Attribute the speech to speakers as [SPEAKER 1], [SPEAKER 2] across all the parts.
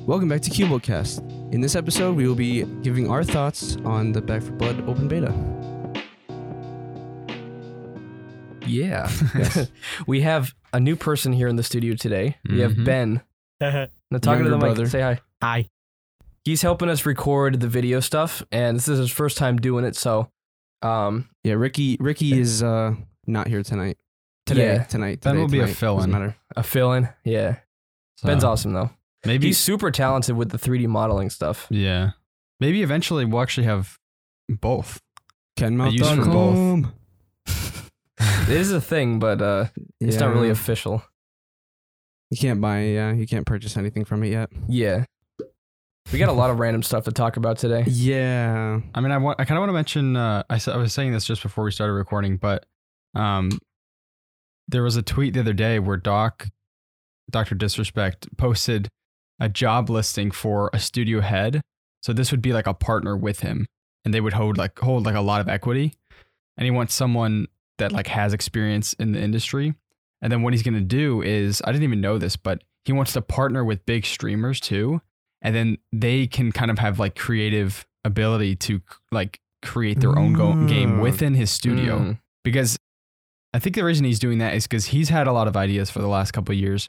[SPEAKER 1] Welcome back to Cumulcast. In this episode, we will be giving our thoughts on the Back for Blood open beta.
[SPEAKER 2] Yeah. we have a new person here in the studio today. We have
[SPEAKER 3] Mhm.
[SPEAKER 2] Ben. Now talking to
[SPEAKER 1] Younger
[SPEAKER 2] the mic.
[SPEAKER 1] brother.
[SPEAKER 2] Say hi.
[SPEAKER 3] Hi.
[SPEAKER 2] He's helping us record the video stuff, and this is his first time doing it. So, um,
[SPEAKER 1] Yeah, Ricky. Ricky is uh not here tonight.
[SPEAKER 2] Today.
[SPEAKER 1] Yeah, tonight.
[SPEAKER 3] Ben
[SPEAKER 1] today,
[SPEAKER 3] will be a
[SPEAKER 1] tonight.
[SPEAKER 3] fill-in.
[SPEAKER 1] Doesn't matter.
[SPEAKER 2] a fill in. Yeah. Ben's
[SPEAKER 3] So,
[SPEAKER 2] awesome though.
[SPEAKER 3] Maybe
[SPEAKER 2] He's super talented with the 3D modeling stuff.
[SPEAKER 3] yeah. Maybe eventually we'll actually have both.
[SPEAKER 1] Ken Mount
[SPEAKER 3] use for both.
[SPEAKER 2] it is a thing, but uh, it's not really official.
[SPEAKER 1] You can't buy. Yeah, you can't purchase anything from it yet.
[SPEAKER 2] Yeah. We got a lot of random stuff to talk about today.
[SPEAKER 1] Yeah.
[SPEAKER 3] I mean, I want. I kind of want to mention. Uh, I s- I was saying this just before we started recording, but um, there was a tweet the other day where Doc, Doctor Disrespect, posted a job listing for a studio head. So this would be like a partner with him, and they would hold like hold like a lot of equity, and he wants someone that like has experience in the industry. And then what he's gonna do is I didn't even know this, but he wants to partner with big streamers too and then they can kind of have like creative ability to like create their own go- game
[SPEAKER 1] Mm.
[SPEAKER 3] within his studio
[SPEAKER 2] Mm.
[SPEAKER 3] because I think the reason he's doing that is because he's had a lot of ideas for the last couple of years,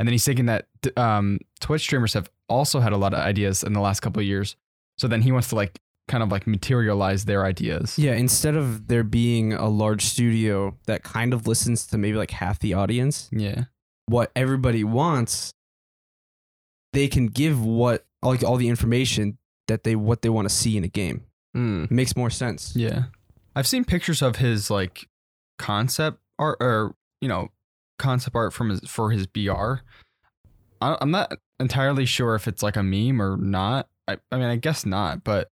[SPEAKER 3] and then he's thinking that um, Twitch streamers have also had a lot of ideas in the last couple of years. So then he wants to like kind of like materialize their ideas.
[SPEAKER 1] Yeah. Instead of there being a large studio that kind of listens to maybe like half the audience,
[SPEAKER 3] Yeah.
[SPEAKER 1] what everybody wants, they can give what like all the information that they what they want to see in a game.
[SPEAKER 2] Mm.
[SPEAKER 1] It makes more sense.
[SPEAKER 3] Yeah. I've seen pictures of his like concept art or, you know, concept art from his for his BR. I, I'm not entirely sure if it's like a meme or not. I, I mean, I guess not, but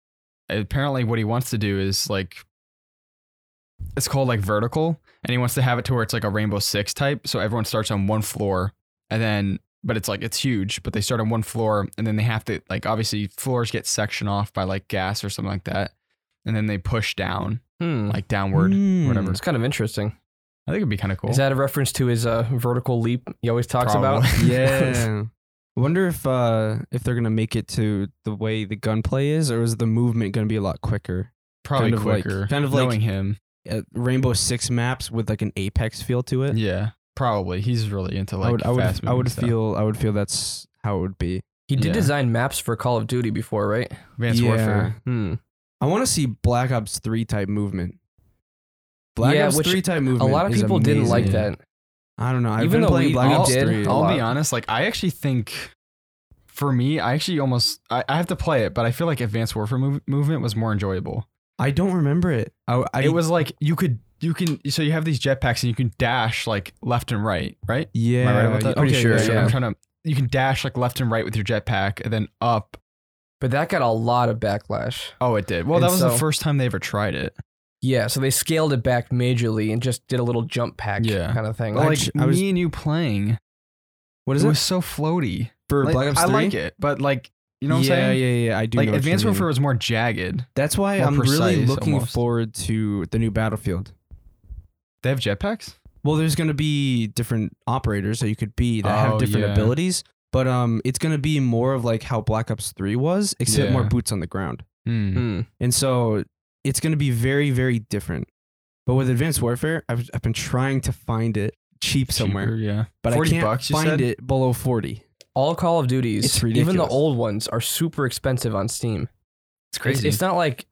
[SPEAKER 3] apparently what he wants to do is like it's called like vertical and he wants to have it to where it's like a rainbow six type so everyone starts on one floor and then but it's like it's huge but they start on one floor and then they have to like obviously floors get sectioned off by like gas or something like that and then they push down
[SPEAKER 2] Hmm.
[SPEAKER 3] like downward
[SPEAKER 1] Mm.
[SPEAKER 3] whatever
[SPEAKER 2] It's kind of interesting.
[SPEAKER 3] i think it'd be kind of cool
[SPEAKER 2] Is that a reference to his uh, vertical leap he always talks about?
[SPEAKER 3] Probably.
[SPEAKER 1] Yeah. I wonder if uh if they're gonna make it to the way the gunplay is, or is the movement gonna be a lot quicker?
[SPEAKER 3] probably
[SPEAKER 1] Kind of like-
[SPEAKER 3] quicker
[SPEAKER 1] kind of like-
[SPEAKER 3] knowing him
[SPEAKER 1] Uh, Rainbow Six maps with like an apex feel to it.
[SPEAKER 3] yeah probably he's really into like
[SPEAKER 1] I would I
[SPEAKER 3] fast
[SPEAKER 1] would I would
[SPEAKER 3] moving stuff.
[SPEAKER 1] feel I would feel that's how it would be.
[SPEAKER 2] He did
[SPEAKER 3] Yeah.
[SPEAKER 2] design maps for Call of Duty before, right?
[SPEAKER 3] advanced
[SPEAKER 1] Yeah.
[SPEAKER 3] warfare
[SPEAKER 2] Hmm.
[SPEAKER 1] I want to see Black Ops Three type movement. Black
[SPEAKER 2] Yeah,
[SPEAKER 1] Ops
[SPEAKER 2] which
[SPEAKER 1] Three type
[SPEAKER 2] A
[SPEAKER 1] movement.
[SPEAKER 2] lot of
[SPEAKER 1] is
[SPEAKER 2] people didn't like
[SPEAKER 1] amazing.
[SPEAKER 2] that.
[SPEAKER 1] I don't know. I've
[SPEAKER 2] Even
[SPEAKER 1] been
[SPEAKER 2] though
[SPEAKER 1] playing
[SPEAKER 2] we
[SPEAKER 1] Black
[SPEAKER 2] all
[SPEAKER 1] Ops
[SPEAKER 2] did,
[SPEAKER 1] Three.
[SPEAKER 2] a
[SPEAKER 3] I'll
[SPEAKER 2] lot.
[SPEAKER 3] be honest. Like I actually think, for me, I actually almost I, I have to play it, but I feel like Advanced Warfare mov- Movement was more enjoyable.
[SPEAKER 1] I don't remember it. I, I
[SPEAKER 3] it was like you could you can so you have these jetpacks and you can dash like left and right, right?
[SPEAKER 1] yeah.
[SPEAKER 3] Am I right about that?
[SPEAKER 1] okay,
[SPEAKER 2] Pretty sure,
[SPEAKER 1] yeah,
[SPEAKER 3] So
[SPEAKER 1] yeah.
[SPEAKER 3] I'm trying to. You can dash like left and right with your jetpack, and then up.
[SPEAKER 2] But that got a lot of backlash.
[SPEAKER 3] Oh, it did. Well,
[SPEAKER 2] And
[SPEAKER 3] that was
[SPEAKER 2] so-
[SPEAKER 3] the first time they ever tried it.
[SPEAKER 2] Yeah, so they scaled it back majorly and just did a little jump pack
[SPEAKER 3] Yeah.
[SPEAKER 2] kind of thing.
[SPEAKER 1] Well,
[SPEAKER 3] Like
[SPEAKER 1] ch- I was-
[SPEAKER 3] me and you playing,
[SPEAKER 1] What is
[SPEAKER 3] it
[SPEAKER 1] it?
[SPEAKER 3] was so floaty.
[SPEAKER 1] For
[SPEAKER 3] Like,
[SPEAKER 1] Black Ops
[SPEAKER 3] I
[SPEAKER 1] 3?
[SPEAKER 3] like it, but like you know what
[SPEAKER 1] yeah,
[SPEAKER 3] I'm saying?
[SPEAKER 1] Yeah, yeah, I do.
[SPEAKER 3] Like
[SPEAKER 1] know what you
[SPEAKER 3] Advanced
[SPEAKER 1] mean.
[SPEAKER 3] Warfare was more jagged.
[SPEAKER 1] That's why
[SPEAKER 3] more
[SPEAKER 1] I'm really
[SPEAKER 3] precise,
[SPEAKER 1] looking
[SPEAKER 3] almost.
[SPEAKER 1] forward to the new Battlefield.
[SPEAKER 3] They have jetpacks.
[SPEAKER 1] Well, there's going to be different operators that you could be that
[SPEAKER 3] Oh,
[SPEAKER 1] have different
[SPEAKER 3] yeah.
[SPEAKER 1] abilities, but um, it's going to be more of like how Black Ops Three was, except more
[SPEAKER 3] Yeah.
[SPEAKER 1] boots on the ground,
[SPEAKER 3] Hmm.
[SPEAKER 2] Hmm.
[SPEAKER 1] and so it's going to be very, very different. But with Advanced Warfare, I've I've been trying to find it cheap somewhere,
[SPEAKER 3] Cheaper, yeah.
[SPEAKER 1] but I
[SPEAKER 3] 40
[SPEAKER 1] can't
[SPEAKER 3] bucks, you
[SPEAKER 1] find
[SPEAKER 3] said?
[SPEAKER 1] it below forty.
[SPEAKER 2] All Call of
[SPEAKER 1] It's
[SPEAKER 2] Duties, even the
[SPEAKER 1] ridiculous.
[SPEAKER 2] old ones, are super expensive on Steam.
[SPEAKER 3] It's
[SPEAKER 2] It's, it's not like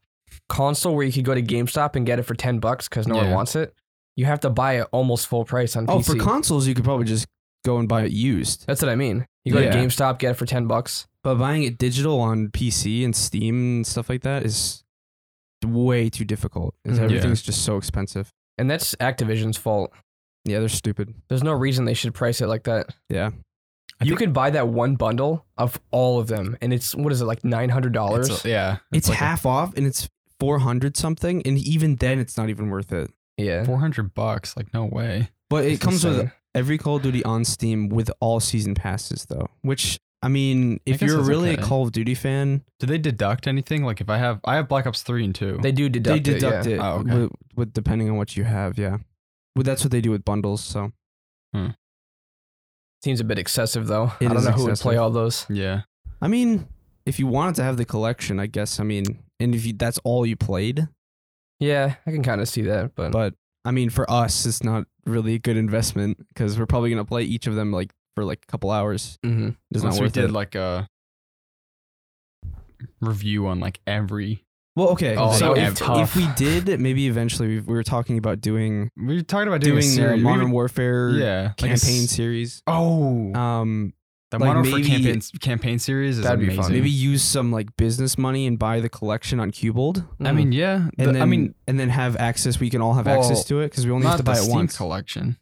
[SPEAKER 2] console where you could go to GameStop and get it for 10 bucks because no one
[SPEAKER 3] Yeah.
[SPEAKER 2] wants it. You have to buy it almost full price on
[SPEAKER 1] Oh,
[SPEAKER 2] PC.
[SPEAKER 1] for consoles, you could probably just go and buy it used,
[SPEAKER 2] That's what I mean. You go
[SPEAKER 1] Yeah.
[SPEAKER 2] to GameStop, get it for 10 bucks.
[SPEAKER 1] but buying it digital on PC and Steam and stuff like that is way too difficult. 'cause
[SPEAKER 2] Mhm. Yeah.
[SPEAKER 1] Everything's just so expensive.
[SPEAKER 2] And that's Activision's fault.
[SPEAKER 1] Yeah, they're stupid.
[SPEAKER 2] There's no reason they should price it like that.
[SPEAKER 1] Yeah.
[SPEAKER 3] I
[SPEAKER 2] you
[SPEAKER 3] think-
[SPEAKER 2] could buy that one bundle of all of them, and it's what is it like nine hundred dollars?
[SPEAKER 3] It's a- yeah,
[SPEAKER 1] It's,
[SPEAKER 3] like a
[SPEAKER 1] half off and it's 400 something. And even then, it's not even worth it.
[SPEAKER 2] Yeah,
[SPEAKER 3] four hundred bucks. Like no way.
[SPEAKER 1] But it
[SPEAKER 2] It's
[SPEAKER 1] comes with
[SPEAKER 2] insane.
[SPEAKER 1] every Call of Duty on Steam with all season passes, though. Which, I mean, if
[SPEAKER 3] guess
[SPEAKER 1] you're
[SPEAKER 3] that's
[SPEAKER 1] really a
[SPEAKER 3] okay.
[SPEAKER 1] Call of Duty fan,
[SPEAKER 3] Do they deduct anything? Like if I have, I have Black Ops three and two.
[SPEAKER 2] they do deduct.
[SPEAKER 1] they deduct
[SPEAKER 2] it.
[SPEAKER 1] it,
[SPEAKER 3] Oh, okay.
[SPEAKER 1] with, with depending on what you have. Yeah. Well, that's what they do with bundles. So
[SPEAKER 2] yeah. Seems a bit excessive though.
[SPEAKER 1] It
[SPEAKER 2] I don't
[SPEAKER 1] is
[SPEAKER 2] know who would play
[SPEAKER 1] excessive.
[SPEAKER 2] all those.
[SPEAKER 3] yeah,
[SPEAKER 1] I mean, if you wanted to have the collection, I guess. I mean, and if you, that's all you played,
[SPEAKER 2] Yeah, I can kind of see that, but,
[SPEAKER 1] but I mean, for us, it's not really a good investment because we're probably gonna play each of them like for like a couple hours.
[SPEAKER 2] Mhm.
[SPEAKER 1] It's
[SPEAKER 3] Unless
[SPEAKER 1] not
[SPEAKER 3] we
[SPEAKER 1] worth
[SPEAKER 3] did
[SPEAKER 1] it.
[SPEAKER 3] like a review on like every.
[SPEAKER 1] well, okay.
[SPEAKER 3] Oh,
[SPEAKER 1] so
[SPEAKER 2] that would be
[SPEAKER 1] if, if
[SPEAKER 2] tough.
[SPEAKER 1] we did, maybe eventually we, we were talking about doing
[SPEAKER 3] We were talking about doing, uh, a
[SPEAKER 1] doing
[SPEAKER 3] series.
[SPEAKER 1] the
[SPEAKER 3] we
[SPEAKER 1] Modern
[SPEAKER 3] would-
[SPEAKER 1] Warfare
[SPEAKER 3] yeah, like a s-
[SPEAKER 1] campaign series.
[SPEAKER 3] Oh,
[SPEAKER 1] Um,
[SPEAKER 3] the
[SPEAKER 1] like
[SPEAKER 3] Modern Warfare
[SPEAKER 1] maybe-
[SPEAKER 3] campaign campaign series is
[SPEAKER 2] That'd be
[SPEAKER 3] amazing.
[SPEAKER 2] fun.
[SPEAKER 1] maybe use some like business money and buy the collection on Cubold.
[SPEAKER 3] I mean, yeah.
[SPEAKER 1] And
[SPEAKER 3] the-
[SPEAKER 1] then,
[SPEAKER 3] I mean,
[SPEAKER 1] and then have access. We can all have access
[SPEAKER 3] Well,
[SPEAKER 1] to it because we only
[SPEAKER 3] not
[SPEAKER 1] have to buy
[SPEAKER 3] the
[SPEAKER 1] it
[SPEAKER 3] Steam
[SPEAKER 1] once,
[SPEAKER 3] collection.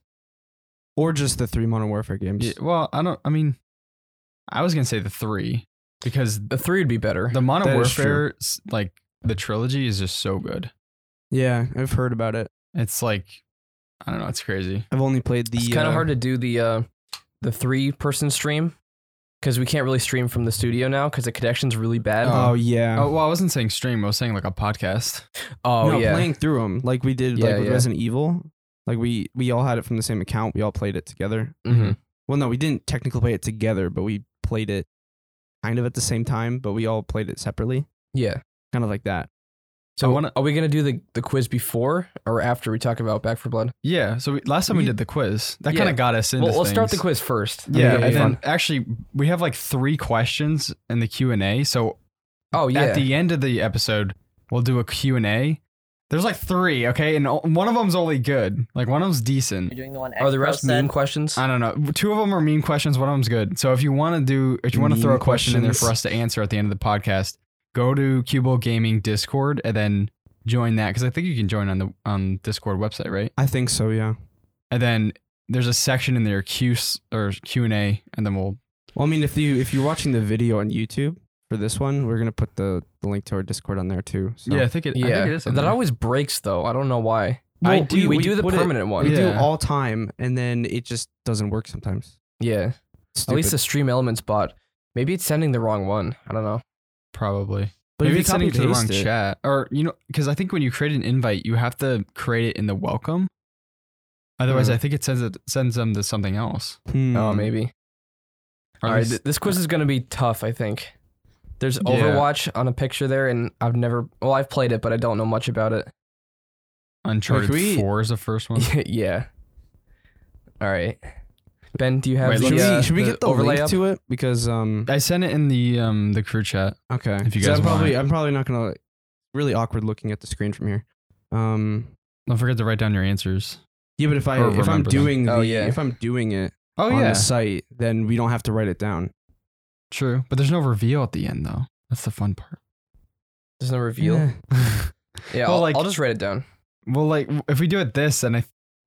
[SPEAKER 1] or just the three Modern Warfare games.
[SPEAKER 3] Yeah, well, I don't. I mean, I was gonna say the three because
[SPEAKER 2] the three would be better.
[SPEAKER 3] the Modern
[SPEAKER 1] That is true.
[SPEAKER 3] Warfare, s- like the trilogy, is just so good.
[SPEAKER 1] Yeah, I've heard about it.
[SPEAKER 3] It's like, I don't know. It's crazy.
[SPEAKER 1] I've only played the.
[SPEAKER 2] it's kind
[SPEAKER 1] uh,
[SPEAKER 2] of hard to do the uh, the three person stream because we can't really stream from the studio now because the connection's really bad.
[SPEAKER 1] Oh yeah.
[SPEAKER 3] Oh well, I wasn't saying stream. I was saying like a podcast.
[SPEAKER 2] oh
[SPEAKER 1] no,
[SPEAKER 2] yeah,
[SPEAKER 1] playing through them like we did
[SPEAKER 2] Yeah,
[SPEAKER 1] like with
[SPEAKER 2] yeah.
[SPEAKER 1] Resident Evil. Like we we all had it from the same account. We all played it together.
[SPEAKER 2] hmm
[SPEAKER 1] Well, no, we didn't technically play it together, but we played it kind of at the same time. But we all played it separately,
[SPEAKER 2] yeah.
[SPEAKER 1] kind of like that.
[SPEAKER 2] So
[SPEAKER 3] I wanna-
[SPEAKER 2] are we gonna do the, the quiz before or after we talk about Back for Blood?
[SPEAKER 3] Yeah. So we, last time we
[SPEAKER 1] We-
[SPEAKER 3] did the quiz, that
[SPEAKER 2] Yeah.
[SPEAKER 3] kind of got us into.
[SPEAKER 2] Well, let's start the
[SPEAKER 3] things.
[SPEAKER 2] quiz first.
[SPEAKER 3] Yeah,
[SPEAKER 2] That'd be
[SPEAKER 3] and
[SPEAKER 2] fun.
[SPEAKER 3] then actually we have like three questions in the Q and A. So
[SPEAKER 2] oh yeah,
[SPEAKER 3] at the end of the episode, we'll do a Q and A. There's like three, okay, and o- one of them's only good. Like one of them's decent.
[SPEAKER 4] You're doing the one.
[SPEAKER 2] are the
[SPEAKER 4] X-Pro
[SPEAKER 2] rest
[SPEAKER 4] said?
[SPEAKER 2] meme questions?
[SPEAKER 3] I don't know. Two of them are meme questions. One of them's good. So if you want to do, if you want to throw
[SPEAKER 1] Meme
[SPEAKER 3] a question in there for us
[SPEAKER 1] questions.
[SPEAKER 3] to answer at the end of the podcast, go to Cubo Gaming Discord and then join that because I think you can join on the on Discord website, right?
[SPEAKER 1] I think so. Yeah.
[SPEAKER 3] And then there's a section in there Q s- or Q and A, and then we'll
[SPEAKER 1] Well, I mean, if you if you're watching the video on YouTube for this one, we're gonna put the, the link to our Discord on there too. So.
[SPEAKER 3] yeah. I think it. I think
[SPEAKER 2] yeah,
[SPEAKER 3] it is on
[SPEAKER 2] that
[SPEAKER 3] there.
[SPEAKER 2] always breaks though. I don't know why.
[SPEAKER 1] Well,
[SPEAKER 2] I do. We,
[SPEAKER 1] we
[SPEAKER 2] do the
[SPEAKER 1] put it-
[SPEAKER 2] permanent one.
[SPEAKER 1] we
[SPEAKER 2] Yeah.
[SPEAKER 3] Yeah.
[SPEAKER 1] do all time, and then it just doesn't work sometimes.
[SPEAKER 2] At least the
[SPEAKER 1] Stupid.
[SPEAKER 2] stream elements bot. Maybe it's sending the wrong one. I don't know.
[SPEAKER 3] probably.
[SPEAKER 1] But if
[SPEAKER 3] Maybe
[SPEAKER 1] you
[SPEAKER 3] it's sending it to the wrong
[SPEAKER 1] copy-paste it-
[SPEAKER 3] chat, or you know, because I think when you create an invite, you have to create it in the welcome. Otherwise,
[SPEAKER 2] Hmm.
[SPEAKER 3] I think it sends it sends them to something else.
[SPEAKER 1] Hmm.
[SPEAKER 2] Oh, maybe. All
[SPEAKER 3] Or at
[SPEAKER 2] right,
[SPEAKER 3] least-
[SPEAKER 2] th- this quiz is going to be tough, I think. There's
[SPEAKER 3] Yeah.
[SPEAKER 2] Overwatch on a picture there, and I've never, well, I've played it, but I don't know much about it.
[SPEAKER 3] Uncharted
[SPEAKER 1] Like, we-
[SPEAKER 3] Four is the first one.
[SPEAKER 2] yeah. All right. Ben, do you have
[SPEAKER 3] Wait,
[SPEAKER 2] the,
[SPEAKER 1] Should we,
[SPEAKER 2] uh,
[SPEAKER 1] should we
[SPEAKER 2] the
[SPEAKER 1] get the
[SPEAKER 2] overlay
[SPEAKER 1] link
[SPEAKER 2] up?
[SPEAKER 1] to it? Because um,
[SPEAKER 3] I sent it in the um the crew chat.
[SPEAKER 1] okay.
[SPEAKER 3] if you
[SPEAKER 1] So
[SPEAKER 3] guys
[SPEAKER 1] I'm probably
[SPEAKER 3] want.
[SPEAKER 1] I'm probably not gonna. Really awkward looking at the screen from here. Um,
[SPEAKER 3] Don't forget to write down your answers.
[SPEAKER 1] yeah, but if I if
[SPEAKER 3] Or
[SPEAKER 1] I'm
[SPEAKER 3] remember them.
[SPEAKER 1] doing
[SPEAKER 2] Oh,
[SPEAKER 1] the,
[SPEAKER 2] yeah.
[SPEAKER 1] if I'm doing it
[SPEAKER 3] Oh
[SPEAKER 1] on
[SPEAKER 3] yeah,
[SPEAKER 1] the site, then we don't have to write it down.
[SPEAKER 3] true. But there's no reveal at the end though. That's the fun part.
[SPEAKER 2] There's no reveal. Yeah,
[SPEAKER 1] Yeah.
[SPEAKER 2] I'll,
[SPEAKER 3] Well, like-
[SPEAKER 2] I'll just write it down.
[SPEAKER 3] well, like if we do it this, and I,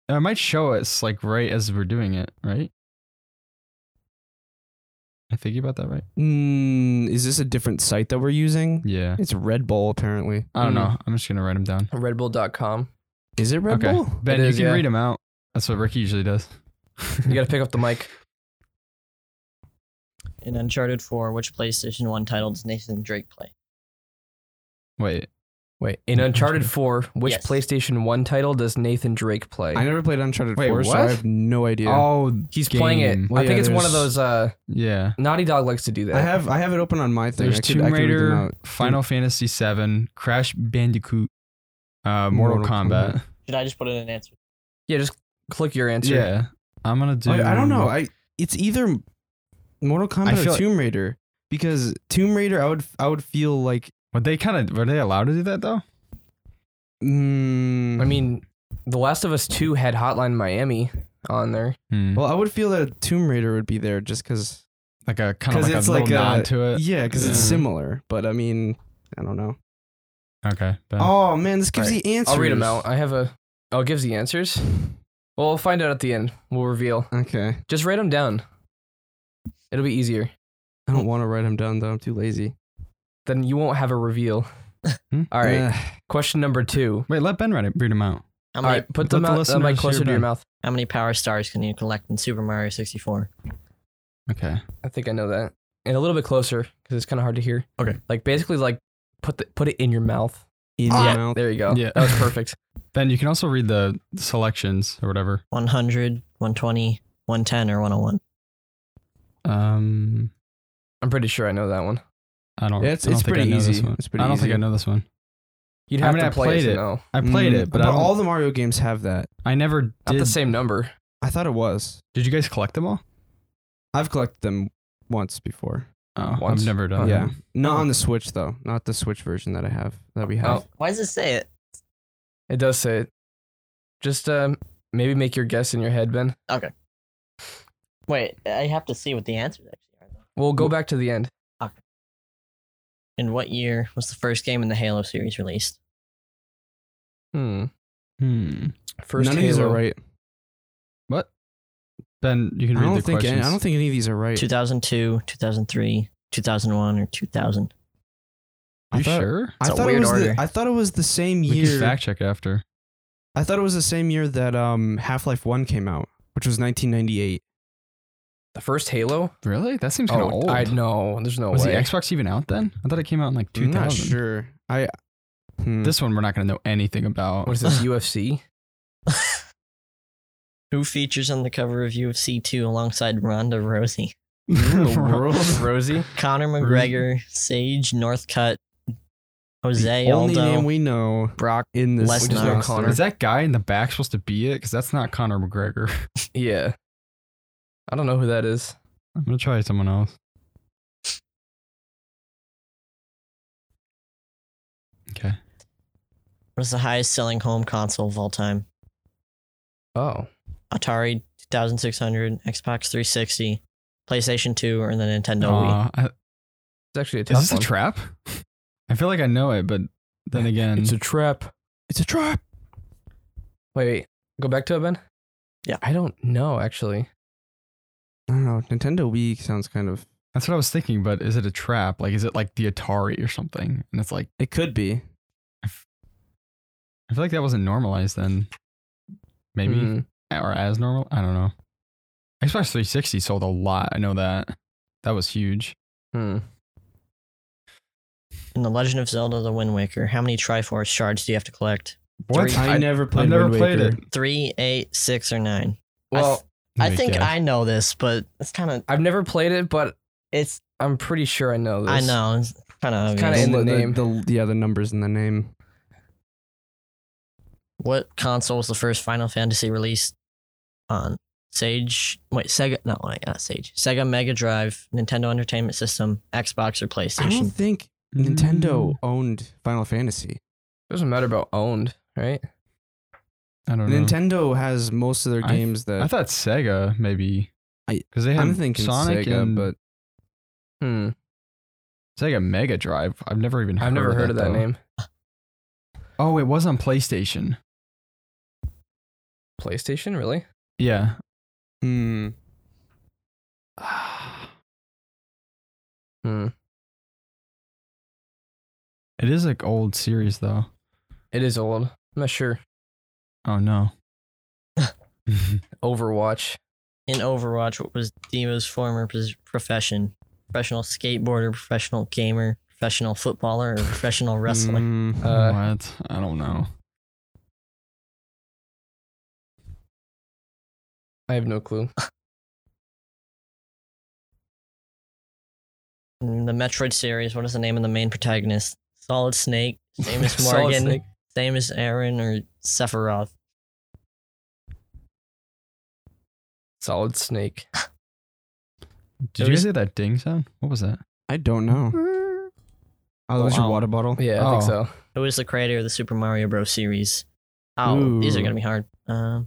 [SPEAKER 3] I might show us like right as we're doing it, right? I think about that right.
[SPEAKER 1] Mm, is this a different site that we're using?
[SPEAKER 3] Yeah.
[SPEAKER 1] It's Red Bull apparently.
[SPEAKER 3] I
[SPEAKER 2] Mm-hmm.
[SPEAKER 3] don't know. I'm just gonna write them down.
[SPEAKER 2] Redbull.com.
[SPEAKER 1] Is it Red
[SPEAKER 3] okay.
[SPEAKER 1] Bull?
[SPEAKER 3] Ben,
[SPEAKER 2] It
[SPEAKER 3] you
[SPEAKER 2] is,
[SPEAKER 3] can
[SPEAKER 2] yeah.
[SPEAKER 3] read them out. That's what Ricky usually does.
[SPEAKER 2] You got to pick up the mic.
[SPEAKER 4] In Uncharted 4, which PlayStation 1 title does Nathan Drake play?
[SPEAKER 3] Wait.
[SPEAKER 2] Wait. In Uncharted 4, which
[SPEAKER 4] Yes.
[SPEAKER 2] PlayStation 1 title does Nathan Drake play?
[SPEAKER 1] I never played Uncharted
[SPEAKER 3] Wait,
[SPEAKER 1] 4, so
[SPEAKER 3] what?
[SPEAKER 1] I have no idea.
[SPEAKER 3] Oh,
[SPEAKER 2] He's playing it.
[SPEAKER 1] Well,
[SPEAKER 2] I think
[SPEAKER 1] yeah,
[SPEAKER 2] it's one of
[SPEAKER 1] there's-
[SPEAKER 2] those, uh,
[SPEAKER 3] yeah.
[SPEAKER 2] Naughty Dog likes to do that.
[SPEAKER 1] I have I have it open on my thing.
[SPEAKER 3] There's
[SPEAKER 1] I could, I could
[SPEAKER 3] Tomb
[SPEAKER 1] read them
[SPEAKER 3] Raider,
[SPEAKER 1] out.
[SPEAKER 3] Final Fantasy VII, Crash Bandicoot, uh, Mortal,
[SPEAKER 1] Mortal
[SPEAKER 3] Kombat.
[SPEAKER 1] Kombat.
[SPEAKER 4] Should I just put in an answer?
[SPEAKER 2] Yeah, just click your answer.
[SPEAKER 3] Yeah, I'm gonna do.
[SPEAKER 1] Like, I don't know. I it's either Mortal
[SPEAKER 3] I
[SPEAKER 1] Kombat
[SPEAKER 3] feel
[SPEAKER 1] or
[SPEAKER 3] like-
[SPEAKER 1] Tomb Raider because Tomb Raider I would I would feel like
[SPEAKER 3] Were they kind of were they allowed to do that though?
[SPEAKER 1] mm,
[SPEAKER 2] I mean, The Last of Us 2 had Hotline Miami on there.
[SPEAKER 3] Hmm.
[SPEAKER 1] well I would feel that Tomb Raider would be there just cuz
[SPEAKER 3] like a kind
[SPEAKER 1] 'cause
[SPEAKER 3] of like a
[SPEAKER 1] it's
[SPEAKER 3] little
[SPEAKER 1] like a-
[SPEAKER 3] nod to it.
[SPEAKER 1] yeah cuz it's Mm.
[SPEAKER 2] Yeah.
[SPEAKER 1] similar but I mean I don't know.
[SPEAKER 3] Okay. Ben.
[SPEAKER 1] Oh man, this gives
[SPEAKER 2] Alright,
[SPEAKER 1] the answer.
[SPEAKER 2] I'll read them out. I have a. Oh, it gives the answers? Well, we'll find out at the end. We'll reveal.
[SPEAKER 1] Okay.
[SPEAKER 2] Just write them down. It'll be easier.
[SPEAKER 1] I don't want to write them down though. I'm too lazy.
[SPEAKER 2] Then you won't have a reveal.
[SPEAKER 3] Hmm?
[SPEAKER 2] All right.
[SPEAKER 1] Ugh.
[SPEAKER 2] Question number two.
[SPEAKER 3] Wait, let Ben read it. Read them out.
[SPEAKER 4] How
[SPEAKER 2] All
[SPEAKER 4] many,
[SPEAKER 2] right. Put
[SPEAKER 3] let
[SPEAKER 2] them
[SPEAKER 3] the
[SPEAKER 2] out, the
[SPEAKER 3] listeners
[SPEAKER 2] mic
[SPEAKER 3] hear
[SPEAKER 2] closer to your
[SPEAKER 3] Ben.
[SPEAKER 2] mouth.
[SPEAKER 4] how many power stars can you collect in Super Mario 64?
[SPEAKER 3] Okay.
[SPEAKER 2] I think I know that. And a little bit closer because it's kind of hard to hear.
[SPEAKER 4] Okay.
[SPEAKER 2] Like basically, like put the, put it in your mouth.
[SPEAKER 1] In
[SPEAKER 4] Ah.
[SPEAKER 1] your mouth.
[SPEAKER 2] There you go.
[SPEAKER 3] Yeah.
[SPEAKER 2] That was perfect.
[SPEAKER 3] Ben, you can also read the selections or whatever.
[SPEAKER 4] 100, 120, 110, or 101?
[SPEAKER 3] Um,
[SPEAKER 2] I'm pretty sure I know that one.
[SPEAKER 3] I don't.
[SPEAKER 1] Yeah, it's-
[SPEAKER 3] I don't
[SPEAKER 1] it's
[SPEAKER 3] think I
[SPEAKER 1] pretty
[SPEAKER 3] know this
[SPEAKER 1] easy.
[SPEAKER 3] one.
[SPEAKER 1] It's pretty
[SPEAKER 3] I don't think
[SPEAKER 1] easy.
[SPEAKER 3] I know this one.
[SPEAKER 2] You'd
[SPEAKER 3] I
[SPEAKER 2] have
[SPEAKER 3] mean,
[SPEAKER 2] to
[SPEAKER 3] I
[SPEAKER 2] play
[SPEAKER 3] played
[SPEAKER 2] to
[SPEAKER 3] it.
[SPEAKER 2] know.
[SPEAKER 3] I played it, Mm. but,
[SPEAKER 1] Mm. But
[SPEAKER 3] I don't-
[SPEAKER 1] all the Mario games have that.
[SPEAKER 3] I never did.
[SPEAKER 2] Not the same number.
[SPEAKER 1] I thought it was.
[SPEAKER 3] Did you guys collect them all?
[SPEAKER 1] I've collected them once before.
[SPEAKER 3] Oh,
[SPEAKER 2] Once.
[SPEAKER 3] I've never done.
[SPEAKER 1] yeah,
[SPEAKER 3] that.
[SPEAKER 1] not on the Switch though. Not the Switch version that I have that we have.
[SPEAKER 2] Oh.
[SPEAKER 4] Why does it say it?
[SPEAKER 2] It does say it. Just um, maybe make your guess in your head, Ben.
[SPEAKER 4] Wait, I have to see what the answers actually are. Though.
[SPEAKER 2] We'll go back to the end.
[SPEAKER 4] In what year was the first game in the Halo series released?
[SPEAKER 2] Hmm.
[SPEAKER 3] Hmm.
[SPEAKER 2] First
[SPEAKER 1] None
[SPEAKER 2] Halo.
[SPEAKER 1] of these are right.
[SPEAKER 3] What? Ben,
[SPEAKER 1] I
[SPEAKER 3] you can read
[SPEAKER 1] don't
[SPEAKER 3] the
[SPEAKER 1] think.
[SPEAKER 3] questions.
[SPEAKER 1] Any, I don't think any of these are right.
[SPEAKER 4] 2002, 2003, 2001, or 2000?
[SPEAKER 3] Are
[SPEAKER 1] I
[SPEAKER 3] you
[SPEAKER 1] thought-
[SPEAKER 3] sure?
[SPEAKER 1] I
[SPEAKER 4] It's a
[SPEAKER 1] thought it
[SPEAKER 4] weird
[SPEAKER 1] was. The,
[SPEAKER 4] order.
[SPEAKER 1] I thought it was the same
[SPEAKER 3] We can
[SPEAKER 1] year.
[SPEAKER 3] fact check after.
[SPEAKER 1] I thought it was the same year that um, Half Life One came out, which was 1998.
[SPEAKER 2] The first Halo.
[SPEAKER 3] Really? That seems kind of
[SPEAKER 2] Oh,
[SPEAKER 3] old.
[SPEAKER 2] I know. There's no
[SPEAKER 3] Was
[SPEAKER 2] way.
[SPEAKER 3] the Xbox even out then? I thought it came out in like
[SPEAKER 1] I'm
[SPEAKER 3] 2000.
[SPEAKER 1] not sure. I. Hmm.
[SPEAKER 3] This one we're not going to know anything about.
[SPEAKER 2] what is this UFC?
[SPEAKER 4] Who features on the cover of UFC 2 alongside Ronda Rousey?
[SPEAKER 1] the world?
[SPEAKER 2] Rosie.
[SPEAKER 4] Conor McGregor, Sage Northcutt, Jose
[SPEAKER 1] the only
[SPEAKER 4] Aldo.
[SPEAKER 1] name we know
[SPEAKER 4] Brock
[SPEAKER 1] in this
[SPEAKER 4] Lesnar. We just know
[SPEAKER 1] roster.
[SPEAKER 2] Connor.
[SPEAKER 3] Is that guy in the back supposed to be it? Because that's not Conor McGregor.
[SPEAKER 2] Yeah. I don't know who that is.
[SPEAKER 3] I'm going to try someone else. Okay.
[SPEAKER 4] was the highest selling home console of all time?
[SPEAKER 2] Oh.
[SPEAKER 4] Atari 2600, Xbox 360, PlayStation 2, or the Nintendo
[SPEAKER 1] Uh,
[SPEAKER 4] Wii?
[SPEAKER 3] Aw, Uh, I-
[SPEAKER 2] It's actually a tough
[SPEAKER 3] is this
[SPEAKER 2] one.
[SPEAKER 3] a trap? I feel like I know it, but then again,
[SPEAKER 2] It's a trap.
[SPEAKER 3] it's a trap.
[SPEAKER 2] Wait, wait. Go back to it, Ben.
[SPEAKER 4] Yeah.
[SPEAKER 2] I don't know actually.
[SPEAKER 1] I don't know. Nintendo Wii sounds kind of.
[SPEAKER 3] That's what I was thinking. But is it a trap? Like, is it like the Atari or something? And it's like.
[SPEAKER 1] It could be.
[SPEAKER 3] I feel like that wasn't normalized then. Maybe
[SPEAKER 2] Hmm.
[SPEAKER 3] or as normal. I don't know. Xbox 360 sold a lot. I know that. That was huge.
[SPEAKER 2] Hmm.
[SPEAKER 4] In The Legend of Zelda The Wind Waker, how many Triforce shards do you have to collect? What?
[SPEAKER 1] I,
[SPEAKER 3] I,
[SPEAKER 1] never played.
[SPEAKER 3] have never
[SPEAKER 1] Wind
[SPEAKER 3] played
[SPEAKER 1] Waker.
[SPEAKER 3] it.
[SPEAKER 4] Three, eight, six, or nine?
[SPEAKER 2] Well,
[SPEAKER 4] I
[SPEAKER 3] Let me
[SPEAKER 4] think
[SPEAKER 3] guess.
[SPEAKER 4] I know this, but it's kind of
[SPEAKER 2] I've never played it, but
[SPEAKER 4] it's
[SPEAKER 2] I'm pretty sure I know this.
[SPEAKER 4] I know it's kind of
[SPEAKER 2] It's kinda in the name.
[SPEAKER 1] yeah, the numbers in the name.
[SPEAKER 4] What console was the first Final Fantasy released on? Sage, wait, Sega, no, wait, not uh, Sage. Sega Mega Drive, Nintendo Entertainment System, Xbox, or
[SPEAKER 1] I don't
[SPEAKER 2] Uh-huh.
[SPEAKER 4] PlayStation.
[SPEAKER 1] think
[SPEAKER 3] Mm,
[SPEAKER 1] Nintendo owned Final Fantasy.
[SPEAKER 2] Doesn't matter about owned, right?
[SPEAKER 3] I don't know.
[SPEAKER 1] Nintendo has most of their
[SPEAKER 3] I-
[SPEAKER 1] games that
[SPEAKER 3] I thought Sega maybe.
[SPEAKER 1] I-
[SPEAKER 3] Because they had
[SPEAKER 1] I'm thinking
[SPEAKER 3] Sonic
[SPEAKER 1] Sega,
[SPEAKER 3] and
[SPEAKER 1] but
[SPEAKER 2] Hmm.
[SPEAKER 3] Sega Mega Drive. I've never even. Heard
[SPEAKER 2] I've never
[SPEAKER 3] of
[SPEAKER 2] heard of that,
[SPEAKER 3] though.
[SPEAKER 2] name.
[SPEAKER 3] Oh, it was on PlayStation.
[SPEAKER 2] PlayStation, really?
[SPEAKER 3] Yeah.
[SPEAKER 1] hmm.
[SPEAKER 2] Hmm.
[SPEAKER 3] It is like old series though.
[SPEAKER 2] It is old. I'm not sure.
[SPEAKER 3] Oh no.
[SPEAKER 2] Overwatch.
[SPEAKER 4] in Overwatch, what was Diva's former pos- profession? Professional skateboarder, professional gamer, professional footballer, or professional wrestler?
[SPEAKER 1] Hmm.
[SPEAKER 2] Uh,
[SPEAKER 3] what? I don't know.
[SPEAKER 2] I have no clue.
[SPEAKER 4] In Mm, the Metroid series, what is the name of the main protagonist? Solid Snake, same as
[SPEAKER 2] Solid
[SPEAKER 4] Morgan,
[SPEAKER 2] Snake.
[SPEAKER 4] same as Aaron, or Sephiroth?
[SPEAKER 2] Solid Snake.
[SPEAKER 3] Did
[SPEAKER 4] It
[SPEAKER 3] you
[SPEAKER 4] was-
[SPEAKER 3] guys hear that ding sound? What was that?
[SPEAKER 1] I don't know. Oh, that was your
[SPEAKER 4] Wow.
[SPEAKER 1] water bottle.
[SPEAKER 2] Yeah, I think
[SPEAKER 3] Oh.
[SPEAKER 2] so.
[SPEAKER 4] Who is the creator of the Super Mario Bros. series? Oh, these are
[SPEAKER 1] Ooh.
[SPEAKER 4] gonna be hard. Uh,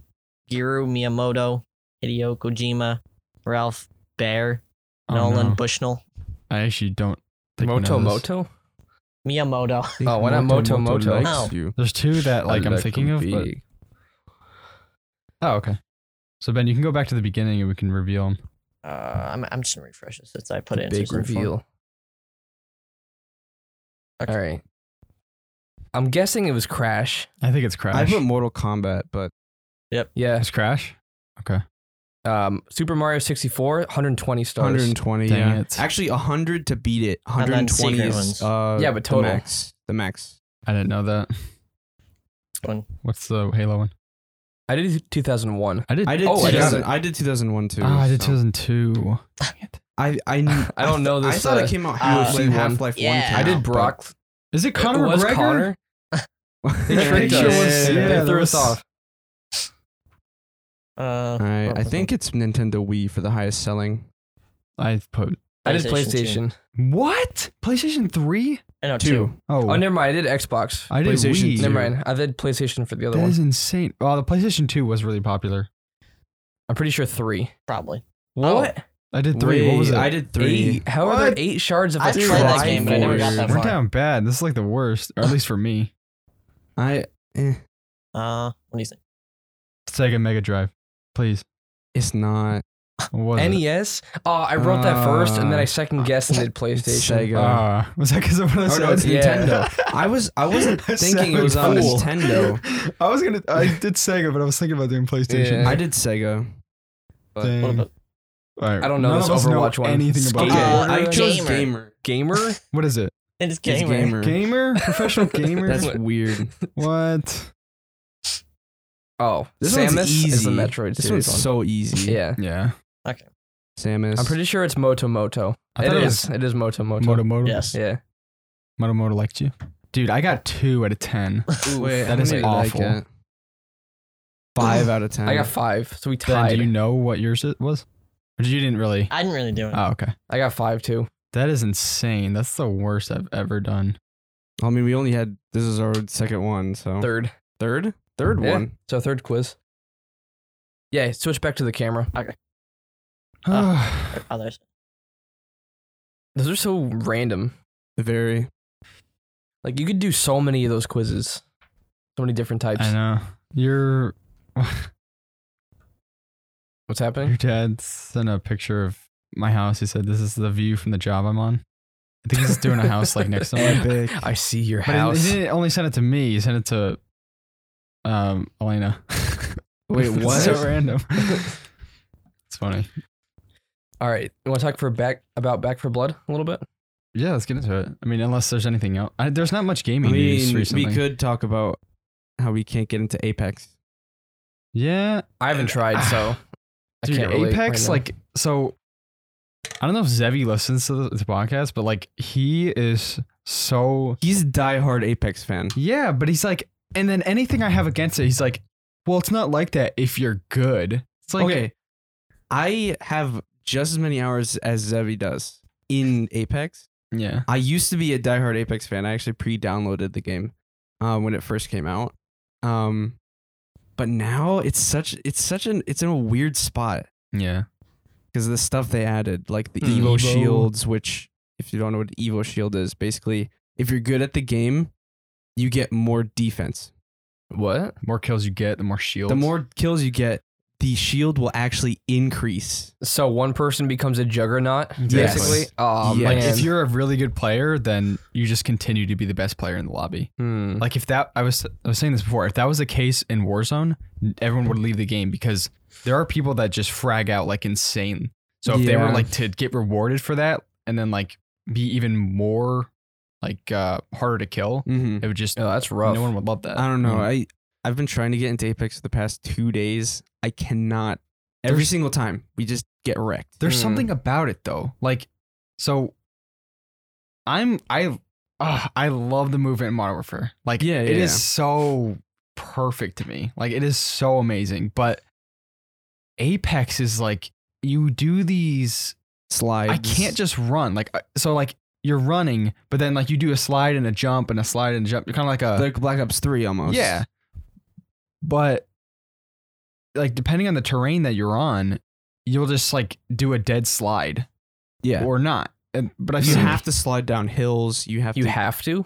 [SPEAKER 4] Giru Miyamoto, Hideo Kojima, Ralph Baer,
[SPEAKER 3] Oh,
[SPEAKER 4] Nolan
[SPEAKER 3] no.
[SPEAKER 4] Bushnell,
[SPEAKER 3] I actually don't think I
[SPEAKER 2] Moto
[SPEAKER 3] know this.
[SPEAKER 2] Moto?
[SPEAKER 4] Miyamoto.
[SPEAKER 2] Oh, why not Moto Moto?
[SPEAKER 1] likes
[SPEAKER 4] Oh.
[SPEAKER 1] you.
[SPEAKER 3] There's two that like I'm
[SPEAKER 1] Like
[SPEAKER 3] thinking of. But...
[SPEAKER 1] big.
[SPEAKER 3] Oh, okay. So Ben, you can go back to the beginning and we can reveal them.
[SPEAKER 4] Uh, I'm, I'm just gonna refresh this since I put
[SPEAKER 2] The
[SPEAKER 4] it in.
[SPEAKER 2] big reveal. All right. I'm guessing it was Crash.
[SPEAKER 3] I think it's Crash.
[SPEAKER 1] I put Mortal Kombat, but
[SPEAKER 2] Yeah.
[SPEAKER 3] It's Crash. Okay.
[SPEAKER 2] Um, Super Mario 64, 120 stars.
[SPEAKER 1] 120.
[SPEAKER 3] Dang
[SPEAKER 1] yeah,
[SPEAKER 3] it.
[SPEAKER 1] actually 100 to beat it.
[SPEAKER 4] And then
[SPEAKER 1] 120
[SPEAKER 4] secret
[SPEAKER 1] is
[SPEAKER 4] ones.
[SPEAKER 1] uh,
[SPEAKER 2] Yeah, but total.
[SPEAKER 1] the max. The max.
[SPEAKER 3] I didn't know that.
[SPEAKER 4] One.
[SPEAKER 3] What's the Halo one?
[SPEAKER 2] I did 2001.
[SPEAKER 3] I did.
[SPEAKER 1] I did.
[SPEAKER 2] Oh, I got
[SPEAKER 1] 2000,
[SPEAKER 2] it.
[SPEAKER 1] I, did 2001 too.
[SPEAKER 3] Ah, I did
[SPEAKER 1] so.
[SPEAKER 3] 2002. Dang it.
[SPEAKER 1] I I, kn-
[SPEAKER 2] I don't know
[SPEAKER 1] I
[SPEAKER 2] this,
[SPEAKER 1] thought
[SPEAKER 2] uh,
[SPEAKER 1] it came out
[SPEAKER 4] uh,
[SPEAKER 1] halfway
[SPEAKER 2] UFC one.
[SPEAKER 1] Half Life One.
[SPEAKER 4] Yeah.
[SPEAKER 1] Came
[SPEAKER 2] I
[SPEAKER 1] out,
[SPEAKER 2] did
[SPEAKER 1] but-
[SPEAKER 2] Brock.
[SPEAKER 3] Is it
[SPEAKER 2] it
[SPEAKER 3] Conor
[SPEAKER 2] was
[SPEAKER 3] McGregor?
[SPEAKER 2] Connor. They
[SPEAKER 1] Yeah, it
[SPEAKER 2] tricked us.
[SPEAKER 1] does.
[SPEAKER 3] Yeah,
[SPEAKER 2] they
[SPEAKER 3] that
[SPEAKER 2] threw
[SPEAKER 3] was-
[SPEAKER 2] us off.
[SPEAKER 4] Uh,
[SPEAKER 1] All right,
[SPEAKER 4] what
[SPEAKER 1] I
[SPEAKER 4] was
[SPEAKER 1] think it's Nintendo Wii for the highest selling.
[SPEAKER 3] I put
[SPEAKER 2] I did
[SPEAKER 4] PlayStation
[SPEAKER 2] PlayStation.
[SPEAKER 3] what? PlayStation Three?
[SPEAKER 4] I know two.
[SPEAKER 1] Two.
[SPEAKER 3] Oh,
[SPEAKER 2] Oh, never mind. I did Xbox.
[SPEAKER 3] I did
[SPEAKER 1] PlayStation
[SPEAKER 3] Wii.
[SPEAKER 1] two.
[SPEAKER 2] Never mind. I did PlayStation for the other
[SPEAKER 3] That
[SPEAKER 2] one.
[SPEAKER 3] is insane. Well, the PlayStation Two was really popular.
[SPEAKER 2] I'm pretty sure three.
[SPEAKER 4] Probably.
[SPEAKER 2] What?
[SPEAKER 3] I did three. what was
[SPEAKER 1] Wait,
[SPEAKER 3] it?
[SPEAKER 1] I did Oh, three.
[SPEAKER 2] Eight. How are there
[SPEAKER 3] What?
[SPEAKER 2] eight shards of
[SPEAKER 4] I
[SPEAKER 2] a
[SPEAKER 4] tried
[SPEAKER 1] that
[SPEAKER 2] tri-
[SPEAKER 1] game, but I never got that
[SPEAKER 3] We're
[SPEAKER 4] far.
[SPEAKER 3] down bad. This is like the worst, or at least for me.
[SPEAKER 1] I. eh,
[SPEAKER 4] Uh, what do you think?
[SPEAKER 3] Sega Mega Drive, please.
[SPEAKER 1] it's not
[SPEAKER 3] What was it?
[SPEAKER 2] NES. Oh, I wrote that first, and then I
[SPEAKER 1] Uh,
[SPEAKER 2] second guessed and did PlayStation.
[SPEAKER 1] Sega.
[SPEAKER 3] Uh, was that because of what I
[SPEAKER 1] Oh,
[SPEAKER 3] said?
[SPEAKER 1] no, it's
[SPEAKER 2] Yeah.
[SPEAKER 1] Nintendo. I was I wasn't thinking it was on
[SPEAKER 3] Sounded cool.
[SPEAKER 1] Nintendo.
[SPEAKER 3] I was gonna. I did Sega, but I was thinking about doing PlayStation.
[SPEAKER 2] Yeah.
[SPEAKER 1] I did Sega. but-
[SPEAKER 3] Dang.
[SPEAKER 4] What about
[SPEAKER 3] Alright,
[SPEAKER 2] I don't know
[SPEAKER 3] none
[SPEAKER 2] this
[SPEAKER 3] of us
[SPEAKER 2] Overwatch
[SPEAKER 3] know
[SPEAKER 2] one.
[SPEAKER 3] anything about
[SPEAKER 2] Skater.
[SPEAKER 3] it.
[SPEAKER 1] Okay,
[SPEAKER 4] Uh,
[SPEAKER 1] I chose
[SPEAKER 4] gamer.
[SPEAKER 1] gamer.
[SPEAKER 2] Gamer.
[SPEAKER 3] What is it?
[SPEAKER 4] It's
[SPEAKER 1] It's
[SPEAKER 4] gamer.
[SPEAKER 3] Gamer? Professional gamer?
[SPEAKER 1] That's
[SPEAKER 2] What?
[SPEAKER 1] weird.
[SPEAKER 3] what?
[SPEAKER 2] Oh,
[SPEAKER 1] This
[SPEAKER 2] Samus
[SPEAKER 1] one's easy.
[SPEAKER 2] is the Metroid
[SPEAKER 1] This
[SPEAKER 2] series
[SPEAKER 1] one's
[SPEAKER 2] one.
[SPEAKER 1] so easy.
[SPEAKER 2] yeah,
[SPEAKER 3] Yeah.
[SPEAKER 1] Samus.
[SPEAKER 2] I'm pretty sure it's Moto Moto.
[SPEAKER 3] I
[SPEAKER 2] It
[SPEAKER 3] thought it
[SPEAKER 2] is. It is Moto Moto.
[SPEAKER 3] Moto Moto.
[SPEAKER 4] Yes.
[SPEAKER 2] Yeah.
[SPEAKER 3] Moto Moto liked you. Dude, I got two out of ten.
[SPEAKER 1] Wait,
[SPEAKER 3] that
[SPEAKER 1] how
[SPEAKER 3] is
[SPEAKER 1] many did
[SPEAKER 3] awful.
[SPEAKER 1] I get? Five out of ten.
[SPEAKER 2] I got five, so we
[SPEAKER 3] Then, do
[SPEAKER 2] tied.
[SPEAKER 3] you know what yours i- was? Or you didn't really?
[SPEAKER 4] I didn't really do it.
[SPEAKER 3] Oh, okay.
[SPEAKER 2] I got five too.
[SPEAKER 3] That is insane. That's the worst I've ever done.
[SPEAKER 1] I mean, we only had this is our second one,
[SPEAKER 3] Oh.
[SPEAKER 1] so
[SPEAKER 2] Third.
[SPEAKER 1] third, third
[SPEAKER 2] Yeah.
[SPEAKER 1] one.
[SPEAKER 2] So third quiz. Yeah. Switch back to the camera.
[SPEAKER 4] Or Others.
[SPEAKER 2] Those are so random.
[SPEAKER 1] Very.
[SPEAKER 2] Like you could do so many of those quizzes. So many different types.
[SPEAKER 3] I know. Your
[SPEAKER 2] What's
[SPEAKER 3] your
[SPEAKER 2] happening?
[SPEAKER 3] dad sent a picture of my house. He said, "This is the view from the job I'm on." I think he's doing a house like next to mine.
[SPEAKER 2] I see your
[SPEAKER 3] But he-
[SPEAKER 2] house.
[SPEAKER 3] he didn't only send it to me. He sent it to um Elena.
[SPEAKER 1] Wait,
[SPEAKER 3] It's
[SPEAKER 1] what?
[SPEAKER 3] so random. it's funny.
[SPEAKER 2] All right. You want to talk for back about Back for Blood a little bit?
[SPEAKER 3] Yeah, let's get into it. I mean, unless there's anything else. I, there's not
[SPEAKER 1] I
[SPEAKER 3] much gaming news
[SPEAKER 1] mean,
[SPEAKER 3] recently.
[SPEAKER 1] we could talk about how we can't get into Apex.
[SPEAKER 3] yeah,
[SPEAKER 2] I haven't tried, so I
[SPEAKER 3] dude,
[SPEAKER 2] can't relate
[SPEAKER 3] Apex.
[SPEAKER 2] right now.
[SPEAKER 3] like, so I don't know if Zevi listens to the, the podcast, but like, he is so
[SPEAKER 1] He's a diehard Apex fan.
[SPEAKER 3] yeah. But he's like, and then anything I have against it, he's like, well, it's not like that if you're good. It's like,
[SPEAKER 1] okay, I have just as many hours as Zevi does in Apex.
[SPEAKER 3] yeah,
[SPEAKER 1] I used to be a diehard Apex fan. I actually pre-downloaded the game uh, when it first came out. Um, but now it's such it's such an it's in a weird spot
[SPEAKER 3] yeah.
[SPEAKER 1] because the stuff they added, like the
[SPEAKER 2] Mm.
[SPEAKER 1] Evo,
[SPEAKER 3] Hmm. Evo.
[SPEAKER 1] shields, which if you don't know what Evo shield is, basically if you're good at the game, you get more defense.
[SPEAKER 2] what?
[SPEAKER 3] The more kills you get, the more shields.
[SPEAKER 1] The more kills you get, the shield will actually increase.
[SPEAKER 2] So one person becomes a juggernaut,
[SPEAKER 3] Yes.
[SPEAKER 2] basically. Oh
[SPEAKER 1] Yes.
[SPEAKER 3] like,
[SPEAKER 2] man.
[SPEAKER 3] if you're a really good player, then you just continue to be the best player in the lobby.
[SPEAKER 2] Hmm.
[SPEAKER 1] Mm-hmm.
[SPEAKER 3] Like if that I was I was saying this before, if that was the case in Warzone, everyone would leave the game because there are people that just frag out like insane. So if they were
[SPEAKER 1] Yeah.
[SPEAKER 3] like to get rewarded for that and then like be even more like uh harder to kill,
[SPEAKER 1] Mm-hmm.
[SPEAKER 3] it would just
[SPEAKER 2] oh, that's rough.
[SPEAKER 3] no one would love that.
[SPEAKER 1] I don't know.
[SPEAKER 3] Mm.
[SPEAKER 1] I I've been trying to get into Apex for the past two days. I cannot. Every
[SPEAKER 3] There's-
[SPEAKER 1] single time we just get wrecked.
[SPEAKER 3] There's
[SPEAKER 2] Mm.
[SPEAKER 3] something about it though. Like, so I'm I uh, I love the movement in Modern Warfare. Like,
[SPEAKER 1] Yeah,
[SPEAKER 3] it
[SPEAKER 1] yeah,
[SPEAKER 3] is
[SPEAKER 1] yeah.
[SPEAKER 3] so perfect to me. Like, it is so amazing. But Apex is like you do these.
[SPEAKER 1] Slides.
[SPEAKER 3] I can't just run. Like, uh, so like you're running, but then like you do a slide and a jump and a slide and a jump. You're kind of like a
[SPEAKER 1] like Black Ops Three almost.
[SPEAKER 3] yeah. But like depending on the terrain that you're on, you'll just like do a dead slide
[SPEAKER 1] yeah.
[SPEAKER 3] or not. And, but I
[SPEAKER 1] you
[SPEAKER 3] feel
[SPEAKER 1] have to slide down hills. You have
[SPEAKER 2] you
[SPEAKER 1] to,
[SPEAKER 2] have to.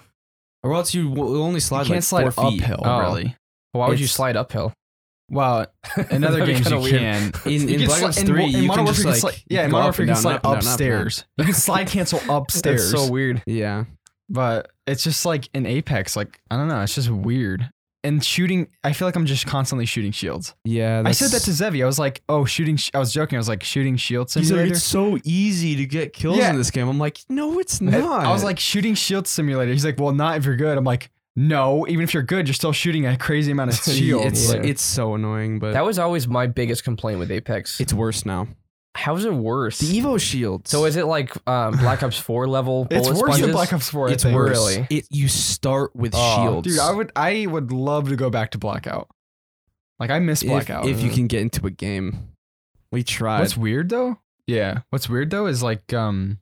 [SPEAKER 1] or else you will only slide.
[SPEAKER 3] can't
[SPEAKER 1] like
[SPEAKER 3] slide
[SPEAKER 1] four feet.
[SPEAKER 3] uphill
[SPEAKER 2] Oh.
[SPEAKER 3] really.
[SPEAKER 2] Why would you
[SPEAKER 1] It's-
[SPEAKER 2] slide uphill?
[SPEAKER 3] Well, in other
[SPEAKER 2] That'd be
[SPEAKER 3] games you
[SPEAKER 2] kinda weird.
[SPEAKER 3] can.
[SPEAKER 1] In,
[SPEAKER 3] You
[SPEAKER 1] in
[SPEAKER 3] can
[SPEAKER 1] Black
[SPEAKER 3] sli-
[SPEAKER 1] Ops
[SPEAKER 3] in
[SPEAKER 1] Three,
[SPEAKER 3] Mo- in
[SPEAKER 1] you
[SPEAKER 3] Modern
[SPEAKER 1] can just
[SPEAKER 3] Warfare
[SPEAKER 1] like
[SPEAKER 3] you can sli- yeah, in
[SPEAKER 1] go
[SPEAKER 3] Modern
[SPEAKER 1] up
[SPEAKER 3] Warfare you
[SPEAKER 1] and
[SPEAKER 3] can
[SPEAKER 1] down,
[SPEAKER 3] slide
[SPEAKER 1] up and down, up and down.
[SPEAKER 3] upstairs. You can slide cancel upstairs.
[SPEAKER 2] That's so weird.
[SPEAKER 1] Yeah.
[SPEAKER 3] but it's just like in Apex, like I don't know, it's just weird. And shooting, I feel like I'm just constantly shooting shields.
[SPEAKER 1] Yeah.
[SPEAKER 3] I said that to Zevi. I was like, "Oh, shooting." Sh-, I was joking. I was like, "Shooting shield
[SPEAKER 1] He's like,
[SPEAKER 3] simulator."
[SPEAKER 1] it's so easy to get kills
[SPEAKER 3] Yeah.
[SPEAKER 1] in this game. I'm like, no, it's
[SPEAKER 3] I-
[SPEAKER 1] not.
[SPEAKER 3] I was like shooting shield simulator. He's like, well, not if you're good. I'm like, no, even if you're good, you're still shooting a crazy amount of shields.
[SPEAKER 1] it's
[SPEAKER 2] Yeah.
[SPEAKER 1] it's so annoying, but
[SPEAKER 2] That was always my biggest complaint with Apex.
[SPEAKER 1] it's worse now.
[SPEAKER 2] How's it worse?
[SPEAKER 1] The Evo Shield.
[SPEAKER 2] so is it like um, Black Ops Four level bullet
[SPEAKER 3] It's worse
[SPEAKER 2] sponges?
[SPEAKER 3] than Black Ops 4. I
[SPEAKER 1] It's
[SPEAKER 3] think.
[SPEAKER 1] worse.
[SPEAKER 2] Really?
[SPEAKER 1] It you start with
[SPEAKER 2] Oh,
[SPEAKER 1] shields.
[SPEAKER 3] Dude, I would I would love to go back to Blackout. Like I miss
[SPEAKER 1] if,
[SPEAKER 3] Blackout.
[SPEAKER 1] if you can get into a game. We tried.
[SPEAKER 3] What's weird though? Yeah. What's weird though is like um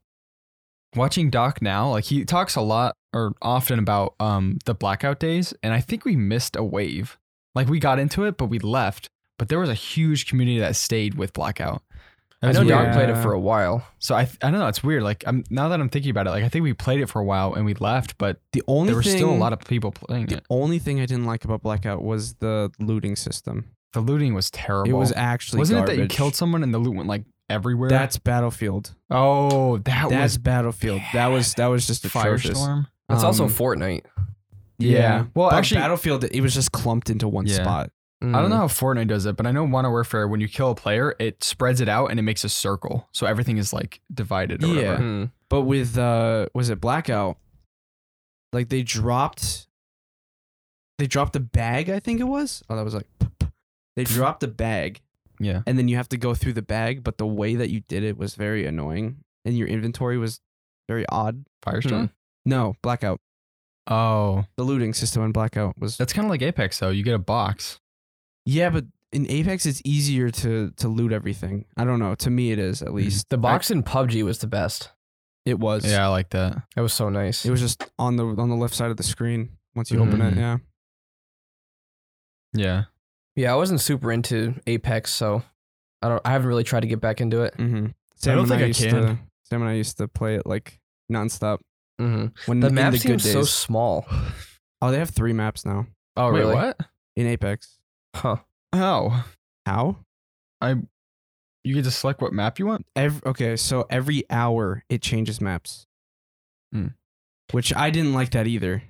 [SPEAKER 3] watching Doc now, like he talks a lot or often about um the blackout days, and I think we missed a wave. Like we got into it, but we left. But there was a huge community that stayed with blackout.
[SPEAKER 2] I
[SPEAKER 3] That was
[SPEAKER 2] know
[SPEAKER 3] weird.
[SPEAKER 2] Dog played it
[SPEAKER 1] Yeah.
[SPEAKER 2] for a while.
[SPEAKER 3] So I I don't know, it's weird. Like I'm now that I'm thinking about it, like I think we played it for a while and we left, but
[SPEAKER 1] the only
[SPEAKER 3] there were
[SPEAKER 1] thing,
[SPEAKER 3] still a lot of people playing
[SPEAKER 1] the
[SPEAKER 3] it.
[SPEAKER 1] only thing I didn't like about Blackout was the looting system.
[SPEAKER 3] The looting was terrible.
[SPEAKER 1] It was actually
[SPEAKER 3] Wasn't it
[SPEAKER 1] garbage.
[SPEAKER 3] that you killed someone and the loot went like everywhere?
[SPEAKER 1] That's Battlefield.
[SPEAKER 3] oh, that
[SPEAKER 1] That's
[SPEAKER 3] was
[SPEAKER 1] Battlefield. That was that was just atrocious.
[SPEAKER 3] firestorm.
[SPEAKER 2] It's also
[SPEAKER 1] Um,
[SPEAKER 2] Fortnite.
[SPEAKER 3] Yeah. Well,
[SPEAKER 1] But
[SPEAKER 3] actually-
[SPEAKER 1] Battlefield it was just clumped into one
[SPEAKER 3] Yeah.
[SPEAKER 1] spot.
[SPEAKER 3] I
[SPEAKER 1] Hmm.
[SPEAKER 3] don't know how Fortnite does it, but I know Modern Warfare, when you kill a player, it spreads it out and it makes a circle. So everything is like divided or
[SPEAKER 1] Yeah.
[SPEAKER 3] whatever.
[SPEAKER 2] Mm.
[SPEAKER 1] But with uh was it Blackout? Like they dropped they dropped a bag, I think it was. Oh, that was like p- p- they dropped a bag
[SPEAKER 3] Yeah.
[SPEAKER 1] and then you have to go through the bag, but the way that you did it was very annoying and your inventory was very odd.
[SPEAKER 3] Firestorm?
[SPEAKER 1] No, Blackout. Hmm.
[SPEAKER 3] Oh.
[SPEAKER 1] The looting system in Blackout was
[SPEAKER 3] That's kind of like Apex, though. You get a box.
[SPEAKER 1] Yeah, but in Apex it's easier to to loot everything. I don't know. To me it is at
[SPEAKER 3] Mm-hmm.
[SPEAKER 1] least.
[SPEAKER 2] The box in PUBG was the best.
[SPEAKER 1] it was.
[SPEAKER 3] Yeah, I like that.
[SPEAKER 2] That was so nice.
[SPEAKER 1] It was just on the on the left side of the screen once you open it.
[SPEAKER 3] Mhm.
[SPEAKER 1] Yeah.
[SPEAKER 3] Yeah.
[SPEAKER 2] yeah, I wasn't super into Apex, so I don't. I haven't really tried to get back into it.
[SPEAKER 1] Mm-hmm.
[SPEAKER 3] I don't think I
[SPEAKER 1] used
[SPEAKER 3] can.
[SPEAKER 1] To, Sam and I used to play it like nonstop.
[SPEAKER 2] hmm
[SPEAKER 1] When
[SPEAKER 2] The
[SPEAKER 1] in
[SPEAKER 2] map
[SPEAKER 1] the good
[SPEAKER 2] seems so
[SPEAKER 1] days.
[SPEAKER 2] small.
[SPEAKER 1] oh, they have three maps now
[SPEAKER 2] Oh
[SPEAKER 3] Wait,
[SPEAKER 2] really?
[SPEAKER 3] what?
[SPEAKER 1] in Apex.
[SPEAKER 2] Huh.
[SPEAKER 3] Oh.
[SPEAKER 1] How?
[SPEAKER 3] You get to select what map you want?
[SPEAKER 1] Every, okay, so every hour it changes maps,
[SPEAKER 3] Hmm.
[SPEAKER 1] which I didn't like that either.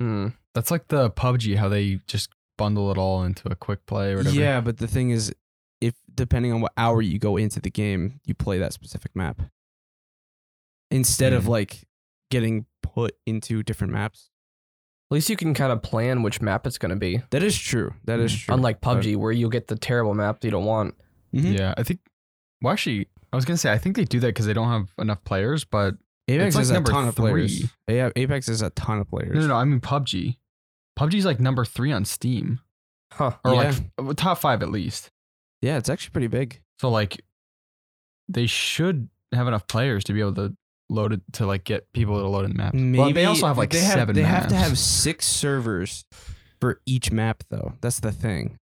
[SPEAKER 2] Mm.
[SPEAKER 3] That's like the PUBG, how they just bundle it all into a quick play or whatever.
[SPEAKER 1] Yeah, but the thing is, if depending on what hour you go into the game, you play that specific map instead of
[SPEAKER 3] Hmm.
[SPEAKER 1] like getting put into different maps.
[SPEAKER 2] At least you can kind of plan which map it's going to be.
[SPEAKER 1] That is true. That is
[SPEAKER 3] Hmm.
[SPEAKER 1] true.
[SPEAKER 2] Unlike
[SPEAKER 1] But-
[SPEAKER 2] PUBG, where you'll get the terrible map you don't want.
[SPEAKER 1] Mhm.
[SPEAKER 3] Yeah. I think, well, actually, I was going to say, I think they do that because they don't have enough players, but
[SPEAKER 1] Apex
[SPEAKER 3] It's like
[SPEAKER 1] is a
[SPEAKER 3] number
[SPEAKER 1] ton of players.
[SPEAKER 3] three.
[SPEAKER 1] Yeah, Apex is a ton of players.
[SPEAKER 3] no, no, no. I mean PUBG. PUBG's like number three on Steam
[SPEAKER 2] Huh.
[SPEAKER 3] or
[SPEAKER 1] Yeah.
[SPEAKER 3] like f- top five at least.
[SPEAKER 1] Yeah, it's actually pretty big.
[SPEAKER 3] So like they should have enough players to be able to load it to like get people to load in the map.
[SPEAKER 1] Maybe
[SPEAKER 3] Well, they also have like
[SPEAKER 1] they
[SPEAKER 3] seven
[SPEAKER 1] They have
[SPEAKER 3] maps.
[SPEAKER 1] to have six servers for each map, though. That's the thing,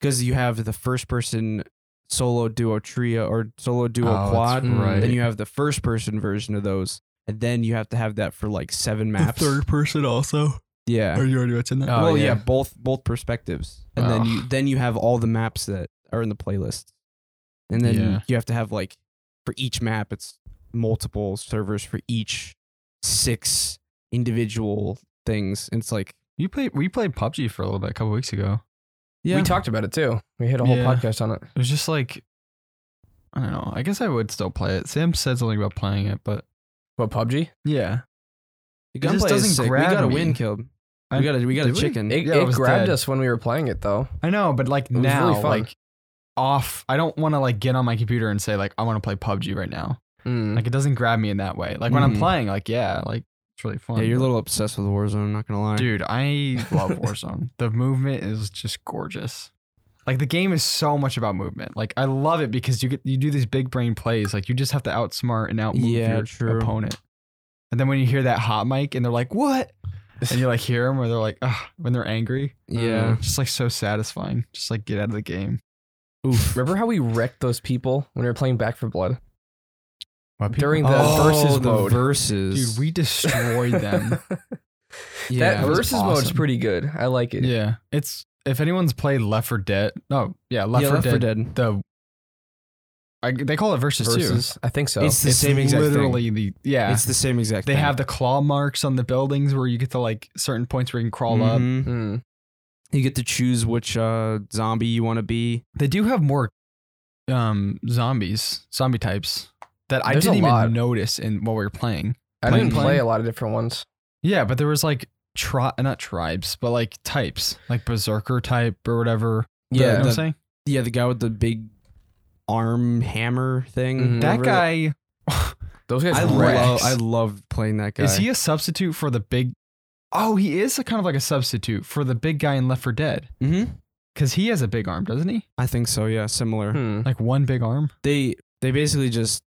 [SPEAKER 1] because you have the first person solo, duo, trio, or solo, duo,
[SPEAKER 3] Oh, that's
[SPEAKER 1] quad.
[SPEAKER 3] Right.
[SPEAKER 1] Then you have the first person version of those, and then you have to have that for like seven maps.
[SPEAKER 3] person also.
[SPEAKER 1] Yeah.
[SPEAKER 3] you already watching that? Oh,
[SPEAKER 1] well, yeah.
[SPEAKER 3] yeah.
[SPEAKER 1] both both perspectives, and then
[SPEAKER 3] Wow.
[SPEAKER 1] you then you have all the maps that are in the playlist, and then
[SPEAKER 3] Yeah.
[SPEAKER 1] you have to have like for each map, it's multiple servers for each six individual things. And it's like
[SPEAKER 3] You played we played PUBG for a little bit a couple weeks ago.
[SPEAKER 1] yeah,
[SPEAKER 2] We talked about it too. We had a whole
[SPEAKER 3] Yeah.
[SPEAKER 2] podcast on it.
[SPEAKER 3] It was just like I don't know. I guess I would still play it. Sam said something about playing it, but
[SPEAKER 2] What PUBG?
[SPEAKER 3] yeah.
[SPEAKER 1] the
[SPEAKER 3] just
[SPEAKER 1] gunplay
[SPEAKER 3] doesn't
[SPEAKER 1] is sick. We
[SPEAKER 3] grab
[SPEAKER 1] got a
[SPEAKER 3] me.
[SPEAKER 1] win killed.
[SPEAKER 3] I-
[SPEAKER 1] We got a we got a
[SPEAKER 3] did we?
[SPEAKER 1] chicken.
[SPEAKER 2] It,
[SPEAKER 3] Yeah,
[SPEAKER 2] it
[SPEAKER 3] it was
[SPEAKER 2] grabbed
[SPEAKER 3] dead.
[SPEAKER 2] us when we were playing it though.
[SPEAKER 3] I know, but like
[SPEAKER 2] was really
[SPEAKER 3] now
[SPEAKER 2] fun.
[SPEAKER 3] like off I don't want to like get on my computer and say like I want to play PUBG right now.
[SPEAKER 1] Mm-hmm.
[SPEAKER 2] Mm.
[SPEAKER 3] Like it doesn't grab me in that way. Like when I'm
[SPEAKER 1] Mhm.
[SPEAKER 3] playing like yeah, like it's really fun.
[SPEAKER 1] Yeah, you're a
[SPEAKER 3] but-
[SPEAKER 1] little obsessed with Warzone. I'm not gonna lie.
[SPEAKER 3] Dude, I love Warzone. the movement is just gorgeous. Like the game is so much about movement. Like I love it because you get you do these big brain plays. Like you just have to outsmart and outmove
[SPEAKER 1] Yeah,
[SPEAKER 3] your
[SPEAKER 1] true.
[SPEAKER 3] opponent. And then when you hear that hot mic and they're like, "What?" and you like hear them or they're like, Ugh, when they're angry,
[SPEAKER 1] yeah.
[SPEAKER 3] just like so satisfying. Just like get out of the game.
[SPEAKER 1] Oof.
[SPEAKER 2] Remember how we wrecked those people when we were playing Back for Blood? During the
[SPEAKER 1] oh,
[SPEAKER 2] versus
[SPEAKER 1] the
[SPEAKER 2] mode.
[SPEAKER 1] versus.
[SPEAKER 3] Dude, we destroyed them.
[SPEAKER 1] yeah.
[SPEAKER 2] that
[SPEAKER 3] was
[SPEAKER 2] versus mode's
[SPEAKER 3] awesome.
[SPEAKER 2] pretty good. I like it.
[SPEAKER 3] yeah, it's if anyone's played Left 4 Dead. No, yeah, Left
[SPEAKER 1] yeah,
[SPEAKER 3] 4
[SPEAKER 1] Left 4
[SPEAKER 3] Dead.
[SPEAKER 1] Dead.
[SPEAKER 3] The I, they call it versus, too.
[SPEAKER 2] Versus, I think so.
[SPEAKER 1] It's the same exact thing.
[SPEAKER 3] literally the yeah.
[SPEAKER 1] It's the same exact.
[SPEAKER 3] they
[SPEAKER 1] thing.
[SPEAKER 3] have the claw marks on the buildings where you get to like certain points where you can crawl up.
[SPEAKER 1] Mhm.
[SPEAKER 2] Mm.
[SPEAKER 1] You get to choose which uh, zombie you want to be.
[SPEAKER 3] They do have more um zombies, zombie types that I
[SPEAKER 2] There's a
[SPEAKER 3] didn't even
[SPEAKER 2] lot.
[SPEAKER 3] notice in while we were playing.
[SPEAKER 2] I
[SPEAKER 3] Plane
[SPEAKER 2] didn't play
[SPEAKER 3] plane?
[SPEAKER 2] a lot of different ones.
[SPEAKER 3] Yeah, but there was like tri not tribes, but like types, like berserker type or whatever. you know
[SPEAKER 1] Yeah,
[SPEAKER 3] what I'm
[SPEAKER 1] the,
[SPEAKER 3] saying?
[SPEAKER 1] yeah, the guy with the big arm hammer thing.
[SPEAKER 2] Mhm.
[SPEAKER 3] That
[SPEAKER 1] whatever
[SPEAKER 3] guy
[SPEAKER 2] Those guys
[SPEAKER 1] I love
[SPEAKER 3] wrecks.
[SPEAKER 1] I love playing that guy.
[SPEAKER 3] is he a substitute for the big? Oh, he is a kind of like a substitute for the big guy in Left for Dead
[SPEAKER 1] hmm
[SPEAKER 3] because he has a big arm, doesn't he?
[SPEAKER 1] I think so. Yeah, similar.
[SPEAKER 2] Hmm.
[SPEAKER 3] Like one big arm.
[SPEAKER 1] They they basically just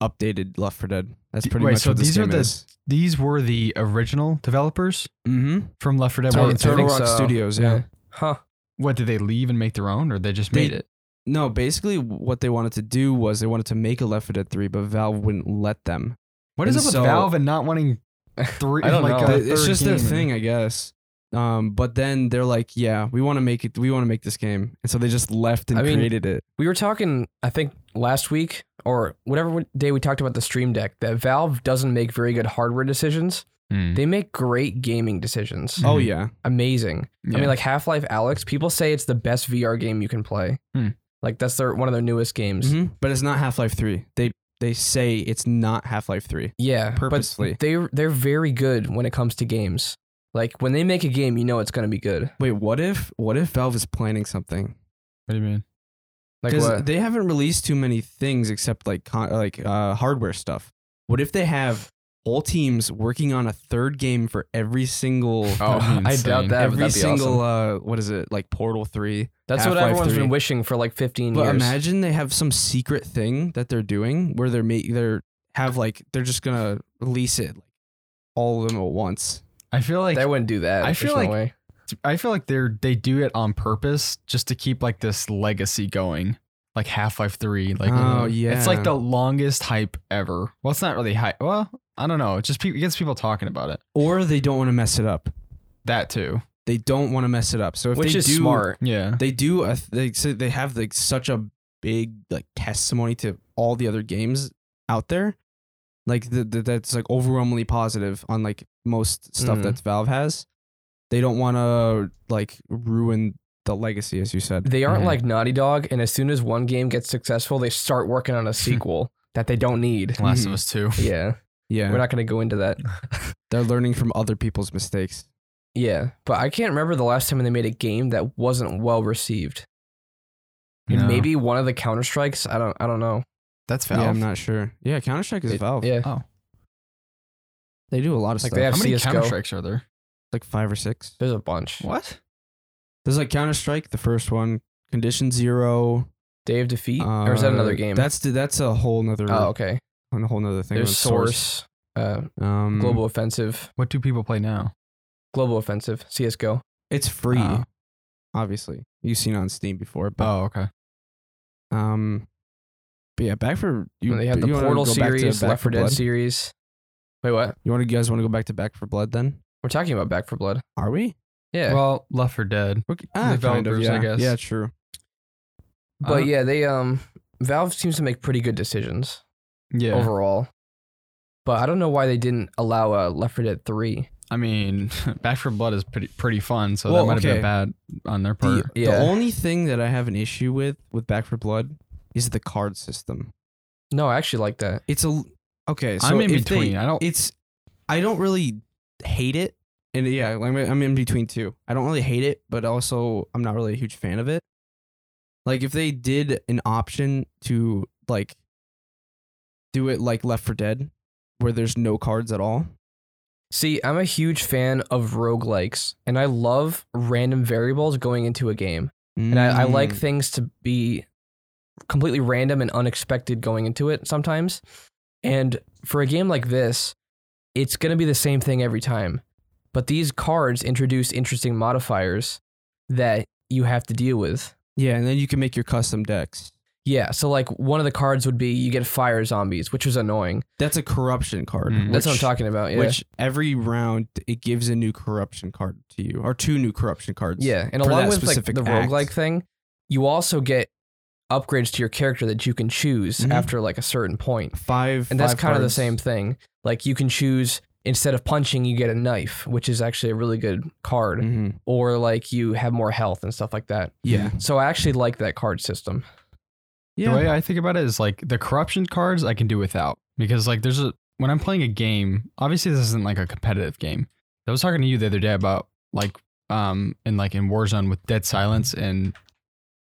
[SPEAKER 1] updated Left for Dead. That's
[SPEAKER 3] D-
[SPEAKER 1] pretty
[SPEAKER 3] wait,
[SPEAKER 1] much
[SPEAKER 3] so
[SPEAKER 1] what this
[SPEAKER 3] these are
[SPEAKER 1] game
[SPEAKER 3] the-
[SPEAKER 1] is.
[SPEAKER 3] These were the original developers
[SPEAKER 1] Mm-hmm.
[SPEAKER 3] from Left 4 Dead.
[SPEAKER 2] So
[SPEAKER 3] One
[SPEAKER 2] I
[SPEAKER 3] and
[SPEAKER 2] it's sort
[SPEAKER 3] Two.
[SPEAKER 2] of-
[SPEAKER 1] Turtle
[SPEAKER 2] think
[SPEAKER 1] Rock
[SPEAKER 2] so.
[SPEAKER 1] Studios. Yeah.
[SPEAKER 2] Yeah. Huh.
[SPEAKER 3] What did they leave and make their own, or they just
[SPEAKER 1] They-
[SPEAKER 3] made it?
[SPEAKER 1] No, basically what they wanted to do was they wanted to make a Left 4 Dead 3, but Valve wouldn't let them.
[SPEAKER 3] What is
[SPEAKER 1] and
[SPEAKER 3] up with
[SPEAKER 1] so-
[SPEAKER 3] Valve and not wanting three?
[SPEAKER 2] I don't
[SPEAKER 3] like
[SPEAKER 2] know.
[SPEAKER 3] a
[SPEAKER 1] They- it's
[SPEAKER 3] third
[SPEAKER 1] just their
[SPEAKER 3] game?
[SPEAKER 1] thing, I guess. Um, but then they're like, yeah, we want to make it. We want to make this game, and so they just left and
[SPEAKER 2] I mean-
[SPEAKER 1] created it.
[SPEAKER 2] We were talking, I think, last week or whatever day we talked about the Stream Deck that Valve doesn't make very good hardware decisions.
[SPEAKER 1] Mm-hmm.
[SPEAKER 3] Hmm.
[SPEAKER 2] They make great gaming decisions.
[SPEAKER 3] Mhm.
[SPEAKER 1] Oh yeah,
[SPEAKER 2] Amazing. I
[SPEAKER 3] Yeah.
[SPEAKER 2] mean, like Half Life Alex, people say it's the best VR game you can play.
[SPEAKER 3] Hmm.
[SPEAKER 2] Like, that's their one of their newest games.
[SPEAKER 1] Mhm. but it's not Half Life Three. They they say it's not Half Life Three.
[SPEAKER 2] Yeah, but
[SPEAKER 1] Purposely.
[SPEAKER 2] they're they're very good when it comes to games. Like when they make a game, you know it's gonna be good.
[SPEAKER 1] Wait, what if what if Valve is planning something?
[SPEAKER 3] What do you mean?
[SPEAKER 2] Like
[SPEAKER 1] Because
[SPEAKER 2] what?
[SPEAKER 1] they haven't released too many things except like con- like uh, hardware stuff. What if they have whole teams working on a third game for every single
[SPEAKER 2] oh,
[SPEAKER 3] That'd be
[SPEAKER 2] I doubt
[SPEAKER 3] insane.
[SPEAKER 2] that.
[SPEAKER 1] every
[SPEAKER 2] Every
[SPEAKER 1] single uh, what is it like Portal Three?
[SPEAKER 2] That's what
[SPEAKER 1] Half-Life
[SPEAKER 2] everyone's
[SPEAKER 1] 3.
[SPEAKER 2] been wishing for like 15
[SPEAKER 1] But
[SPEAKER 2] years.
[SPEAKER 1] imagine they have some secret thing that they're doing where they're make they're have like they're just gonna release it like all of them at once.
[SPEAKER 3] I feel like
[SPEAKER 2] they wouldn't do that.
[SPEAKER 3] I
[SPEAKER 2] There's
[SPEAKER 3] feel
[SPEAKER 2] no
[SPEAKER 3] like-
[SPEAKER 2] way.
[SPEAKER 3] I feel like they're they do it on purpose just to keep like this legacy going. Like Half Life Three, like
[SPEAKER 1] Oh,
[SPEAKER 3] it's
[SPEAKER 1] yeah.
[SPEAKER 3] like the longest hype ever. Well, it's not really hype. Well, I don't know. It just pe- it gets people talking about it.
[SPEAKER 1] Or they don't want to mess it up.
[SPEAKER 3] That too.
[SPEAKER 1] They don't want to mess it up. So if
[SPEAKER 2] which
[SPEAKER 1] they
[SPEAKER 2] is
[SPEAKER 1] do,
[SPEAKER 2] smart.
[SPEAKER 3] Yeah.
[SPEAKER 1] They do. A th- they so they have like such a big like testimony to all the other games out there. Like the, the, that's like overwhelmingly positive on like most stuff
[SPEAKER 2] Mm.
[SPEAKER 1] that Valve has. They don't want to like ruin the legacy, as you said.
[SPEAKER 2] They aren't
[SPEAKER 3] Mhm.
[SPEAKER 2] like Naughty Dog, and as soon as one game gets successful, they start working on a sequel that they don't need. Mm-hmm.
[SPEAKER 3] Last
[SPEAKER 1] Mm-hmm.
[SPEAKER 3] of Us Two.
[SPEAKER 2] Yeah,
[SPEAKER 1] yeah,
[SPEAKER 2] we're not gonna go into that.
[SPEAKER 1] they're learning from other people's mistakes.
[SPEAKER 2] Yeah, but I can't remember the last time they made a game that wasn't well received. And
[SPEAKER 3] No.
[SPEAKER 2] maybe one of the Counter Strikes. I don't. I don't know.
[SPEAKER 3] that's
[SPEAKER 1] Yeah,
[SPEAKER 3] Valve.
[SPEAKER 1] I'm not sure. Yeah, Counter Strike is
[SPEAKER 3] It-
[SPEAKER 1] Valve.
[SPEAKER 2] Yeah.
[SPEAKER 3] oh,
[SPEAKER 1] They do a lot of
[SPEAKER 2] Like,
[SPEAKER 1] stuff.
[SPEAKER 2] they have-
[SPEAKER 3] how many
[SPEAKER 2] CS:GO.
[SPEAKER 3] Counter Strikes are there?
[SPEAKER 1] like five or six.
[SPEAKER 2] There's a bunch.
[SPEAKER 3] What?
[SPEAKER 1] There's like Counter Strike, the first one, Condition Zero.
[SPEAKER 2] Day of Defeat, E? or is that
[SPEAKER 1] uh,
[SPEAKER 2] another game?
[SPEAKER 1] That's that's a whole nother
[SPEAKER 2] oh, okay.
[SPEAKER 1] on a whole nother thing.
[SPEAKER 2] There's
[SPEAKER 1] with
[SPEAKER 2] Source, uh,
[SPEAKER 1] Um,
[SPEAKER 2] Global Offensive,
[SPEAKER 3] What do people play now?
[SPEAKER 2] Global Offensive, CS:GO.
[SPEAKER 1] It's free,
[SPEAKER 3] Oh.
[SPEAKER 1] obviously. You've seen it on Steam before, but
[SPEAKER 3] Oh, okay.
[SPEAKER 1] um, but yeah, back for you.
[SPEAKER 2] And Oh. they have
[SPEAKER 1] you
[SPEAKER 2] the
[SPEAKER 1] wanna
[SPEAKER 2] Portal
[SPEAKER 1] go back to
[SPEAKER 2] series,
[SPEAKER 1] Back
[SPEAKER 2] Left 4 Dead
[SPEAKER 1] Blood?
[SPEAKER 2] series. Wait, what?
[SPEAKER 1] You want to guys want to go back to Back for Blood then?
[SPEAKER 2] We're talking about Back for Blood.
[SPEAKER 1] Are we?
[SPEAKER 2] Yeah,
[SPEAKER 3] Well, Left for Dead.
[SPEAKER 1] We're, ah, kind of,
[SPEAKER 3] Developers,
[SPEAKER 1] yeah.
[SPEAKER 3] I guess.
[SPEAKER 1] Yeah, true.
[SPEAKER 2] but
[SPEAKER 3] uh,
[SPEAKER 2] yeah, they um, Valve seems to make pretty good decisions
[SPEAKER 3] Yeah.
[SPEAKER 2] overall. But I don't know why they didn't allow a Left 4 Dead 3.
[SPEAKER 3] I mean, Back for Blood is pretty pretty fun, so
[SPEAKER 1] Well,
[SPEAKER 3] that might
[SPEAKER 1] okay.
[SPEAKER 3] have been bad on their part.
[SPEAKER 1] The, the
[SPEAKER 2] Yeah.
[SPEAKER 1] only thing that I have an issue with with Back for Blood is the card system.
[SPEAKER 2] No, I actually like that.
[SPEAKER 1] It's a okay. So
[SPEAKER 3] I'm in
[SPEAKER 1] if they-
[SPEAKER 3] between. I don't.
[SPEAKER 1] it's I don't really hate it, and yeah, I'm I'm in between too. I don't really hate it, but also I'm not really a huge fan of it. Like if they did an option to like do it like Left for Dead, where there's no cards at all.
[SPEAKER 2] See, I'm a huge fan of roguelikes, and I love random variables going into a game. And I, I like
[SPEAKER 1] Mm.
[SPEAKER 2] things to be completely random and unexpected going into it sometimes. And for a game like this, it's going to be the same thing every time. But these cards introduce interesting modifiers that you have to deal with.
[SPEAKER 1] yeah, and then you can make your custom decks.
[SPEAKER 2] Yeah, so like one of the cards would be you get fire zombies, which is annoying.
[SPEAKER 1] That's a corruption card.
[SPEAKER 3] Mm.
[SPEAKER 2] That's what I'm
[SPEAKER 1] which-
[SPEAKER 2] talking about. Yeah.
[SPEAKER 1] Which every round it gives a new corruption card to you, or two new corruption cards.
[SPEAKER 2] Yeah, and
[SPEAKER 1] for
[SPEAKER 2] along
[SPEAKER 1] that
[SPEAKER 2] with like
[SPEAKER 1] specific
[SPEAKER 2] the
[SPEAKER 1] act.
[SPEAKER 2] roguelike thing, you also get upgrades to your character that you can choose
[SPEAKER 1] Mhm.
[SPEAKER 2] after like a certain point.
[SPEAKER 1] five,
[SPEAKER 2] And that's
[SPEAKER 1] five
[SPEAKER 2] kind of the
[SPEAKER 1] cards.
[SPEAKER 2] same thing. Like you can choose instead of punching, you get a knife, which is actually a really good card,
[SPEAKER 3] Mm-hmm.
[SPEAKER 1] Mhm.
[SPEAKER 2] or like you have more health and stuff like that.
[SPEAKER 1] Yeah,
[SPEAKER 2] So I actually like that card system.
[SPEAKER 1] yeah.
[SPEAKER 3] The way I think about it is like the corruption cards I can do without because like there's a when I'm playing a game, obviously this isn't like a competitive game. I was talking to you the other day about like um in like in Warzone with Dead Silence and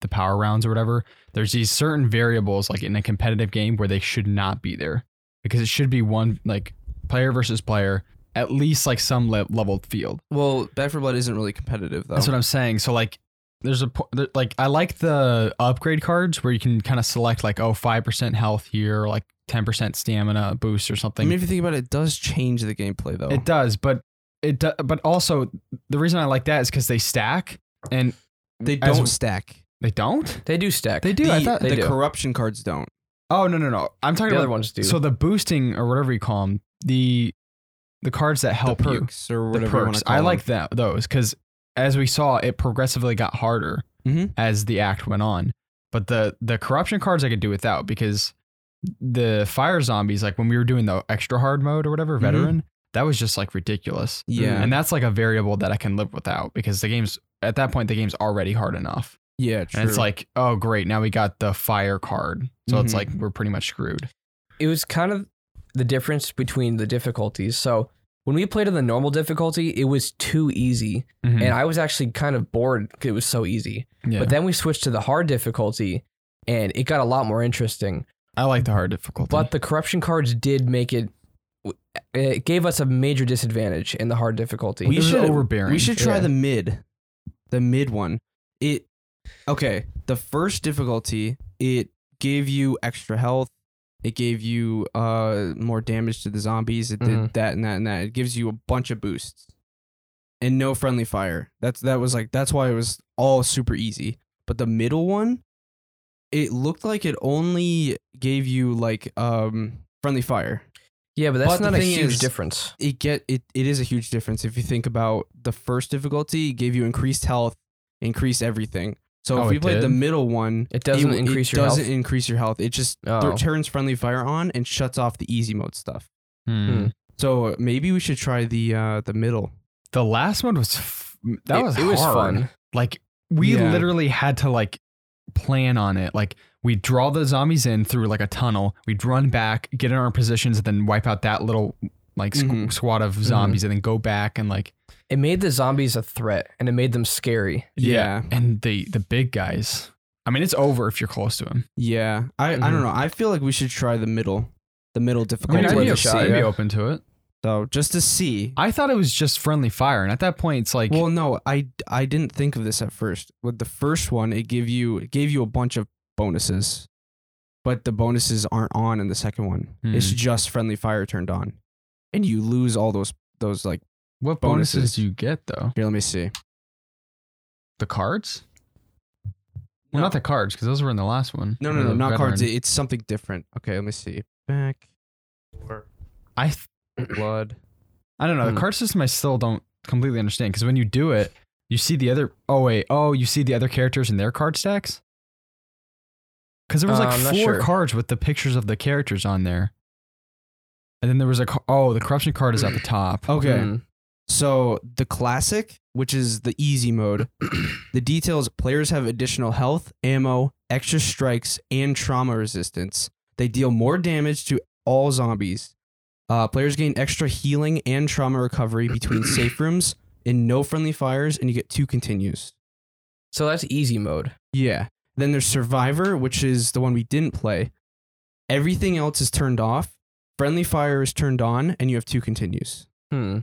[SPEAKER 3] the power rounds or whatever, there's these certain variables like in a competitive game where they should not be there because it should be one like player versus player, at least like some le- leveled field.
[SPEAKER 1] Well, Back for Blood isn't really competitive though.
[SPEAKER 3] That's what I'm saying. So like there's a po- there- like I like the upgrade cards where you can kind of select like oh 5% health here or like 10% stamina boost or
[SPEAKER 1] I
[SPEAKER 3] something.
[SPEAKER 1] mean, if you think about it, it does change the gameplay though.
[SPEAKER 3] It does, but it do, but also the reason I like that is because they stack and
[SPEAKER 1] They
[SPEAKER 3] as-
[SPEAKER 1] don't stack.
[SPEAKER 3] they don't.
[SPEAKER 2] They do stack.
[SPEAKER 3] They do.
[SPEAKER 1] the,
[SPEAKER 3] I thought
[SPEAKER 1] the
[SPEAKER 2] do.
[SPEAKER 1] corruption cards don't.
[SPEAKER 3] Oh no no no! I'm talking
[SPEAKER 2] The other
[SPEAKER 3] about
[SPEAKER 2] ones do.
[SPEAKER 3] so the boosting or whatever you call them the the cards that help
[SPEAKER 1] the
[SPEAKER 3] you
[SPEAKER 1] perks or
[SPEAKER 3] the
[SPEAKER 1] whatever you want
[SPEAKER 3] perks.
[SPEAKER 1] to call
[SPEAKER 3] I
[SPEAKER 1] them.
[SPEAKER 3] like that those because as we saw, it progressively got harder
[SPEAKER 2] Mm-hmm.
[SPEAKER 1] Mhm.
[SPEAKER 3] as the act went on. But the the corruption cards I could do without because the fire zombies, like when we were doing the extra hard mode or whatever,
[SPEAKER 2] Mm-hmm.
[SPEAKER 1] Mhm.
[SPEAKER 3] veteran, that was just like ridiculous.
[SPEAKER 1] Yeah.
[SPEAKER 3] And that's like a variable that I can live without because the game's at that point the game's already hard enough.
[SPEAKER 1] yeah. True.
[SPEAKER 3] And it's like, oh great, now we got the fire card. So it's
[SPEAKER 1] Mhm.
[SPEAKER 2] Mm-hmm.
[SPEAKER 3] like we're pretty much screwed.
[SPEAKER 2] it was kind of the difference between the difficulties. So when we played on the normal difficulty, it was too easy, and I was actually kind of bored. 'cause It was so easy.
[SPEAKER 3] Hmm. yeah.
[SPEAKER 2] Mm-hmm. But then we switched to the hard difficulty, and it got a lot more interesting.
[SPEAKER 3] I like the hard difficulty.
[SPEAKER 2] But the corruption cards did make it. It gave us a major disadvantage in the hard difficulty.
[SPEAKER 3] We- It was overbearing.
[SPEAKER 1] We should try
[SPEAKER 2] Yeah.
[SPEAKER 1] the mid, the mid one. It okay. The first difficulty, it gave you extra health. It gave you uh more damage to the zombies. It did
[SPEAKER 3] Mm-hmm.
[SPEAKER 2] Mhm.
[SPEAKER 1] that and that and that. It gives you a bunch of boosts, and no friendly fire. That's that was like that's why it was all super easy. But the middle one, it looked like it only gave you like um friendly fire
[SPEAKER 2] yeah, but that's
[SPEAKER 1] but the
[SPEAKER 2] not a
[SPEAKER 1] thing
[SPEAKER 2] huge
[SPEAKER 1] is-
[SPEAKER 2] difference.
[SPEAKER 1] it get it, it is a huge difference if you think about the first difficulty it gave you increased health increased everything so
[SPEAKER 3] Oh,
[SPEAKER 1] if you
[SPEAKER 3] it
[SPEAKER 1] played the
[SPEAKER 3] did?
[SPEAKER 1] middle one
[SPEAKER 2] It doesn't
[SPEAKER 1] it-
[SPEAKER 2] increase
[SPEAKER 1] it
[SPEAKER 2] your
[SPEAKER 1] doesn't
[SPEAKER 2] health.
[SPEAKER 1] increase your health it just th-
[SPEAKER 2] Oh.
[SPEAKER 1] turns friendly fire on and shuts off the easy mode stuff
[SPEAKER 3] Hmm.
[SPEAKER 2] Hmm.
[SPEAKER 1] so maybe we should try the uh the middle
[SPEAKER 3] the last one was f- that
[SPEAKER 2] It-
[SPEAKER 3] was
[SPEAKER 2] it was
[SPEAKER 3] hard.
[SPEAKER 2] fun.
[SPEAKER 3] Like we
[SPEAKER 1] Yeah.
[SPEAKER 3] literally had to like plan on it. Like we draw the zombies in through like a tunnel. We'd run back, get in our positions, and then wipe out that little like squ-
[SPEAKER 1] Mhm.
[SPEAKER 3] squad of zombies, and then go back and like
[SPEAKER 2] It made the zombies a threat, and it made them scary.
[SPEAKER 1] Yeah.
[SPEAKER 3] And the the big guys. I mean, it's over if you're close to him.
[SPEAKER 1] yeah i i don't know i feel like we should try the middle the middle
[SPEAKER 3] I
[SPEAKER 1] difficulty
[SPEAKER 3] mean,
[SPEAKER 2] Mm-hmm. I'd
[SPEAKER 3] I'd
[SPEAKER 2] be
[SPEAKER 3] be,
[SPEAKER 2] a
[SPEAKER 1] just to
[SPEAKER 2] shot,
[SPEAKER 1] see.
[SPEAKER 2] yeah.
[SPEAKER 3] open to it.
[SPEAKER 1] so just to see
[SPEAKER 3] I thought it was just friendly fire, and at that point, it's like,
[SPEAKER 1] well no i i didn't think of this at first with the first one it give you it gave you a bunch of bonuses but the bonuses aren't on in the second one it's
[SPEAKER 3] Hmm.
[SPEAKER 1] just friendly fire turned on and you lose all those those like
[SPEAKER 3] what
[SPEAKER 1] bonuses.
[SPEAKER 3] bonuses, do you get though?
[SPEAKER 1] here let me see
[SPEAKER 3] The cards? Well, not the cards because those were in the last one.
[SPEAKER 1] no
[SPEAKER 3] Or
[SPEAKER 1] no no
[SPEAKER 3] the
[SPEAKER 1] not cards
[SPEAKER 3] veteran.
[SPEAKER 1] it- it's something different okay let me see back
[SPEAKER 3] I th-
[SPEAKER 1] blood
[SPEAKER 3] I don't know.
[SPEAKER 2] Hmm.
[SPEAKER 3] The card system I still don't completely understand because when you do it, you see the other. Oh wait, oh you see the other characters in their card stacks. Because there was
[SPEAKER 2] Uh,
[SPEAKER 3] like
[SPEAKER 2] I'm not
[SPEAKER 3] four
[SPEAKER 2] sure.
[SPEAKER 3] cards with the pictures of the characters on there, and then there was a ca- oh the corruption card is at the top.
[SPEAKER 1] okay
[SPEAKER 2] Hmm.
[SPEAKER 1] So the classic, which is the easy mode, the details players have additional health, ammo, extra strikes, and trauma resistance. They deal more damage to all zombies. Uh, players gain extra healing and trauma recovery between safe rooms and no friendly fires, and you get two continues.
[SPEAKER 2] So that's easy mode.
[SPEAKER 1] Yeah. Then there's Survivor, which is the one we didn't play. Everything else is turned off. Friendly fire is turned on, and you have two continues.
[SPEAKER 2] Hmm.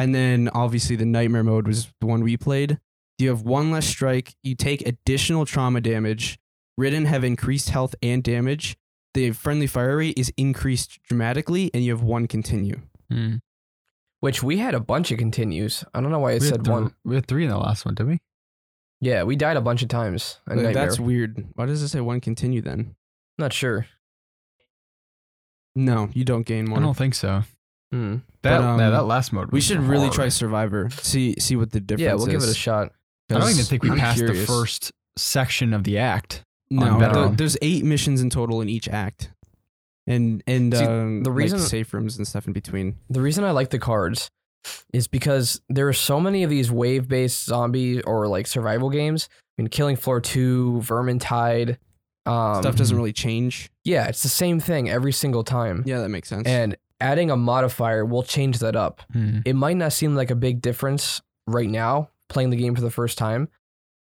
[SPEAKER 1] And then obviously the nightmare mode was the one we played. You have one less strike. You take additional trauma damage. Ridden have increased health and damage. The friendly fire rate is increased dramatically, and you have one continue.
[SPEAKER 3] Hmm.
[SPEAKER 2] Which we had a bunch of continues. I don't know why it
[SPEAKER 3] We had
[SPEAKER 2] said
[SPEAKER 3] thr-
[SPEAKER 2] one.
[SPEAKER 3] We had three in the last one, did we?
[SPEAKER 2] Yeah, we died a bunch of times. A
[SPEAKER 1] Like,
[SPEAKER 2] nightmare.
[SPEAKER 1] that's weird. Why does it say one continue then?
[SPEAKER 2] Not sure.
[SPEAKER 1] No, you don't gain
[SPEAKER 3] I
[SPEAKER 1] one.
[SPEAKER 3] don't think so.
[SPEAKER 2] Hmm.
[SPEAKER 3] That
[SPEAKER 1] But, um,
[SPEAKER 3] yeah, that last mode.
[SPEAKER 1] We
[SPEAKER 3] was
[SPEAKER 1] should really
[SPEAKER 3] hard.
[SPEAKER 1] try Survivor. See see what the difference is.
[SPEAKER 2] Yeah, we'll give it a shot.
[SPEAKER 3] I don't even think we
[SPEAKER 1] I'm
[SPEAKER 3] passed
[SPEAKER 1] curious.
[SPEAKER 3] the first section of the act.
[SPEAKER 1] No,
[SPEAKER 3] on
[SPEAKER 1] there-
[SPEAKER 3] veteran.
[SPEAKER 1] there's eight missions in total in each act, and and
[SPEAKER 2] See,
[SPEAKER 1] um,
[SPEAKER 2] the
[SPEAKER 1] like,
[SPEAKER 2] reason-
[SPEAKER 1] safe rooms and stuff in between.
[SPEAKER 2] The reason I like the cards is because there are so many of these wave based zombie or like survival games. I mean, Killing Floor 2, Vermintide. Um,
[SPEAKER 1] stuff doesn't really change.
[SPEAKER 2] yeah, it's the same thing every single time.
[SPEAKER 1] Yeah, that makes sense.
[SPEAKER 2] And adding a modifier will change that up.
[SPEAKER 3] Hmm.
[SPEAKER 2] it might not seem like a big difference right now playing the game for the first time,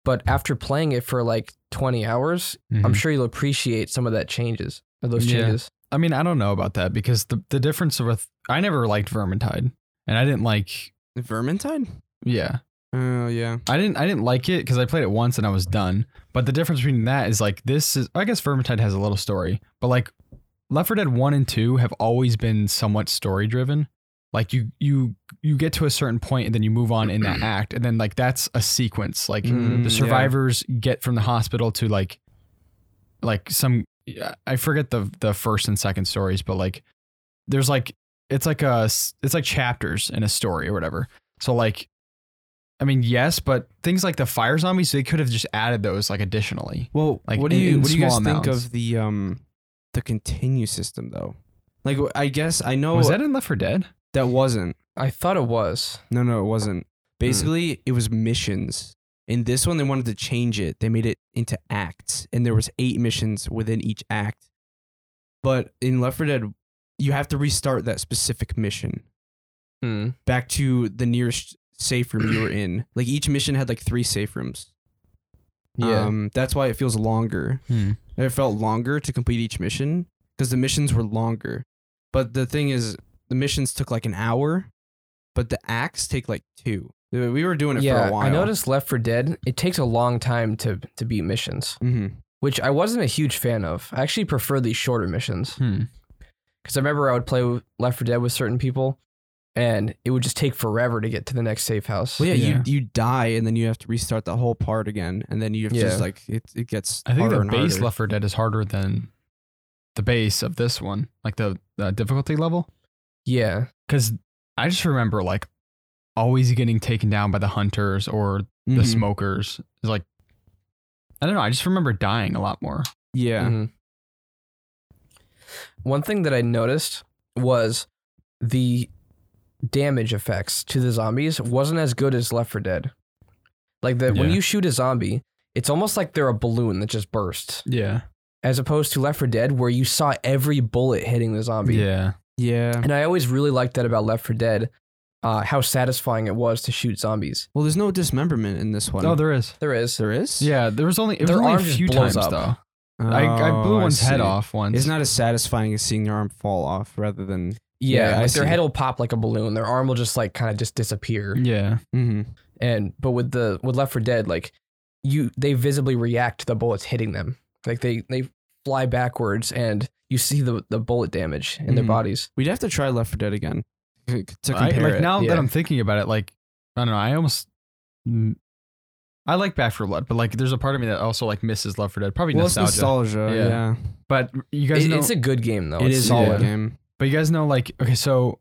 [SPEAKER 2] but after playing it for like 20 hours,
[SPEAKER 1] Mm-hmm.
[SPEAKER 2] I'm sure you'll appreciate some of that changes of those
[SPEAKER 3] Mm-hmm. Yeah.
[SPEAKER 2] changes.
[SPEAKER 3] I mean, I don't know about that because the, the difference with I never liked Vermintide, and I didn't like
[SPEAKER 1] Vermintide?
[SPEAKER 3] yeah,
[SPEAKER 1] Oh yeah.
[SPEAKER 3] I didn't I didn't like it because I played it once and I was done. But the difference between that is like this is I guess Vermintide has a little story, but like Left 4 Dead 1 and 2 have always been somewhat story driven. Like you you you get to a certain point and then you move on in that act and then like that's a sequence. Like
[SPEAKER 1] Mm, yeah.
[SPEAKER 3] the survivors get from the hospital to like like some I forget the the first and second stories, but like there's like it's like a it's like chapters in a story or whatever. So like I mean, yes, but things like the fire zombies, they could have just added those like additionally.
[SPEAKER 1] Well,
[SPEAKER 3] Like,
[SPEAKER 1] what do
[SPEAKER 3] in-
[SPEAKER 1] you
[SPEAKER 3] in
[SPEAKER 1] what do you guys
[SPEAKER 3] small
[SPEAKER 1] think
[SPEAKER 3] amounts.
[SPEAKER 1] of the um the continue system though? Like wh- I guess I know
[SPEAKER 3] was that in Left 4 Dead?
[SPEAKER 1] that wasn't.
[SPEAKER 2] I thought it was.
[SPEAKER 1] No, no, it
[SPEAKER 3] Hmm.
[SPEAKER 1] wasn't. Basically, it was missions. In this one, they wanted to change it. They made it into acts, and there was eight missions within each act. But in Left 4 Dead, you have to restart that specific mission.
[SPEAKER 2] Hmm.
[SPEAKER 1] back to the nearest safe room you were in. Like each mission had like three safe rooms.
[SPEAKER 2] Yeah.
[SPEAKER 1] Um, that's why it feels longer.
[SPEAKER 3] Hmm.
[SPEAKER 1] It felt longer to complete each mission because the missions were longer. But the thing is, the missions took like an hour, but the acts take like two. Uh, We were doing it
[SPEAKER 2] yeah,
[SPEAKER 1] for a while.
[SPEAKER 2] I noticed Left for Dead. It takes a long time to to beat missions,
[SPEAKER 1] hmm
[SPEAKER 2] which I wasn't a huge fan of. I actually prefer these shorter missions
[SPEAKER 3] Hmm.
[SPEAKER 2] because I remember I would play with- Left for Dead with certain people, and it would just take forever to get to the next safe house.
[SPEAKER 1] Well, yeah,
[SPEAKER 3] Yeah.
[SPEAKER 1] you you die and then you have to restart the whole part again, and then you have to
[SPEAKER 2] Yeah.
[SPEAKER 1] just like it. It gets.
[SPEAKER 3] I think
[SPEAKER 1] harder
[SPEAKER 3] the
[SPEAKER 1] and
[SPEAKER 3] base
[SPEAKER 1] harder.
[SPEAKER 3] Left 4 Dead is harder than the base of this one, like the uh, difficulty level.
[SPEAKER 2] yeah.
[SPEAKER 3] Because I just remember like always getting taken down by the hunters or the
[SPEAKER 1] Mhm.
[SPEAKER 3] smokers. It's like, I don't know. I just remember dying a lot more.
[SPEAKER 1] Yeah.
[SPEAKER 3] mm.
[SPEAKER 2] Mhm. One thing that I noticed was the damage effects to the zombies wasn't as good as Left 4 Dead. Like that when
[SPEAKER 3] Yeah.
[SPEAKER 2] you shoot a zombie, it's almost like they're a balloon that just bursts,
[SPEAKER 3] Yeah.
[SPEAKER 2] as opposed to Left 4 Dead where you saw every bullet hitting the zombie.
[SPEAKER 3] Yeah.
[SPEAKER 1] Yeah.
[SPEAKER 2] And I always really liked that about Left 4 Dead, uh, how satisfying it was to shoot zombies.
[SPEAKER 1] Well, there's no dismemberment in this one.
[SPEAKER 3] Oh, there is.
[SPEAKER 2] There is.
[SPEAKER 1] there is.
[SPEAKER 3] Yeah. There was only, it was
[SPEAKER 2] Their
[SPEAKER 3] only a
[SPEAKER 2] arm just
[SPEAKER 3] few
[SPEAKER 2] blows
[SPEAKER 3] times
[SPEAKER 2] up.
[SPEAKER 3] though. I, I blew
[SPEAKER 1] Oh,
[SPEAKER 3] one's head
[SPEAKER 1] see.
[SPEAKER 3] off once.
[SPEAKER 1] It's not as satisfying as seeing their arm fall off rather than.
[SPEAKER 2] Yeah,
[SPEAKER 1] Yeah, I
[SPEAKER 2] like their
[SPEAKER 1] see.
[SPEAKER 2] head will pop like a balloon. Their arm will just like kind of just disappear.
[SPEAKER 3] Yeah.
[SPEAKER 1] Mm-hmm.
[SPEAKER 2] and but with the with left for dead like you they visibly react to the bullets hitting them like they they fly backwards and you see the the bullet damage in their
[SPEAKER 1] Mhm.
[SPEAKER 2] bodies
[SPEAKER 1] We'd have to try Left 4 Dead again to compare
[SPEAKER 3] I, like
[SPEAKER 1] it.
[SPEAKER 3] now
[SPEAKER 2] yeah.
[SPEAKER 3] that I'm thinking about it, like I don't know, I almost mm, I like Back for Blood, but like there's a part of me that also like misses Love for Dead, probably
[SPEAKER 1] well, it's
[SPEAKER 3] nostalgia.
[SPEAKER 1] nostalgia.
[SPEAKER 3] Yeah.
[SPEAKER 1] Yeah,
[SPEAKER 3] But you guys
[SPEAKER 2] It-
[SPEAKER 3] know,
[SPEAKER 2] it's a good game though
[SPEAKER 1] it
[SPEAKER 2] It's
[SPEAKER 1] is
[SPEAKER 3] all
[SPEAKER 1] solid
[SPEAKER 3] yeah.
[SPEAKER 2] solid.
[SPEAKER 1] game.
[SPEAKER 3] but you guys know, like okay, so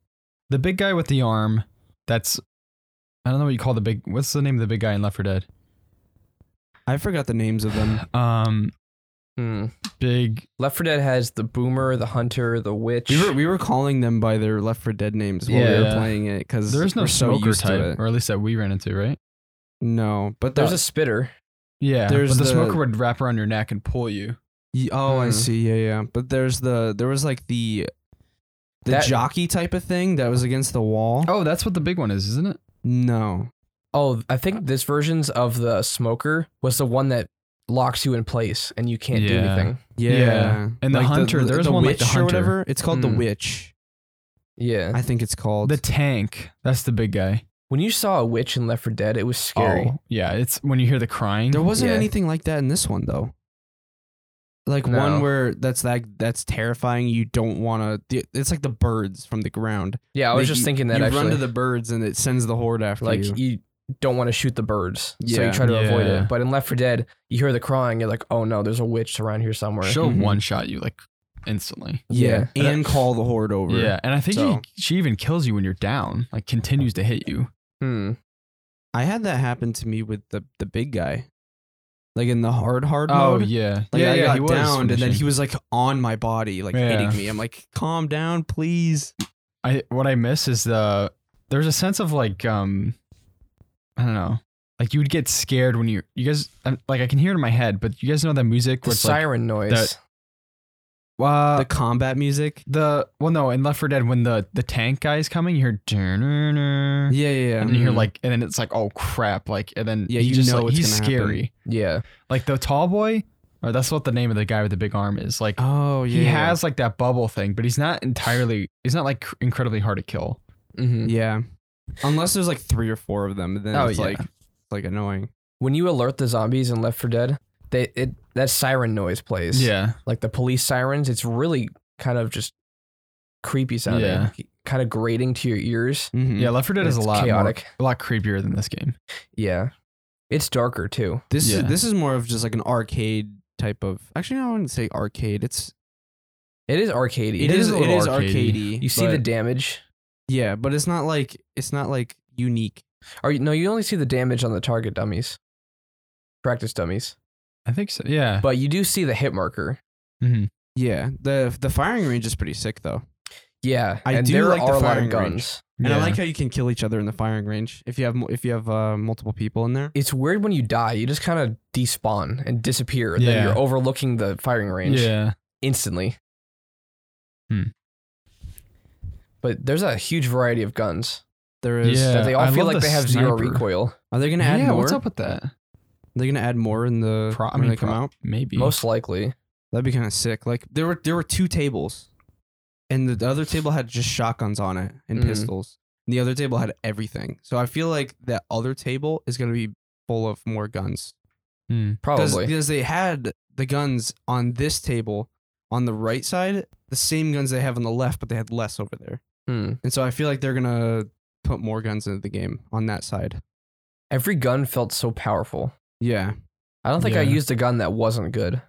[SPEAKER 3] the big guy with the arm, that's I don't know what you call the big. What's the name of the big guy in Left for Dead?
[SPEAKER 1] I forgot the names of them.
[SPEAKER 3] Um,
[SPEAKER 2] Hmm.
[SPEAKER 3] big.
[SPEAKER 2] left for dead has the boomer the hunter the witch
[SPEAKER 1] We were we were calling them by their Left 4 Dead names while we were
[SPEAKER 3] Yeah.
[SPEAKER 1] playing it because
[SPEAKER 3] There's no
[SPEAKER 1] we're so
[SPEAKER 3] smoker
[SPEAKER 1] used to
[SPEAKER 3] type,
[SPEAKER 1] it.
[SPEAKER 3] or at least that we ran into, right?
[SPEAKER 1] No, but
[SPEAKER 2] there's
[SPEAKER 1] there's
[SPEAKER 2] a spitter
[SPEAKER 3] Yeah,
[SPEAKER 1] There's
[SPEAKER 3] but the,
[SPEAKER 1] the-
[SPEAKER 3] smoker would wrap around your neck and pull you.
[SPEAKER 1] oh I
[SPEAKER 3] Mm-hmm.
[SPEAKER 2] Hmm.
[SPEAKER 1] see yeah yeah. But there's the there was like the the
[SPEAKER 2] That-
[SPEAKER 1] jockey type of thing that was against the wall.
[SPEAKER 3] Oh, that's what the big one is, isn't it?
[SPEAKER 1] No,
[SPEAKER 2] oh i think this versions of the smoker was the one that locks you in place and you can't do
[SPEAKER 3] Yeah.
[SPEAKER 2] anything
[SPEAKER 1] yeah,
[SPEAKER 3] And the
[SPEAKER 1] Like
[SPEAKER 3] hunter,
[SPEAKER 1] the,
[SPEAKER 3] there's
[SPEAKER 1] the
[SPEAKER 3] one like
[SPEAKER 1] witch
[SPEAKER 3] the hunter. Mm.
[SPEAKER 1] or whatever. It's called the
[SPEAKER 2] Hmm.
[SPEAKER 1] witch.
[SPEAKER 2] yeah
[SPEAKER 1] I think it's called.
[SPEAKER 3] The tank, that's the big guy.
[SPEAKER 2] when you saw a witch in left for dead it was scary
[SPEAKER 3] Oh, yeah, it's when you hear the crying.
[SPEAKER 1] there wasn't
[SPEAKER 2] Yeah.
[SPEAKER 1] anything like that in this one though. Like
[SPEAKER 2] No.
[SPEAKER 1] one where that's like that's terrifying. You don't want to. It's like the birds from the ground.
[SPEAKER 2] yeah i was
[SPEAKER 1] Like,
[SPEAKER 2] just
[SPEAKER 1] you-
[SPEAKER 2] thinking that
[SPEAKER 1] you
[SPEAKER 2] actually
[SPEAKER 1] run to the birds and it sends the horde after
[SPEAKER 2] like
[SPEAKER 1] you.
[SPEAKER 2] you. don't want to shoot the birds, so
[SPEAKER 1] Yeah.
[SPEAKER 2] you try to avoid
[SPEAKER 3] Yeah.
[SPEAKER 2] it. But in Left 4 Dead, you hear the crying, you're like, oh no, there's a witch around here somewhere.
[SPEAKER 3] She'll
[SPEAKER 1] Mhm.
[SPEAKER 3] one shot you like instantly.
[SPEAKER 2] Yeah.
[SPEAKER 1] and call the horde over.
[SPEAKER 3] Yeah, and I think
[SPEAKER 1] So-
[SPEAKER 3] she, she even kills you when you're down. Like continues to hit you.
[SPEAKER 2] Hmm.
[SPEAKER 1] I had that happen to me with the the big guy, like in the hard hard
[SPEAKER 3] Oh
[SPEAKER 1] mode.
[SPEAKER 3] yeah,
[SPEAKER 1] Like
[SPEAKER 3] yeah,
[SPEAKER 1] I
[SPEAKER 3] yeah,
[SPEAKER 1] got downed and then he
[SPEAKER 3] finishing.
[SPEAKER 1] was like on my body, like
[SPEAKER 3] Yeah.
[SPEAKER 1] hitting me. I'm like, calm down, please.
[SPEAKER 3] I what I miss is the there's a sense of like um, I don't know. Like you would get scared when you you guys I'm, like I can hear it in my head, but you guys know that music
[SPEAKER 2] The
[SPEAKER 3] where it's like
[SPEAKER 2] siren noise.
[SPEAKER 3] Uh,
[SPEAKER 1] the combat music.
[SPEAKER 3] the well, no, in Left 4 Dead, when the the tank guy is coming, you hear "Dun-dun-dun,"
[SPEAKER 1] Yeah, yeah, yeah.
[SPEAKER 3] mm-hmm.
[SPEAKER 1] Mm-hmm.
[SPEAKER 3] and you hear
[SPEAKER 2] Mhm.
[SPEAKER 3] like, and then it's like, oh crap, like, and then
[SPEAKER 1] Yeah,
[SPEAKER 3] you,
[SPEAKER 1] you
[SPEAKER 3] just
[SPEAKER 1] know
[SPEAKER 3] like,
[SPEAKER 1] it's
[SPEAKER 3] he's
[SPEAKER 1] gonna happen.
[SPEAKER 3] scary.
[SPEAKER 2] Yeah.
[SPEAKER 3] Like the tall boy, or that's what the name of the guy with the big arm is. Like
[SPEAKER 1] Oh yeah.
[SPEAKER 3] he
[SPEAKER 1] yeah.
[SPEAKER 3] has like that bubble thing, but he's not entirely. He's not like cr- incredibly hard to kill.
[SPEAKER 2] Mm-hmm.
[SPEAKER 1] Yeah. Unless there's like three or four of them, then
[SPEAKER 3] Hmm. Oh,
[SPEAKER 1] it's
[SPEAKER 3] yeah.
[SPEAKER 1] like it's like annoying.
[SPEAKER 2] When you alert the zombies in Left 4 Dead, they it that siren noise plays.
[SPEAKER 3] Yeah,
[SPEAKER 2] Like the police sirens, it's really kind of just creepy sounding.
[SPEAKER 3] Yeah.
[SPEAKER 2] Kind of grating to your ears.
[SPEAKER 1] Mhm.
[SPEAKER 3] yeah. Left 4 Dead is a
[SPEAKER 2] It's
[SPEAKER 3] lot more-
[SPEAKER 2] chaotic.
[SPEAKER 3] a lot creepier than this game.
[SPEAKER 2] Yeah. It's darker too.
[SPEAKER 1] This
[SPEAKER 3] Yeah.
[SPEAKER 1] Is, this is more of just like an arcade type of. Actually, no, I wouldn't say arcade. It's
[SPEAKER 2] It is arcadey.
[SPEAKER 1] it is
[SPEAKER 3] a
[SPEAKER 1] it
[SPEAKER 3] little
[SPEAKER 1] is
[SPEAKER 3] arcadey.
[SPEAKER 1] arcadey.
[SPEAKER 2] You see the
[SPEAKER 1] but-
[SPEAKER 2] damage.
[SPEAKER 1] yeah, but it's not like it's not like unique.
[SPEAKER 2] Or you no, you only see the damage on the target dummies. Practice dummies.
[SPEAKER 3] I think so. Yeah.
[SPEAKER 2] But you do see the hit marker.
[SPEAKER 3] Mhm.
[SPEAKER 1] Yeah, the the firing range is pretty sick though,
[SPEAKER 2] Yeah.
[SPEAKER 1] I
[SPEAKER 2] and
[SPEAKER 1] do
[SPEAKER 2] there
[SPEAKER 1] like the
[SPEAKER 2] are a lot
[SPEAKER 1] firing
[SPEAKER 2] of
[SPEAKER 1] range.
[SPEAKER 2] guns.
[SPEAKER 1] and I
[SPEAKER 3] Yeah.
[SPEAKER 1] like how you can kill each other in the firing range if you have mo- if you have uh, multiple people in there.
[SPEAKER 2] It's weird when you die, you just kind of despawn and disappear. And
[SPEAKER 3] Yeah.
[SPEAKER 2] Then you're overlooking the firing range
[SPEAKER 3] Yeah.
[SPEAKER 2] instantly.
[SPEAKER 3] Hmm.
[SPEAKER 2] But there's a huge variety of guns.
[SPEAKER 1] There is.
[SPEAKER 3] Yeah.
[SPEAKER 2] that they all
[SPEAKER 3] I
[SPEAKER 2] feel
[SPEAKER 3] love
[SPEAKER 2] like
[SPEAKER 3] the
[SPEAKER 2] they have zero
[SPEAKER 3] sniper.
[SPEAKER 2] recoil.
[SPEAKER 1] Are they gonna add
[SPEAKER 3] yeah.
[SPEAKER 1] more?
[SPEAKER 3] What's up with that?
[SPEAKER 1] They're gonna add more in the
[SPEAKER 3] Pro- I
[SPEAKER 1] when
[SPEAKER 3] mean,
[SPEAKER 1] they come
[SPEAKER 3] pro-
[SPEAKER 1] out.
[SPEAKER 3] Maybe.
[SPEAKER 2] Most likely.
[SPEAKER 1] That'd be kind of sick. Like there were there were two tables, and the other table had just shotguns on it and
[SPEAKER 2] Mm.
[SPEAKER 1] pistols. And the other table had everything. So I feel like that other table is gonna be full of more guns
[SPEAKER 3] Hmm.
[SPEAKER 1] because
[SPEAKER 2] Probably.
[SPEAKER 1] because they had the guns on this table on the right side, the same guns they have on the left, but they had less over there.
[SPEAKER 2] Hmm.
[SPEAKER 1] And so I feel like they're gonna put more guns into the game on that side.
[SPEAKER 2] Every gun felt so powerful.
[SPEAKER 1] Yeah.
[SPEAKER 2] I don't think I
[SPEAKER 3] Yeah.
[SPEAKER 2] used a gun that wasn't good.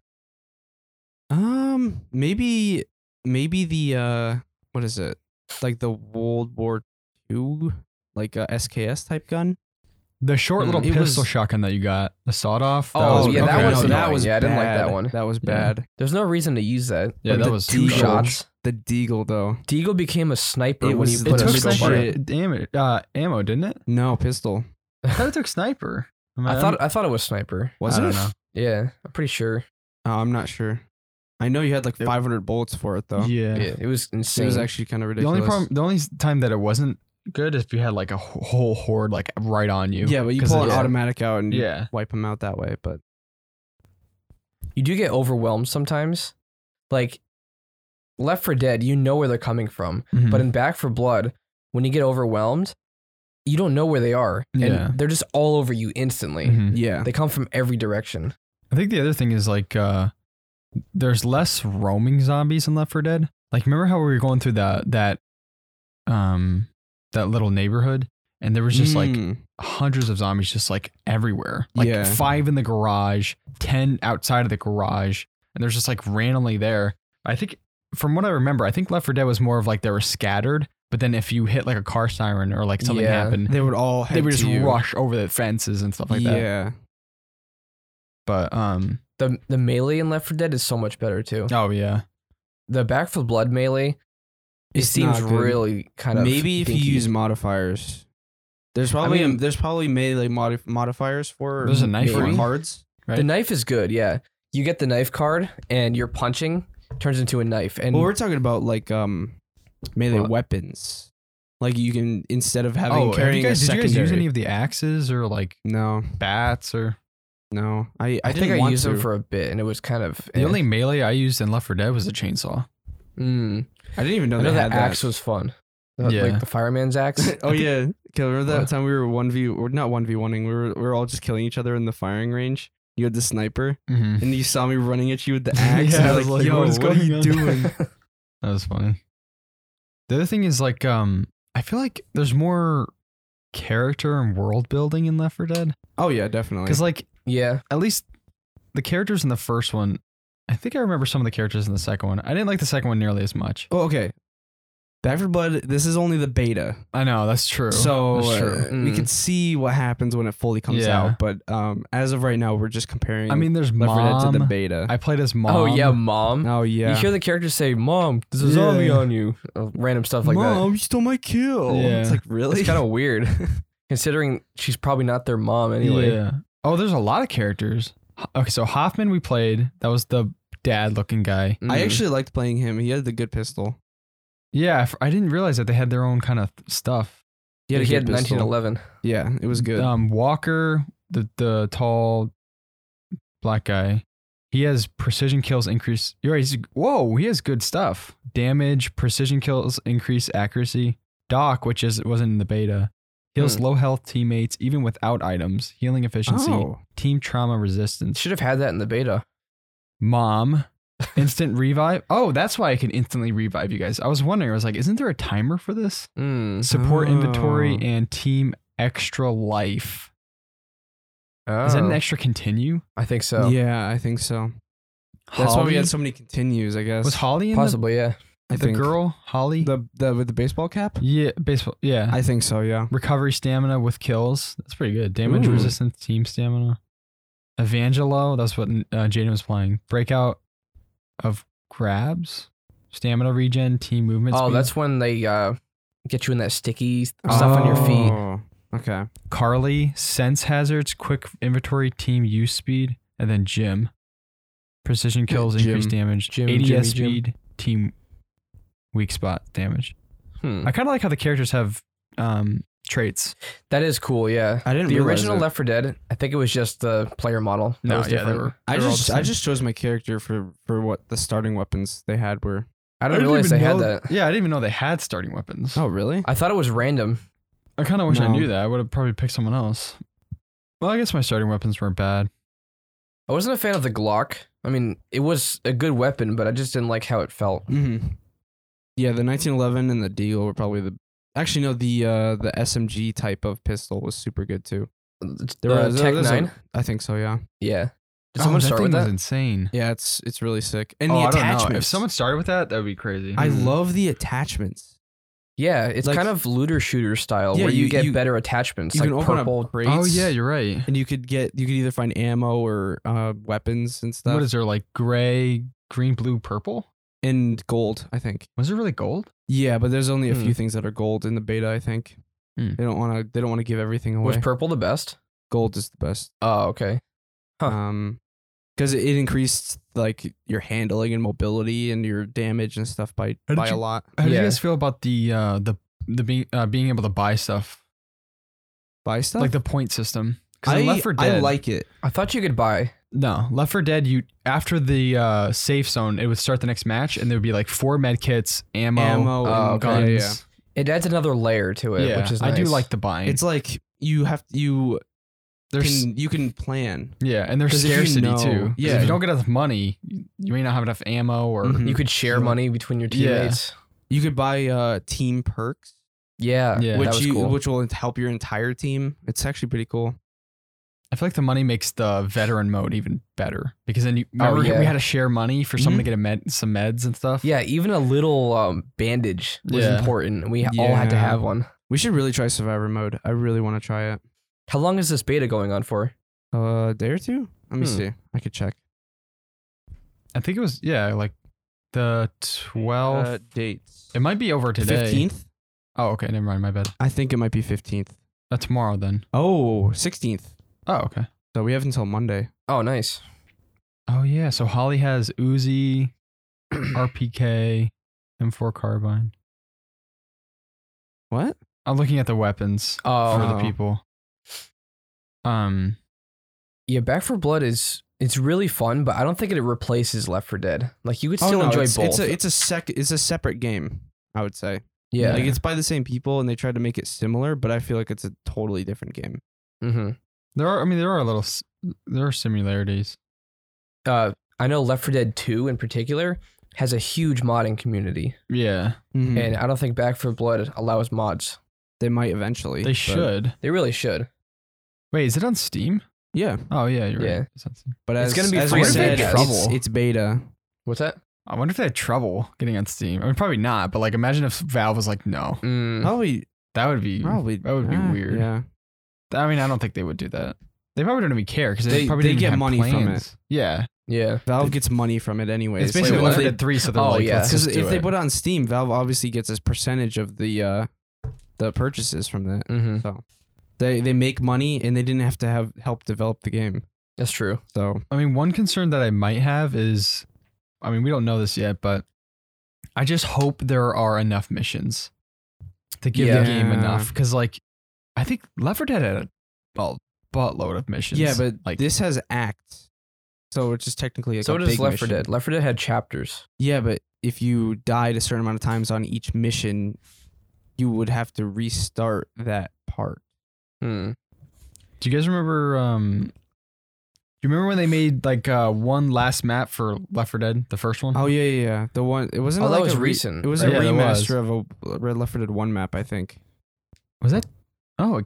[SPEAKER 1] Um, maybe, maybe the uh, what is it? Like the World War II, like a SKS type gun.
[SPEAKER 3] The short
[SPEAKER 2] Hmm,
[SPEAKER 3] little
[SPEAKER 1] it
[SPEAKER 3] pistol
[SPEAKER 1] was-
[SPEAKER 3] shotgun that you got, the sawed off.
[SPEAKER 2] Oh, yeah, that
[SPEAKER 3] okay.
[SPEAKER 2] was-
[SPEAKER 1] no,
[SPEAKER 2] annoying. Yeah, I didn't like that
[SPEAKER 1] bad.
[SPEAKER 2] one.
[SPEAKER 1] That was
[SPEAKER 3] Yeah.
[SPEAKER 1] bad.
[SPEAKER 2] There's no reason to use that.
[SPEAKER 3] Yeah,
[SPEAKER 2] Like
[SPEAKER 3] that
[SPEAKER 2] the
[SPEAKER 3] was
[SPEAKER 2] two
[SPEAKER 3] Deagle.
[SPEAKER 2] shots.
[SPEAKER 1] The Deagle though,
[SPEAKER 2] Deagle became a sniper
[SPEAKER 1] It
[SPEAKER 2] when
[SPEAKER 1] was-
[SPEAKER 2] you
[SPEAKER 1] it
[SPEAKER 2] put
[SPEAKER 3] It
[SPEAKER 2] a
[SPEAKER 1] took
[SPEAKER 3] took
[SPEAKER 1] some
[SPEAKER 2] single bullet.
[SPEAKER 1] shit.
[SPEAKER 3] sniper damage, uh, ammo, didn't it?
[SPEAKER 1] no pistol.
[SPEAKER 3] I thought it took sniper. Am
[SPEAKER 2] I thought I thought it was sniper.
[SPEAKER 1] Was
[SPEAKER 3] I
[SPEAKER 1] it?
[SPEAKER 3] don't know.
[SPEAKER 2] Yeah, I'm pretty sure.
[SPEAKER 1] Oh, I'm not sure. I know you had like
[SPEAKER 3] It-
[SPEAKER 1] 500 bullets for it though.
[SPEAKER 3] Yeah.
[SPEAKER 2] Yeah, it was
[SPEAKER 1] It
[SPEAKER 2] insane.
[SPEAKER 1] was actually kind of
[SPEAKER 3] The
[SPEAKER 1] ridiculous.
[SPEAKER 3] only problem, the only time that it wasn't good is if you had like a wh- whole horde like right on you.
[SPEAKER 1] yeah, but you
[SPEAKER 3] 'Cause
[SPEAKER 1] pull an
[SPEAKER 3] it's-
[SPEAKER 1] automatic out and you
[SPEAKER 3] Yeah.
[SPEAKER 1] wipe them out that way. But
[SPEAKER 2] you do get overwhelmed sometimes. Like Left for Dead, you know where they're coming from,
[SPEAKER 1] Mm-hmm.
[SPEAKER 2] but in Back for Blood, when you get overwhelmed, you don't know where they are, and
[SPEAKER 3] Yeah.
[SPEAKER 2] they're just all over you instantly.
[SPEAKER 3] Mhm.
[SPEAKER 1] yeah,
[SPEAKER 2] They come from every direction.
[SPEAKER 3] I think the other thing is like uh, there's less roaming zombies in Left 4 Dead. Like remember how we were going through that that um that little neighborhood and there was just like
[SPEAKER 1] Mm.
[SPEAKER 3] hundreds of zombies just like everywhere. Like
[SPEAKER 1] Yeah.
[SPEAKER 3] five in the garage, 10 outside of the garage, and there's just like randomly there. I think from what I remember, I think Left 4 Dead was more of like they were scattered, but then if you hit like a car siren or like something
[SPEAKER 2] Yeah.
[SPEAKER 3] happened,
[SPEAKER 1] they would all head
[SPEAKER 3] they would
[SPEAKER 1] to
[SPEAKER 3] just
[SPEAKER 1] you.
[SPEAKER 3] rush over the fences and stuff like that.
[SPEAKER 1] yeah,
[SPEAKER 3] But um
[SPEAKER 2] The the melee in Left for Dead is so much better too.
[SPEAKER 3] oh yeah.
[SPEAKER 2] The Back for Blood melee, it
[SPEAKER 1] It's
[SPEAKER 2] seems
[SPEAKER 1] not good.
[SPEAKER 2] really kind of
[SPEAKER 1] maybe if
[SPEAKER 2] dinky.
[SPEAKER 1] you use modifiers. There's probably
[SPEAKER 2] mean-
[SPEAKER 1] there's probably melee modi- modifiers for
[SPEAKER 3] There's a knife
[SPEAKER 1] for
[SPEAKER 3] one.
[SPEAKER 1] cards.
[SPEAKER 3] Right?
[SPEAKER 2] the knife is good. Yeah, you get the knife card, and your punching turns into a knife, and
[SPEAKER 1] Well, we're talking about like um melee
[SPEAKER 2] What?
[SPEAKER 1] weapons. Like you can instead of having
[SPEAKER 3] oh, have
[SPEAKER 1] carrying
[SPEAKER 3] you guys,
[SPEAKER 1] a
[SPEAKER 3] did you
[SPEAKER 1] secondary.
[SPEAKER 3] guys use any of the axes or like
[SPEAKER 1] no,
[SPEAKER 3] bats or
[SPEAKER 1] no. I I,
[SPEAKER 2] I think
[SPEAKER 1] didn't
[SPEAKER 2] I
[SPEAKER 1] want
[SPEAKER 2] used
[SPEAKER 1] to.
[SPEAKER 2] them for a bit, and it was kind of
[SPEAKER 3] the
[SPEAKER 2] eh.
[SPEAKER 3] only melee I used in Left 4 Dead was the chainsaw.
[SPEAKER 2] Mm.
[SPEAKER 1] I didn't even know
[SPEAKER 2] I
[SPEAKER 1] they
[SPEAKER 2] know
[SPEAKER 1] had
[SPEAKER 2] that
[SPEAKER 1] that.
[SPEAKER 2] axe was fun. The-
[SPEAKER 3] Yeah.
[SPEAKER 2] Like the fireman's axe.
[SPEAKER 1] oh yeah, Kill, remember that
[SPEAKER 3] What?
[SPEAKER 1] time we were one v or not one v oneing. We were we were all just killing each other in the firing range. You had the sniper,
[SPEAKER 3] Mm-hmm.
[SPEAKER 1] and you saw me running at you with the axe.
[SPEAKER 3] Yeah,
[SPEAKER 1] and you're
[SPEAKER 3] I was like,
[SPEAKER 1] yo,
[SPEAKER 3] what is
[SPEAKER 1] what are
[SPEAKER 3] going
[SPEAKER 1] you
[SPEAKER 3] on?"
[SPEAKER 1] doing?
[SPEAKER 3] That was funny. The other thing is like um I feel like there's more character and world building in Left 4 Dead
[SPEAKER 1] oh yeah, definitely.
[SPEAKER 3] cuz like
[SPEAKER 2] Yeah.
[SPEAKER 3] at least the characters in the first one I think I remember some of the characters in the second one. I didn't like the second one nearly as much.
[SPEAKER 1] Oh, okay. Back for Blood, this is only the beta.
[SPEAKER 3] I know, that's true.
[SPEAKER 1] So
[SPEAKER 3] That's true.
[SPEAKER 1] uh, we
[SPEAKER 2] Mm.
[SPEAKER 1] can see what happens when it fully comes
[SPEAKER 3] Yeah.
[SPEAKER 1] out. But um, as of right now, we're just comparing
[SPEAKER 3] I mean there's
[SPEAKER 1] Left 4 Dead
[SPEAKER 3] mom.
[SPEAKER 1] to the beta.
[SPEAKER 3] I played as mom.
[SPEAKER 2] Oh yeah, mom.
[SPEAKER 1] oh, yeah.
[SPEAKER 2] You hear the characters say, "Mom, there's a
[SPEAKER 3] Yeah.
[SPEAKER 2] zombie on you." Uh, Random stuff like
[SPEAKER 1] Mom, you stole my kill.
[SPEAKER 3] Yeah.
[SPEAKER 1] It's like,
[SPEAKER 2] that.
[SPEAKER 1] really?
[SPEAKER 2] It's kind of weird, considering she's probably not their mom anyway.
[SPEAKER 3] Yeah. Oh, there's a lot of characters. Ho- Okay, so Hoffman we played. That was the dad looking guy.
[SPEAKER 2] Mm.
[SPEAKER 1] I actually liked playing him. He had the good pistol.
[SPEAKER 3] Yeah, I f- I didn't realize that they had their own kind of stuff.
[SPEAKER 1] a
[SPEAKER 2] yeah, he
[SPEAKER 1] good
[SPEAKER 2] had
[SPEAKER 1] pistol.
[SPEAKER 2] 1911.
[SPEAKER 1] Yeah, it was good.
[SPEAKER 3] Um, Walker, the the tall black guy, he has precision kills increase. You're right, he's, whoa, he has good stuff. Damage, precision kills increase accuracy. Doc, which is wasn't in the beta, heals
[SPEAKER 2] Hmm.
[SPEAKER 3] low health teammates even without items. Healing efficiency,
[SPEAKER 1] oh,
[SPEAKER 3] team trauma resistance.
[SPEAKER 2] Should have had that in the beta.
[SPEAKER 3] Mom, instant revive. Oh, that's why I can instantly revive you guys. I was wondering. I was like, isn't there a timer for this?
[SPEAKER 2] Mm.
[SPEAKER 3] Support
[SPEAKER 1] Oh.
[SPEAKER 3] inventory and team extra life. Is that an
[SPEAKER 2] Oh,
[SPEAKER 3] extra continue?
[SPEAKER 2] I think so.
[SPEAKER 1] yeah, I think so. That's why we had so many continues. I guess
[SPEAKER 3] Was Holly in the,
[SPEAKER 2] Possibly, yeah.
[SPEAKER 1] I
[SPEAKER 3] the
[SPEAKER 1] think.
[SPEAKER 3] girl? Holly.
[SPEAKER 1] the the with the baseball cap.
[SPEAKER 3] yeah, baseball. Yeah,
[SPEAKER 1] I think so. Yeah.
[SPEAKER 3] recovery stamina with kills. That's pretty good. Damage
[SPEAKER 1] Ooh.
[SPEAKER 3] resistance, team stamina. Evangelo. That's what uh, Jaden was playing. Breakout of grabs. Stamina regen, team movement.
[SPEAKER 2] Oh,
[SPEAKER 3] speed.
[SPEAKER 2] that's when they uh, get you in that sticky stuff on your feet.
[SPEAKER 1] Oh, Okay.
[SPEAKER 3] Carly, sense hazards, quick inventory, team use speed, and then Jim. Precision kills,
[SPEAKER 1] Jim.
[SPEAKER 3] increased damage,
[SPEAKER 2] Jim,
[SPEAKER 3] ADS
[SPEAKER 2] Jimmy, Jim.
[SPEAKER 3] speed, team weak spot damage.
[SPEAKER 2] Hmm.
[SPEAKER 3] I kind of like how the characters have um, traits.
[SPEAKER 2] That is cool, yeah.
[SPEAKER 1] I didn't
[SPEAKER 2] The
[SPEAKER 1] realize
[SPEAKER 2] original
[SPEAKER 1] it.
[SPEAKER 2] Left 4 Dead, I think it was just the player model. That
[SPEAKER 3] No,
[SPEAKER 2] was
[SPEAKER 3] yeah, they
[SPEAKER 2] different.
[SPEAKER 3] were-
[SPEAKER 1] I
[SPEAKER 3] they're all
[SPEAKER 1] just
[SPEAKER 3] the
[SPEAKER 1] I
[SPEAKER 3] same.
[SPEAKER 1] just chose my character for for what the starting weapons they had were.
[SPEAKER 2] I didn't realize they
[SPEAKER 3] even
[SPEAKER 2] had
[SPEAKER 3] know-
[SPEAKER 2] that.
[SPEAKER 3] Yeah, I didn't even know they had starting weapons.
[SPEAKER 1] Oh really?
[SPEAKER 2] I thought it was random.
[SPEAKER 3] I kind of wish I
[SPEAKER 1] No.
[SPEAKER 3] knew that. I would have probably picked someone else. Well, I guess my starting weapons weren't bad.
[SPEAKER 2] I wasn't a fan of the Glock. I mean, it was a good weapon, but I just didn't like how it felt.
[SPEAKER 1] Mm-hmm. Yeah, the 1911 and the Deagle were probably the. Actually, no, the uh, the SMG type of pistol was super good too.
[SPEAKER 2] There uh,
[SPEAKER 1] was
[SPEAKER 2] Tech 9?
[SPEAKER 1] I think so. Yeah.
[SPEAKER 2] yeah. Did
[SPEAKER 3] Oh,
[SPEAKER 2] someone
[SPEAKER 3] that
[SPEAKER 2] start with
[SPEAKER 3] thing was
[SPEAKER 2] that?
[SPEAKER 3] insane.
[SPEAKER 1] Yeah, it's it's really sick. And
[SPEAKER 3] oh,
[SPEAKER 1] the
[SPEAKER 3] I don't
[SPEAKER 1] attachments.
[SPEAKER 3] know. If someone started with that, that would be crazy.
[SPEAKER 1] I
[SPEAKER 2] Hmm.
[SPEAKER 1] love the attachments.
[SPEAKER 2] Yeah, it's
[SPEAKER 1] Like-
[SPEAKER 2] kind of looter shooter style
[SPEAKER 1] Yeah,
[SPEAKER 2] where you,
[SPEAKER 1] you-
[SPEAKER 2] get
[SPEAKER 1] you-
[SPEAKER 2] better attachments,
[SPEAKER 1] You
[SPEAKER 2] like
[SPEAKER 1] can open
[SPEAKER 2] purple.
[SPEAKER 1] up crates.
[SPEAKER 3] oh yeah, you're right.
[SPEAKER 1] and you could get you could either find ammo or uh, weapons and stuff.
[SPEAKER 3] What is there like gray, green, blue, purple?
[SPEAKER 1] and gold? I think.
[SPEAKER 3] Was it really gold?
[SPEAKER 1] Yeah, but there's only a
[SPEAKER 2] Hmm.
[SPEAKER 1] few things that are gold in the beta. I think
[SPEAKER 3] Hmm.
[SPEAKER 1] they don't want to. They don't want to give everything away.
[SPEAKER 2] Was purple the best?
[SPEAKER 1] gold is the best.
[SPEAKER 2] Oh, okay. Huh.
[SPEAKER 1] Um 'cause because it, it increased like your handling and mobility and your damage and stuff by
[SPEAKER 3] How did
[SPEAKER 1] by
[SPEAKER 3] you-
[SPEAKER 1] a lot.
[SPEAKER 3] How do
[SPEAKER 2] Yeah.
[SPEAKER 3] you guys feel about the uh, the the being uh, being able to buy stuff
[SPEAKER 1] Buy stuff
[SPEAKER 3] like the point system? 'Cause
[SPEAKER 1] I
[SPEAKER 3] in Left 4 Dead,
[SPEAKER 1] I like it.
[SPEAKER 2] I thought you could buy.
[SPEAKER 3] no Left 4 Dead. You after the uh, safe zone, it would start the next match, and there would be like four med kits, ammo, uh,
[SPEAKER 1] Ammo
[SPEAKER 2] oh,
[SPEAKER 1] and
[SPEAKER 3] guns.
[SPEAKER 1] guns.
[SPEAKER 2] It adds another layer to it,
[SPEAKER 3] Yeah,
[SPEAKER 2] which is
[SPEAKER 3] I do
[SPEAKER 2] nice.
[SPEAKER 3] like the buying.
[SPEAKER 1] It's like you have you
[SPEAKER 3] there's
[SPEAKER 1] can you can plan.
[SPEAKER 3] yeah, and there's
[SPEAKER 1] 'Cause if you
[SPEAKER 3] scarcity
[SPEAKER 1] know-
[SPEAKER 3] too. 'Cause
[SPEAKER 1] yeah.
[SPEAKER 3] if you don't get enough money, you may not have enough ammo or
[SPEAKER 1] Mhm.
[SPEAKER 2] You could share
[SPEAKER 1] Yeah.
[SPEAKER 2] money between your
[SPEAKER 3] Yeah.
[SPEAKER 2] teammates.
[SPEAKER 1] You could buy uh team perks,
[SPEAKER 2] Yeah,
[SPEAKER 3] Yeah.
[SPEAKER 2] that
[SPEAKER 1] which
[SPEAKER 2] was
[SPEAKER 1] you
[SPEAKER 2] cool.
[SPEAKER 1] which will help your entire team. It's actually pretty cool.
[SPEAKER 3] I feel like the money makes the veteran mode even better because then you
[SPEAKER 2] Oh,
[SPEAKER 3] remember
[SPEAKER 2] yeah. Mm-hmm.
[SPEAKER 3] we had to share money for someone to get a med, some meds and stuff.
[SPEAKER 2] yeah, even a little um, bandage was
[SPEAKER 3] Yeah.
[SPEAKER 2] important. We all had to
[SPEAKER 1] Yeah.
[SPEAKER 2] have one.
[SPEAKER 1] We should really try survivor mode. I really want to try it. Uh,
[SPEAKER 2] How long is this beta going on for?
[SPEAKER 1] A day or two? Let me
[SPEAKER 2] Hmm.
[SPEAKER 1] see. I could check.
[SPEAKER 3] I think it was yeah, like the 12th.
[SPEAKER 1] Uh, dates.
[SPEAKER 3] it might be over today.
[SPEAKER 1] Fifteenth?
[SPEAKER 3] Oh, okay, never mind. My bad.
[SPEAKER 1] I think it might be fifteenth.
[SPEAKER 3] Uh, tomorrow then.
[SPEAKER 1] Oh, 16th.
[SPEAKER 3] Oh, okay.
[SPEAKER 1] So we have until Monday.
[SPEAKER 2] Oh, nice.
[SPEAKER 3] Oh yeah. So Holly has Uzi, RPK, M4 carbine.
[SPEAKER 1] What?
[SPEAKER 3] I'm looking at the weapons
[SPEAKER 2] Oh,
[SPEAKER 3] for the
[SPEAKER 1] Oh.
[SPEAKER 3] people. Um,
[SPEAKER 2] yeah. Back for Blood is it's really fun, but I don't think it replaces Left for Dead. Like you could
[SPEAKER 1] Oh,
[SPEAKER 2] still
[SPEAKER 1] no,
[SPEAKER 2] enjoy
[SPEAKER 1] it's,
[SPEAKER 2] both.
[SPEAKER 1] It's a it's a sec it's a separate game. I would say.
[SPEAKER 2] yeah.
[SPEAKER 1] Like it's by the same people and they tried to make it similar, but I feel like it's a totally different game.
[SPEAKER 2] hmm
[SPEAKER 3] there are. I mean, there are little. s- There are similarities.
[SPEAKER 2] uh, I know Left for Dead Two in particular has a huge modding community,
[SPEAKER 3] Yeah,
[SPEAKER 1] Hmm. Mm-hmm.
[SPEAKER 2] and I don't think Back for Blood allows mods.
[SPEAKER 1] they might eventually.
[SPEAKER 3] they
[SPEAKER 1] but-
[SPEAKER 3] should.
[SPEAKER 2] They really should.
[SPEAKER 3] Wait, is it on Steam?
[SPEAKER 1] Yeah.
[SPEAKER 3] Oh yeah, you're
[SPEAKER 2] Yeah.
[SPEAKER 3] right. It's on Steam.
[SPEAKER 1] But
[SPEAKER 2] It's
[SPEAKER 1] as,
[SPEAKER 2] gonna be
[SPEAKER 1] as
[SPEAKER 2] free
[SPEAKER 1] we
[SPEAKER 2] to
[SPEAKER 1] said,
[SPEAKER 2] beta.
[SPEAKER 1] it's, it's beta.
[SPEAKER 2] What's that?
[SPEAKER 3] I wonder if they had trouble getting on Steam. I mean, probably not, but like, imagine if Valve was like, no,
[SPEAKER 2] Mm,
[SPEAKER 1] Probably
[SPEAKER 3] that would be
[SPEAKER 1] probably
[SPEAKER 3] that would be
[SPEAKER 1] ah,
[SPEAKER 3] weird.
[SPEAKER 1] Yeah.
[SPEAKER 3] I mean, I don't think they would do that. They probably don't even care because they,
[SPEAKER 1] They-
[SPEAKER 3] probably
[SPEAKER 1] they
[SPEAKER 3] didn't
[SPEAKER 1] get
[SPEAKER 3] have
[SPEAKER 1] money from
[SPEAKER 3] plans. Yeah,
[SPEAKER 2] yeah.
[SPEAKER 1] Valve gets money from it anyways.
[SPEAKER 3] it's basically
[SPEAKER 2] wait,
[SPEAKER 3] Left
[SPEAKER 2] what?
[SPEAKER 3] 4 Dead Three, so they're
[SPEAKER 2] Oh,
[SPEAKER 3] like,
[SPEAKER 2] yeah.
[SPEAKER 3] let's
[SPEAKER 1] because
[SPEAKER 3] just
[SPEAKER 1] if
[SPEAKER 3] do
[SPEAKER 1] they
[SPEAKER 3] it.
[SPEAKER 1] put it on Steam, Valve obviously gets his percentage of the uh the purchases from that.
[SPEAKER 3] Mm-hmm.
[SPEAKER 2] hmm
[SPEAKER 1] So they they make money and they didn't have to have help develop the game.
[SPEAKER 2] That's true.
[SPEAKER 1] So
[SPEAKER 3] I mean, one concern that I might have is I mean, we don't know this yet, but I just hope there are enough missions to give
[SPEAKER 2] Yeah.
[SPEAKER 3] the game enough. Because like, I think Left 4 Dead had a bu- buttload of missions.
[SPEAKER 1] Yeah, but
[SPEAKER 3] like
[SPEAKER 1] this has acts, so which is technically like
[SPEAKER 2] so
[SPEAKER 1] a
[SPEAKER 2] does
[SPEAKER 1] big
[SPEAKER 2] Left 4
[SPEAKER 1] mission.
[SPEAKER 2] Dead. Left 4 Dead had chapters.
[SPEAKER 1] Yeah, but if you died a certain amount of times on each mission, you would have to restart that part.
[SPEAKER 2] Hmm.
[SPEAKER 3] Do you guys remember? Um, do you remember when they made like uh, one last map for Left 4 Dead, the first one?
[SPEAKER 1] Oh yeah, yeah, yeah. The one it wasn't
[SPEAKER 2] Oh,
[SPEAKER 1] it
[SPEAKER 2] that
[SPEAKER 1] like
[SPEAKER 2] was
[SPEAKER 1] a re-
[SPEAKER 2] recent,
[SPEAKER 1] It was
[SPEAKER 3] right?
[SPEAKER 1] a
[SPEAKER 3] Yeah, that was.
[SPEAKER 1] remaster of a Red Left 4 Dead One map, I think.
[SPEAKER 3] was that? Oh, it-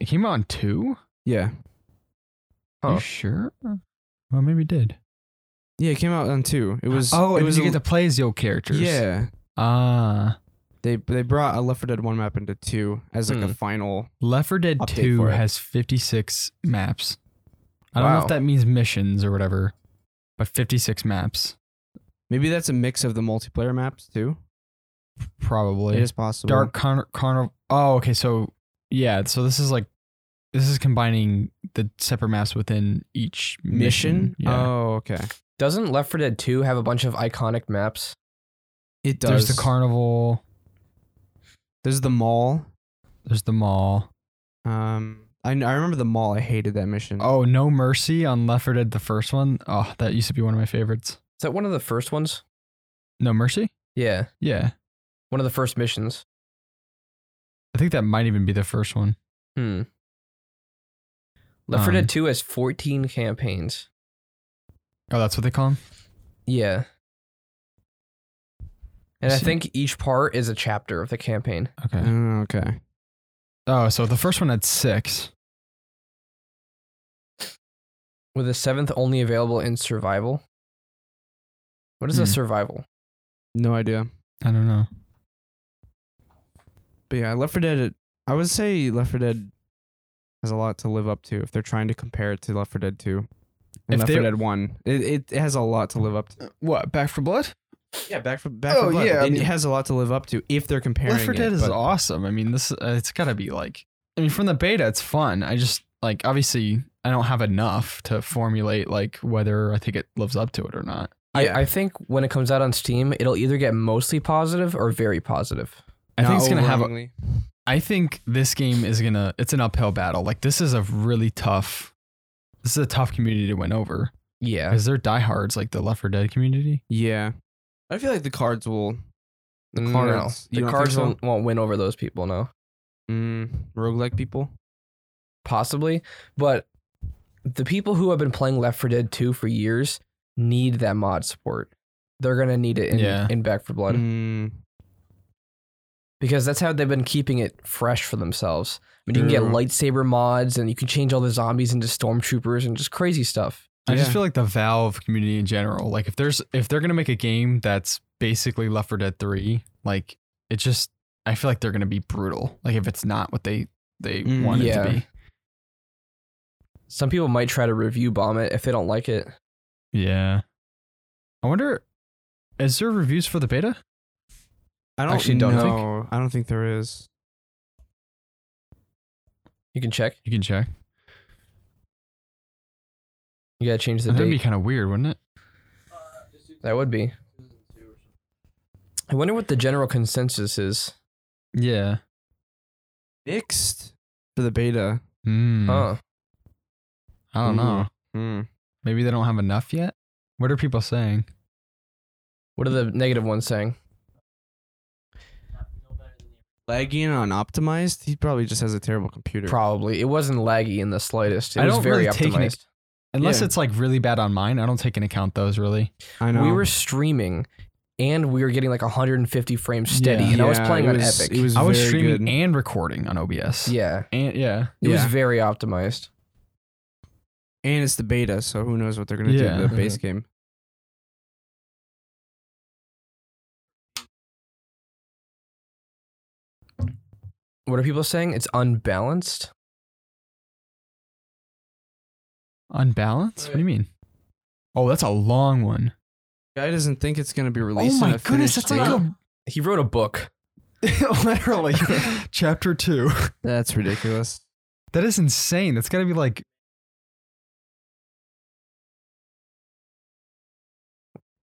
[SPEAKER 3] it came out on two.
[SPEAKER 1] Yeah,
[SPEAKER 2] Huh.
[SPEAKER 3] You sure? Well, maybe it did.
[SPEAKER 1] yeah. It came out on two. It was.
[SPEAKER 3] Oh,
[SPEAKER 1] it
[SPEAKER 3] and
[SPEAKER 1] was
[SPEAKER 3] you
[SPEAKER 1] a-
[SPEAKER 3] get to play as the old characters.
[SPEAKER 1] Yeah,
[SPEAKER 3] Ah,
[SPEAKER 1] they they brought a Left 4 Dead One map into two as like
[SPEAKER 2] Hmm.
[SPEAKER 1] a final.
[SPEAKER 3] Left 4 Dead
[SPEAKER 1] Update
[SPEAKER 3] 2
[SPEAKER 1] for it.
[SPEAKER 3] has 56 maps. I don't know
[SPEAKER 2] Wow.
[SPEAKER 3] if that means missions or whatever, but 56 maps
[SPEAKER 1] Maybe that's a mix of the multiplayer maps too.
[SPEAKER 3] probably.
[SPEAKER 1] It is possible.
[SPEAKER 3] Dark Carnival. oh, okay. So yeah, so this is like this is combining the separate maps within each
[SPEAKER 1] mission.
[SPEAKER 3] mission. Uh, Yeah.
[SPEAKER 1] Oh, okay.
[SPEAKER 2] Doesn't Left 4 Dead 2 have a bunch of iconic maps?
[SPEAKER 1] It does.
[SPEAKER 3] there's the carnival.
[SPEAKER 1] There's the mall.
[SPEAKER 3] There's the mall.
[SPEAKER 1] Um, I, kn- I remember the mall. I hated that mission.
[SPEAKER 3] Oh, No Mercy on Left 4 Dead, the first one. Oh, that used to be one of my favorites.
[SPEAKER 2] Is that one of the first ones?
[SPEAKER 3] No Mercy?
[SPEAKER 2] Yeah,
[SPEAKER 3] Yeah.
[SPEAKER 2] one of the first missions.
[SPEAKER 3] I think that might even be the first one.
[SPEAKER 2] Hmm. Left 4
[SPEAKER 3] Um,
[SPEAKER 2] Dead 2 has 14 campaigns.
[SPEAKER 3] Oh, that's what they call them?
[SPEAKER 2] Yeah. And I
[SPEAKER 3] See-
[SPEAKER 2] think each part is a chapter of the campaign.
[SPEAKER 3] Okay.
[SPEAKER 1] Oh, okay.
[SPEAKER 3] Oh, so the first one had six.
[SPEAKER 2] with the seventh only available in survival. What is a
[SPEAKER 3] Hmm.
[SPEAKER 2] survival?
[SPEAKER 1] No idea.
[SPEAKER 3] I don't know.
[SPEAKER 1] But yeah, Left 4 Dead. I would say Left 4 Dead has a lot to live up to if they're trying to compare it to Left 4 Dead 2 and
[SPEAKER 3] If
[SPEAKER 1] Left 4
[SPEAKER 3] they're-
[SPEAKER 1] Dead 1. It, it it has a lot to live up to.
[SPEAKER 3] What? Back for Blood?
[SPEAKER 1] Yeah, back for back
[SPEAKER 3] Oh,
[SPEAKER 1] for blood.
[SPEAKER 3] yeah, I
[SPEAKER 1] It-
[SPEAKER 3] mean-
[SPEAKER 1] it has a lot to live up to if they're comparing.
[SPEAKER 3] Left 4
[SPEAKER 1] it,
[SPEAKER 3] Dead is
[SPEAKER 1] but-
[SPEAKER 3] awesome. I mean, this uh, it's got to be like I mean, from the beta it's fun. I just like obviously I don't have enough to formulate like whether I think it lives up to it or not.
[SPEAKER 1] Yeah.
[SPEAKER 2] I, I think when it comes out on Steam, it'll either get mostly positive or very positive.
[SPEAKER 3] I think it's
[SPEAKER 1] Not
[SPEAKER 3] going to have a,
[SPEAKER 1] overwhelmingly.
[SPEAKER 3] I think this game is going to it's an uphill battle. Like this is a really tough this is a tough community to win over
[SPEAKER 2] Yeah.
[SPEAKER 3] because they're diehards like the Left 4 Dead community.
[SPEAKER 1] Yeah, I feel like the cards will. The
[SPEAKER 3] Mm,
[SPEAKER 2] Mm, No.
[SPEAKER 1] cards. you
[SPEAKER 2] The
[SPEAKER 1] don't
[SPEAKER 2] cards
[SPEAKER 1] think so?
[SPEAKER 2] won't, won't win over those people, no.
[SPEAKER 1] Mm, roguelike people.
[SPEAKER 2] Possibly. But the people who have been playing Left 4 Dead 2 for years need that mod support. They're going to need it in,
[SPEAKER 3] Yeah.
[SPEAKER 2] in Back for Blood.
[SPEAKER 1] Mm,
[SPEAKER 2] because that's how they've been keeping it fresh for themselves. I mean, you can get
[SPEAKER 1] True.
[SPEAKER 2] lightsaber mods and you can change all the zombies into stormtroopers and just crazy stuff.
[SPEAKER 3] I just
[SPEAKER 1] Yeah.
[SPEAKER 3] feel like the Valve community in general, like if there's if they're gonna make a game that's basically Left 4 Dead 3, like it just I feel like they're gonna be brutal. Like if it's not what they they
[SPEAKER 1] Mm,
[SPEAKER 3] want it
[SPEAKER 2] yeah.
[SPEAKER 3] to be.
[SPEAKER 2] Some people might try to review bomb it if they don't like it.
[SPEAKER 3] Yeah. I wonder is there reviews for the beta?
[SPEAKER 1] I don't
[SPEAKER 2] Actually, don't think-
[SPEAKER 1] know. I don't think there is.
[SPEAKER 2] You can check.
[SPEAKER 3] You can check.
[SPEAKER 2] You gotta change the
[SPEAKER 3] That'd be
[SPEAKER 2] date.
[SPEAKER 3] kind of weird, wouldn't it?
[SPEAKER 2] That would be. I wonder what the general consensus is.
[SPEAKER 3] Yeah.
[SPEAKER 1] Mixed for the beta.
[SPEAKER 3] Mm,
[SPEAKER 2] Huh.
[SPEAKER 3] I don't know.
[SPEAKER 1] Hmm.
[SPEAKER 3] Maybe they don't have enough yet. What are people saying?
[SPEAKER 2] What are the negative ones saying?
[SPEAKER 1] Laggy and unoptimized. He probably just has a terrible computer.
[SPEAKER 2] Probably. It wasn't laggy in the slightest. It
[SPEAKER 3] I
[SPEAKER 2] was
[SPEAKER 3] don't
[SPEAKER 2] very
[SPEAKER 3] really take an
[SPEAKER 2] optimized.
[SPEAKER 3] Unless
[SPEAKER 1] Yeah.
[SPEAKER 3] it's like really bad on mine, I don't take into account those really.
[SPEAKER 1] I know.
[SPEAKER 2] We were streaming and we were getting like 150 frames steady, and I was
[SPEAKER 1] Yeah,
[SPEAKER 2] playing
[SPEAKER 1] it
[SPEAKER 2] on
[SPEAKER 1] was-
[SPEAKER 2] Epic.
[SPEAKER 1] It was
[SPEAKER 3] I was
[SPEAKER 1] very
[SPEAKER 3] streaming
[SPEAKER 1] good.
[SPEAKER 3] and recording on OBS.
[SPEAKER 2] yeah.
[SPEAKER 3] And yeah.
[SPEAKER 2] It was
[SPEAKER 1] Yeah.
[SPEAKER 2] very optimized.
[SPEAKER 1] And it's the beta, so who knows what they're gonna
[SPEAKER 3] Yeah.
[SPEAKER 1] do to the base game.
[SPEAKER 2] What are people saying? It's unbalanced.
[SPEAKER 3] Unbalanced? What do you mean? Oh, that's a long one.
[SPEAKER 1] Guy doesn't think it's gonna be
[SPEAKER 2] Oh
[SPEAKER 1] released. in a finished state.
[SPEAKER 2] He wrote a book.
[SPEAKER 3] a literally chapter two.
[SPEAKER 1] That's ridiculous.
[SPEAKER 3] That is insane. That's gotta be like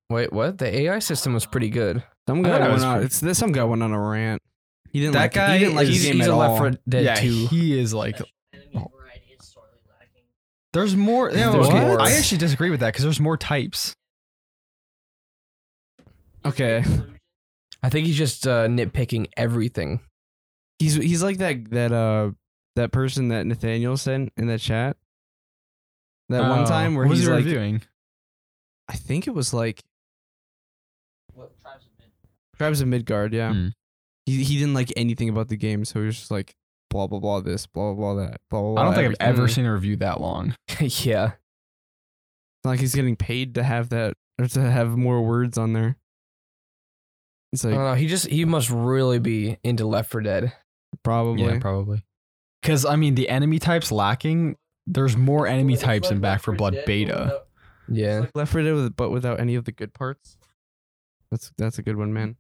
[SPEAKER 2] Wait, what? The AI system was pretty good.
[SPEAKER 1] Some
[SPEAKER 3] I
[SPEAKER 1] guy
[SPEAKER 3] thought it
[SPEAKER 1] went
[SPEAKER 3] was
[SPEAKER 1] on.
[SPEAKER 3] pretty-
[SPEAKER 1] It's this some guy went on a rant. He didn't
[SPEAKER 2] that
[SPEAKER 1] like.
[SPEAKER 2] guy,
[SPEAKER 1] he didn't like
[SPEAKER 2] he's,
[SPEAKER 1] the game
[SPEAKER 2] he's
[SPEAKER 1] at
[SPEAKER 2] a Left
[SPEAKER 1] all.
[SPEAKER 2] 4 Dead
[SPEAKER 3] yeah,
[SPEAKER 2] 2.
[SPEAKER 3] he is like.
[SPEAKER 4] variety is sorely lacking.
[SPEAKER 3] There's more. you know,
[SPEAKER 2] There's
[SPEAKER 3] okay,
[SPEAKER 2] more.
[SPEAKER 3] I actually disagree with that because there's more types.
[SPEAKER 1] Okay.
[SPEAKER 2] I think he's just uh, nitpicking everything.
[SPEAKER 1] He's he's like that that uh that person that Nathaniel sent in the chat. That one
[SPEAKER 3] Oh,
[SPEAKER 1] time where
[SPEAKER 3] what was
[SPEAKER 1] he's
[SPEAKER 3] he
[SPEAKER 1] like,
[SPEAKER 3] reviewing.
[SPEAKER 1] I think it was like
[SPEAKER 4] What tribes have been?
[SPEAKER 1] Tribes of Midgard. Yeah.
[SPEAKER 3] Hmm.
[SPEAKER 1] He he didn't like anything about the game, so he was just like blah blah blah this blah blah blah that blah blah. blah
[SPEAKER 3] I don't think I've
[SPEAKER 1] everything.
[SPEAKER 3] ever seen a review that long.
[SPEAKER 2] yeah.
[SPEAKER 1] It's not like he's getting paid to have that or to have more words on there. It's
[SPEAKER 2] I
[SPEAKER 1] like
[SPEAKER 3] Uh,
[SPEAKER 2] don't know. He just, he must really be into Left 4 Dead.
[SPEAKER 1] probably.
[SPEAKER 3] Yeah, probably. Because I mean, the enemy types lacking. There's more enemy types in Back for Blood beta.
[SPEAKER 2] Yeah.
[SPEAKER 1] Left 4 Dead with, but without any of the good parts. That's that's a good one, man.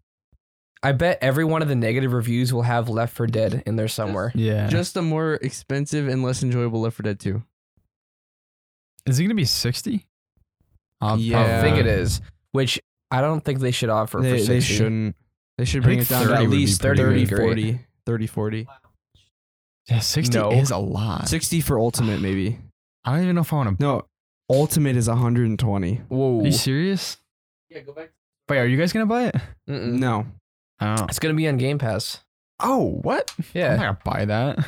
[SPEAKER 2] I bet every one of the negative reviews will have Left 4 Dead in there somewhere.
[SPEAKER 3] Yeah.
[SPEAKER 1] Just a more expensive and less enjoyable Left 4 Dead 2.
[SPEAKER 3] is it gonna be sixty?
[SPEAKER 1] Yeah.
[SPEAKER 2] I think it is, which I don't think they should offer for
[SPEAKER 1] They,
[SPEAKER 2] 60.
[SPEAKER 1] they shouldn't. They should
[SPEAKER 3] I
[SPEAKER 1] bring
[SPEAKER 3] think
[SPEAKER 1] it down to
[SPEAKER 3] 30
[SPEAKER 1] at
[SPEAKER 3] would be
[SPEAKER 1] least
[SPEAKER 3] pretty
[SPEAKER 1] 30,
[SPEAKER 2] good.
[SPEAKER 1] 40, 30, 40.
[SPEAKER 3] Yeah, sixty
[SPEAKER 1] No.
[SPEAKER 3] is a lot.
[SPEAKER 1] 60 for ultimate, maybe.
[SPEAKER 3] I don't even know if I want to.
[SPEAKER 1] No, ultimate is 120.
[SPEAKER 2] Whoa.
[SPEAKER 3] Are you serious?
[SPEAKER 4] Yeah, go back.
[SPEAKER 3] Wait, are you guys gonna buy it?
[SPEAKER 2] Mm-mm.
[SPEAKER 1] No.
[SPEAKER 3] Oh,
[SPEAKER 2] It's going to be on Game Pass.
[SPEAKER 3] oh what? I'm
[SPEAKER 2] Yeah.
[SPEAKER 3] not gonna buy that,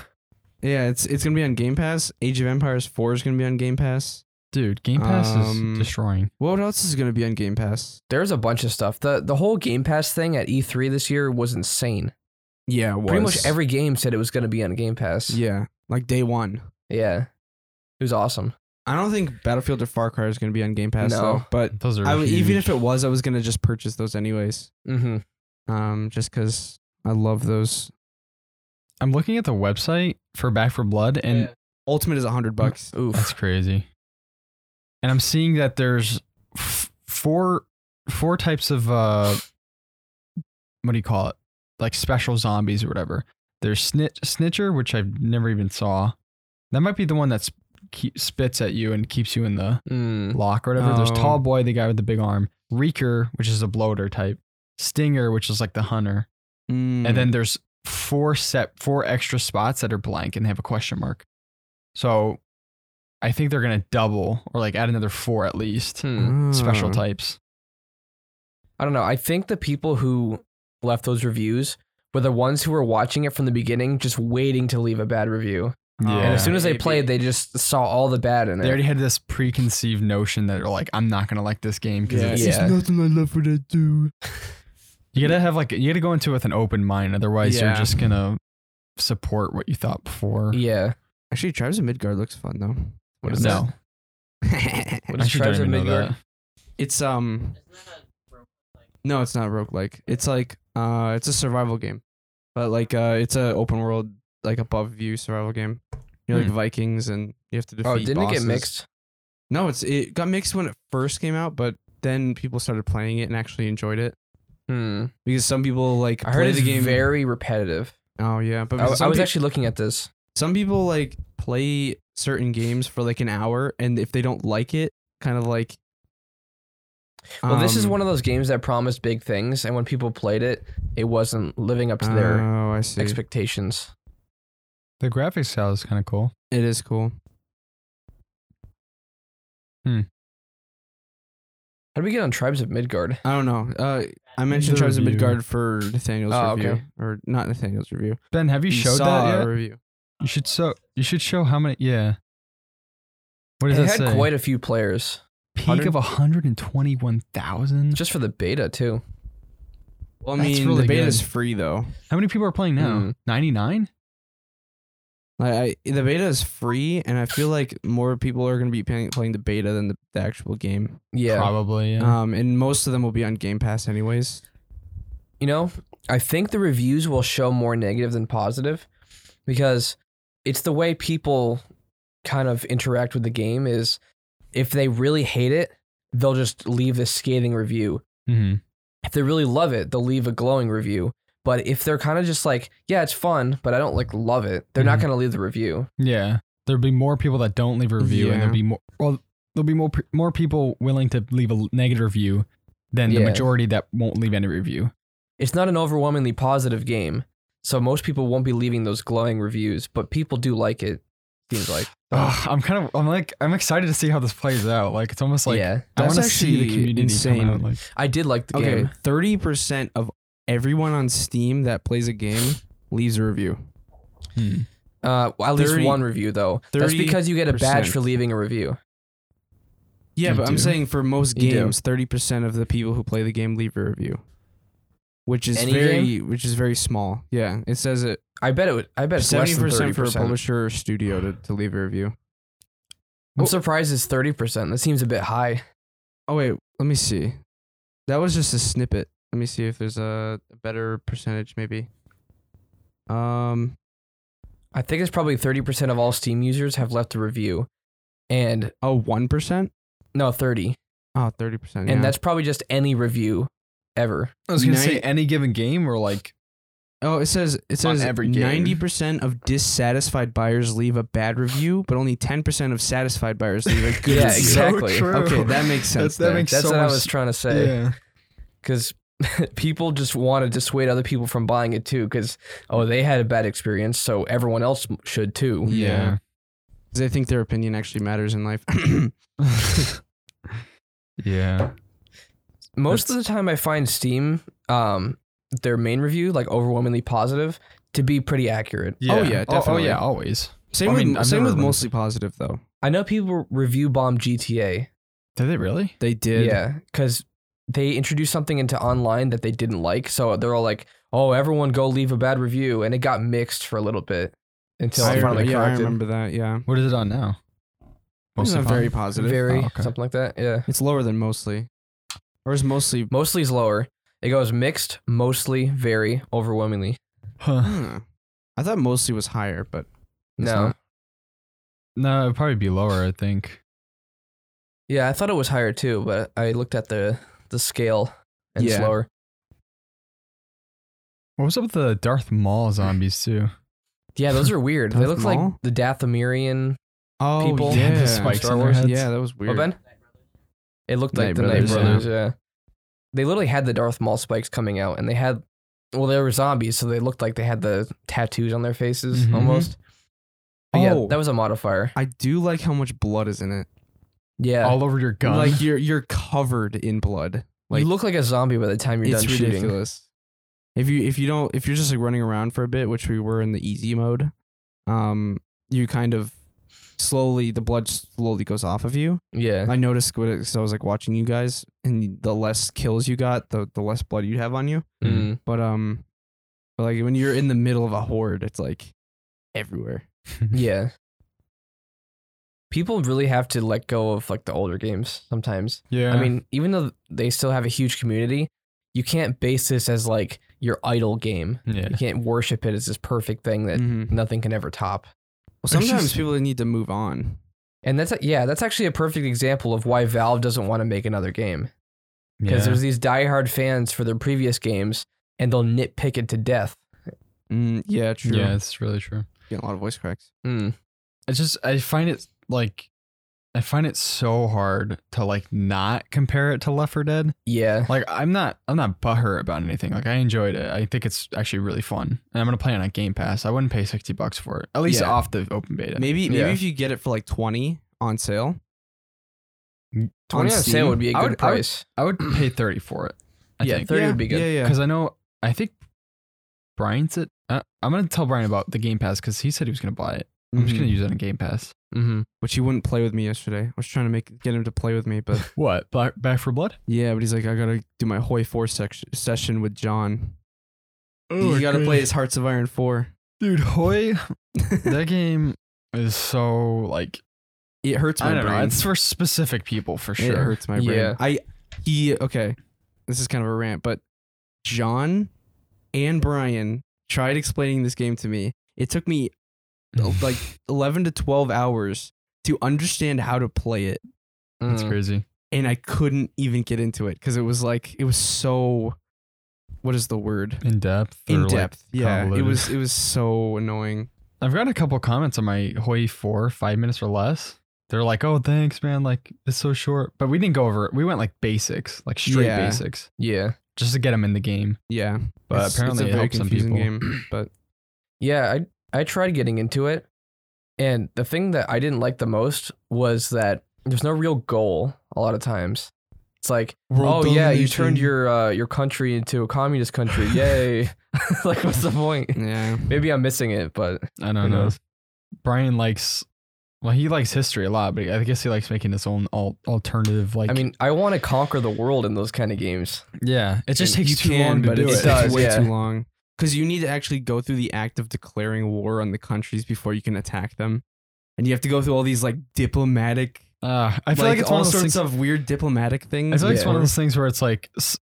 [SPEAKER 1] Yeah, it's it's gonna be on Game Pass. Age of Empires 4 is gonna be on Game Pass.
[SPEAKER 3] dude. Game Pass
[SPEAKER 1] Um,
[SPEAKER 3] is destroying.
[SPEAKER 1] What else is gonna be on Game Pass?
[SPEAKER 2] There's a bunch of stuff. The the whole Game Pass thing at E3 this year was insane.
[SPEAKER 1] Yeah, it was.
[SPEAKER 2] Pretty much every game said it was going to be on Game Pass.
[SPEAKER 1] Yeah, like day one.
[SPEAKER 2] Yeah. It was awesome.
[SPEAKER 1] I don't think Battlefield or Far Cry is going to be on Game Pass
[SPEAKER 2] No.
[SPEAKER 1] though. But
[SPEAKER 3] Those are
[SPEAKER 1] I would, even if
[SPEAKER 3] huge.
[SPEAKER 1] it was, I was going to just purchase those anyways.
[SPEAKER 2] Mm-hmm.
[SPEAKER 1] Um, just because I love those.
[SPEAKER 3] I'm looking at the website for Back for Blood, and
[SPEAKER 1] Ultimate is a
[SPEAKER 3] Mm.
[SPEAKER 1] hundred bucks.
[SPEAKER 3] That's
[SPEAKER 2] Oof.
[SPEAKER 3] crazy. And I'm seeing that there's f- four four types of uh what do you call it? Like special zombies or whatever. There's snitch snitcher, which I've never even saw. That might be the one that's keep, spits at you and keeps you in the
[SPEAKER 2] Mm.
[SPEAKER 3] lock or whatever. There's
[SPEAKER 1] Oh.
[SPEAKER 3] tall boy, the guy with the big arm. Reeker, which is a bloater type. Stinger, which is like the hunter.
[SPEAKER 1] Mm.
[SPEAKER 3] And
[SPEAKER 2] Mm.
[SPEAKER 3] then there's four set four extra spots that are blank and have a question mark. So I think they're gonna double or like add another four at least
[SPEAKER 2] Hmm.
[SPEAKER 1] Ah.
[SPEAKER 3] special
[SPEAKER 1] type.
[SPEAKER 3] types.
[SPEAKER 2] I don't know. I think the people who left those reviews were the ones who were watching it from the beginning, just waiting to leave a bad review. And
[SPEAKER 1] Yeah.
[SPEAKER 2] as soon as they
[SPEAKER 1] Maybe.
[SPEAKER 2] played, they just saw all the bad in it.
[SPEAKER 3] they already had this preconceived notion that they're like, I'm not gonna like this game because
[SPEAKER 1] Yeah.
[SPEAKER 3] it's
[SPEAKER 2] Yeah.
[SPEAKER 1] nothing I love for that dude.
[SPEAKER 3] you gotta have like you gotta go into it with an open mind, otherwise
[SPEAKER 1] Yeah.
[SPEAKER 3] you're just gonna support what you thought before.
[SPEAKER 2] yeah.
[SPEAKER 1] Actually, Tribes of Midgard looks fun though.
[SPEAKER 2] What is
[SPEAKER 3] No,
[SPEAKER 1] that?
[SPEAKER 2] What
[SPEAKER 3] I
[SPEAKER 2] is
[SPEAKER 3] actually don't
[SPEAKER 2] Tribes of
[SPEAKER 3] even know
[SPEAKER 2] Midgard?
[SPEAKER 3] that.
[SPEAKER 1] it's um. No, it's not roguelike. It's like uh, it's a survival game, but like uh, it's a open world like above view survival game. You're like
[SPEAKER 3] Hmm.
[SPEAKER 1] Vikings, and you have to defeat.
[SPEAKER 2] Oh, didn't it
[SPEAKER 1] bosses.
[SPEAKER 2] get mixed?
[SPEAKER 1] No, it's it got mixed when it first came out, but then people started playing it and actually enjoyed it
[SPEAKER 2] Hmm.
[SPEAKER 1] because some people like
[SPEAKER 2] I
[SPEAKER 1] play
[SPEAKER 2] heard it's
[SPEAKER 1] the game.
[SPEAKER 2] very repetitive.
[SPEAKER 1] oh yeah, but
[SPEAKER 2] I, I was
[SPEAKER 1] some, peo-
[SPEAKER 2] actually looking at this.
[SPEAKER 1] some people like play certain games for like an hour, and if they don't like it, kind of like.
[SPEAKER 2] Well, this
[SPEAKER 1] Um,
[SPEAKER 2] is one of those games that promised big things, and when people played it, it wasn't living up to their
[SPEAKER 1] Oh, I see.
[SPEAKER 2] expectations.
[SPEAKER 3] The graphics style is kind of cool.
[SPEAKER 1] it is cool.
[SPEAKER 2] How do we get on Tribes of Midgard?
[SPEAKER 1] I don't know. Uh, I mentioned
[SPEAKER 3] The
[SPEAKER 1] Tribes of
[SPEAKER 3] review.
[SPEAKER 1] Midgard for Nathaniel's
[SPEAKER 2] Oh,
[SPEAKER 1] review,
[SPEAKER 2] okay.
[SPEAKER 1] or not Nathaniel's review.
[SPEAKER 3] Ben, have you showed that yet?
[SPEAKER 1] a review.
[SPEAKER 3] You should show. You should show how many. Yeah. What does
[SPEAKER 2] it
[SPEAKER 3] that
[SPEAKER 2] had
[SPEAKER 3] say?
[SPEAKER 2] quite a few players,
[SPEAKER 3] peak
[SPEAKER 2] 100
[SPEAKER 3] of hundred and twenty-one thousand.
[SPEAKER 2] just for the beta too.
[SPEAKER 1] Well, I
[SPEAKER 3] That's
[SPEAKER 1] mean, the
[SPEAKER 3] really
[SPEAKER 1] beta
[SPEAKER 3] good.
[SPEAKER 1] is free though.
[SPEAKER 3] How many people are playing now?
[SPEAKER 2] Mm.
[SPEAKER 3] Ninety-nine.
[SPEAKER 1] Like I, the beta is free, and I feel like more people are going to be playing, playing the beta than the, the actual game.
[SPEAKER 2] Yeah,
[SPEAKER 3] Probably. Yeah.
[SPEAKER 1] Um, and most of them will be on Game Pass anyways.
[SPEAKER 2] you know, I think the reviews will show more negative than positive, because it's the way people kind of interact with the game. Is if they really hate it, they'll just leave this scathing review.
[SPEAKER 3] Mhm.
[SPEAKER 2] if they really love it, they'll leave a glowing review. But if they're kind of just like, yeah, it's fun, but I don't like love it, they're not
[SPEAKER 3] Mhm.
[SPEAKER 2] gonna leave the review.
[SPEAKER 3] Yeah. There'll be more people that don't leave a review, and
[SPEAKER 1] Yeah.
[SPEAKER 3] there'll be more. Well, there'll be more pe- more people willing to leave a l- negative review than the
[SPEAKER 2] Yeah.
[SPEAKER 3] majority that won't leave any review.
[SPEAKER 2] It's not an overwhelmingly positive game, so most people won't be leaving those glowing reviews, but people do like it, seems like.
[SPEAKER 3] Ugh, I'm kind of I'm like I'm excited to see how this plays out. Like it's almost like
[SPEAKER 2] yeah.
[SPEAKER 3] I
[SPEAKER 1] That's
[SPEAKER 3] want to see the
[SPEAKER 1] actually
[SPEAKER 3] community
[SPEAKER 1] insane.
[SPEAKER 3] Come out. Like,
[SPEAKER 2] I did like the
[SPEAKER 1] Okay,
[SPEAKER 2] game.
[SPEAKER 1] thirty percent of everyone on Steam that plays a game leaves a review.
[SPEAKER 3] hmm.
[SPEAKER 2] Uh, well, at least
[SPEAKER 1] 30
[SPEAKER 2] one review though. That's because you get a badge
[SPEAKER 1] 30%.
[SPEAKER 2] for leaving a review.
[SPEAKER 1] Yeah,
[SPEAKER 3] You
[SPEAKER 1] but I'm
[SPEAKER 3] do.
[SPEAKER 1] saying for most
[SPEAKER 2] You do.
[SPEAKER 1] games, thirty percent of the people who play the game leave a review, which is
[SPEAKER 2] Any
[SPEAKER 1] very which is very small. Yeah, it says it
[SPEAKER 2] I bet it. Would, I bet it's
[SPEAKER 1] seventy
[SPEAKER 2] less than
[SPEAKER 1] percent for a
[SPEAKER 2] 30%.
[SPEAKER 1] publisher or studio to, to leave a review.
[SPEAKER 2] I'm surprised it's thirty percent. That seems a bit high.
[SPEAKER 1] Oh wait, let me see. That was just a snippet. Let me see if there's a better percentage, maybe. Um,
[SPEAKER 2] I think it's probably thirty percent of all Steam users have left a review, and
[SPEAKER 1] oh, one percent.
[SPEAKER 2] no thirty,
[SPEAKER 1] Oh, 30 percent.
[SPEAKER 2] and that's probably just any review ever.
[SPEAKER 3] I was gonna say
[SPEAKER 1] Night-
[SPEAKER 3] any given game or like
[SPEAKER 1] Oh, it says it
[SPEAKER 3] On
[SPEAKER 1] says
[SPEAKER 3] every game.
[SPEAKER 1] ninety percent of dissatisfied buyers leave a bad review, but only ten percent of satisfied buyers leave a good
[SPEAKER 2] Yeah,
[SPEAKER 1] review.
[SPEAKER 2] exact- exactly.
[SPEAKER 3] true.
[SPEAKER 1] Okay, that makes sense.
[SPEAKER 3] That's- that
[SPEAKER 1] there.
[SPEAKER 3] makes-
[SPEAKER 2] That's
[SPEAKER 3] So
[SPEAKER 2] what I
[SPEAKER 3] much-
[SPEAKER 2] was trying to say.
[SPEAKER 3] yeah.
[SPEAKER 2] Because people just want to dissuade other people from buying it too. Because oh, they had a bad experience, so everyone else m- should too.
[SPEAKER 1] Yeah. 'Cause they think their opinion actually matters in life.
[SPEAKER 3] yeah.
[SPEAKER 2] Most of the time, I find Steam, um, their main review, like overwhelmingly positive, to be pretty accurate.
[SPEAKER 3] Yeah.
[SPEAKER 1] yeah,
[SPEAKER 3] Oh, oh
[SPEAKER 1] definitely.
[SPEAKER 3] yeah, always.
[SPEAKER 1] same
[SPEAKER 3] I mean,
[SPEAKER 1] with
[SPEAKER 3] I've
[SPEAKER 1] same
[SPEAKER 3] never
[SPEAKER 1] with
[SPEAKER 3] been-
[SPEAKER 1] mostly positive though.
[SPEAKER 2] I know people review bomb GTA.
[SPEAKER 3] Did they really?
[SPEAKER 1] They did.
[SPEAKER 2] Yeah, because they introduced something into online that they didn't like, so they're all like, "Oh, everyone go leave a bad review," and it got mixed for a little bit until
[SPEAKER 1] I,
[SPEAKER 2] it finally
[SPEAKER 1] remember, yeah, I
[SPEAKER 2] corrected.
[SPEAKER 1] remember that. Yeah,
[SPEAKER 3] What is it on now?
[SPEAKER 1] it's not
[SPEAKER 3] fun?
[SPEAKER 1] very positive.
[SPEAKER 2] Very
[SPEAKER 3] Oh, okay.
[SPEAKER 2] something like that. Yeah,
[SPEAKER 1] It's lower than mostly, or is mostly.
[SPEAKER 2] mostly is lower. It goes mixed, mostly, very, overwhelmingly.
[SPEAKER 3] Huh.
[SPEAKER 1] Huh. I thought mostly was higher, but It's
[SPEAKER 2] No,
[SPEAKER 1] not.
[SPEAKER 3] No, it'd probably be lower, I think.
[SPEAKER 2] yeah, I thought it was higher too, but I looked at the the scale and it's
[SPEAKER 1] Yeah.
[SPEAKER 2] lower.
[SPEAKER 3] What was up with the Darth Maul zombies too?
[SPEAKER 2] Yeah, those are weird. they
[SPEAKER 1] Darth
[SPEAKER 2] look like
[SPEAKER 1] Maul?
[SPEAKER 2] the Dathomirian.
[SPEAKER 1] oh
[SPEAKER 2] People-
[SPEAKER 1] yeah,
[SPEAKER 3] Yeah, the spikes
[SPEAKER 1] Star
[SPEAKER 3] in their
[SPEAKER 1] Wars.
[SPEAKER 3] heads.
[SPEAKER 1] Yeah, that was weird.
[SPEAKER 2] What Ben? It looked like
[SPEAKER 1] Knight
[SPEAKER 2] the Knight
[SPEAKER 3] Brothers, yeah.
[SPEAKER 2] Brothers. Yeah. they literally had the Darth Maul spikes coming out, and they had, well, they were zombies, so they looked like they had the tattoos on their faces
[SPEAKER 3] Mhm.
[SPEAKER 2] almost. But yeah,
[SPEAKER 1] Oh.
[SPEAKER 2] that was a modifier.
[SPEAKER 1] I do like how much blood is in it.
[SPEAKER 2] Yeah,
[SPEAKER 1] Oh,
[SPEAKER 3] All over your gun.
[SPEAKER 1] Like you're you're covered in blood. Like
[SPEAKER 2] you look like a zombie by the time you're
[SPEAKER 1] it's
[SPEAKER 2] done shooting.
[SPEAKER 1] ridiculous. If you if you don't if you're just like running around for a bit, which we were in the easy mode, um, you kind of slowly the blood slowly goes off of you.
[SPEAKER 2] Yeah,
[SPEAKER 1] I noticed what because I was like watching you guys, and the less kills you got, the the less blood you have on you.
[SPEAKER 2] Mm.
[SPEAKER 1] But um, but like when you're in the middle of a horde, it's like everywhere.
[SPEAKER 2] yeah. People really have to let go of like the older games sometimes.
[SPEAKER 3] yeah.
[SPEAKER 2] I mean, even though they still have a huge community, you can't base this as like your idol game.
[SPEAKER 3] yeah. Mm.
[SPEAKER 2] You can't worship it as this perfect thing that
[SPEAKER 1] Mhm.
[SPEAKER 2] nothing can ever top.
[SPEAKER 1] Well, sometimes
[SPEAKER 3] just-
[SPEAKER 1] people need to move on.
[SPEAKER 2] And that's yeah, that's actually a perfect example of why Valve doesn't want to make another game because
[SPEAKER 3] Yeah.
[SPEAKER 2] there's these diehard fans for their previous games and they'll nitpick it to death.
[SPEAKER 1] Mm, yeah, true.
[SPEAKER 3] Yeah, it's really true.
[SPEAKER 1] Getting a lot of voice cracks.
[SPEAKER 3] Hmm.
[SPEAKER 2] Mm.
[SPEAKER 3] I just I find it like I find it so hard to like not compare it to Left 4 Dead.
[SPEAKER 2] Yeah,
[SPEAKER 3] Like I'm not I'm not butthurt about anything. Like I enjoyed it. I think it's actually really fun. And I'm gonna play it on Game Pass. I wouldn't pay sixty bucks for it. At least
[SPEAKER 1] Yeah.
[SPEAKER 3] off the open beta.
[SPEAKER 1] Maybe maybe
[SPEAKER 2] Yeah.
[SPEAKER 1] if you get it for like twenty on sale.
[SPEAKER 3] Mm,
[SPEAKER 2] twenty on
[SPEAKER 1] Steam?
[SPEAKER 2] sale would be a
[SPEAKER 3] I
[SPEAKER 2] good
[SPEAKER 3] would- I would-
[SPEAKER 2] price.
[SPEAKER 3] I would pay thirty for it. I
[SPEAKER 2] yeah,
[SPEAKER 3] think.
[SPEAKER 2] thirty
[SPEAKER 1] yeah,
[SPEAKER 2] would be good.
[SPEAKER 1] Yeah, yeah.
[SPEAKER 3] Because I know I think Brian's it. Uh, I'm gonna tell Brian about the Game Pass because he said he was gonna buy it. I'm just gonna use it on Game Pass.
[SPEAKER 2] hmm
[SPEAKER 1] Mm-hmm. Which he wouldn't play with me yesterday. I was trying to make get him to play with me, but
[SPEAKER 3] What? Black, Back for Blood?
[SPEAKER 1] yeah, but he's like, I gotta do my Hoi Four section, session with John.
[SPEAKER 2] Oh,
[SPEAKER 1] you gotta play his Hearts of Iron Four.
[SPEAKER 3] dude. Hoy, that game is so like
[SPEAKER 1] It hurts my
[SPEAKER 3] I don't
[SPEAKER 1] brain.
[SPEAKER 3] know. It's for specific people for
[SPEAKER 1] It
[SPEAKER 3] sure.
[SPEAKER 1] hurts my brain.
[SPEAKER 2] Yeah.
[SPEAKER 1] I he okay. This is kind of a rant, but John and Brian tried explaining this game to me. It took me like eleven to twelve hours to understand how to play it.
[SPEAKER 3] It's
[SPEAKER 2] Mm-hmm.
[SPEAKER 3] crazy.
[SPEAKER 1] and I couldn't even get into it because it was like it was so what is the word
[SPEAKER 3] In depth.
[SPEAKER 1] in depth yeah it was it was so annoying
[SPEAKER 3] I've got a couple comments on my Hoy four five minutes or less. They're like, oh, thanks, man. Like, it's so short. But we didn't go over it. We went like basics, like straight
[SPEAKER 1] Yeah.
[SPEAKER 3] basics,
[SPEAKER 2] Yeah.
[SPEAKER 3] just to get them in the game.
[SPEAKER 1] Yeah,
[SPEAKER 3] But
[SPEAKER 1] It's- it's
[SPEAKER 3] apparently,
[SPEAKER 1] a
[SPEAKER 3] it
[SPEAKER 1] very
[SPEAKER 3] helped some
[SPEAKER 1] confusing
[SPEAKER 3] people.
[SPEAKER 1] game, but
[SPEAKER 2] Yeah, I I tried getting into it, and the thing that I didn't like the most was that there's no real goal a lot of times. It's like, oh yeah, you turned your uh, your country into a communist country, yay! like, what's the point?
[SPEAKER 1] yeah.
[SPEAKER 2] Maybe I'm missing it, but
[SPEAKER 3] I
[SPEAKER 2] Who
[SPEAKER 3] don't know.
[SPEAKER 2] knows?
[SPEAKER 3] Brian likes, well, he likes history a lot, but I guess he likes making his own al- alternative. Like,
[SPEAKER 2] I mean, I want to conquer the world in those kind of games.
[SPEAKER 3] yeah, it just
[SPEAKER 1] And
[SPEAKER 3] takes
[SPEAKER 1] you
[SPEAKER 3] too
[SPEAKER 1] can,
[SPEAKER 3] long to
[SPEAKER 1] but
[SPEAKER 3] do
[SPEAKER 1] it's,
[SPEAKER 3] it.
[SPEAKER 2] It does,
[SPEAKER 1] It's way
[SPEAKER 2] yeah.
[SPEAKER 1] too long because you need to actually go through the act of declaring war on the countries before you can attack them, and you have to go through all these like diplomatic.
[SPEAKER 3] Uh, I feel like, it's
[SPEAKER 1] all
[SPEAKER 3] one of those
[SPEAKER 1] sorts
[SPEAKER 3] things.
[SPEAKER 1] of weird diplomatic things.
[SPEAKER 3] I feel like it's
[SPEAKER 2] Yeah.
[SPEAKER 3] one of those things where it's like, s-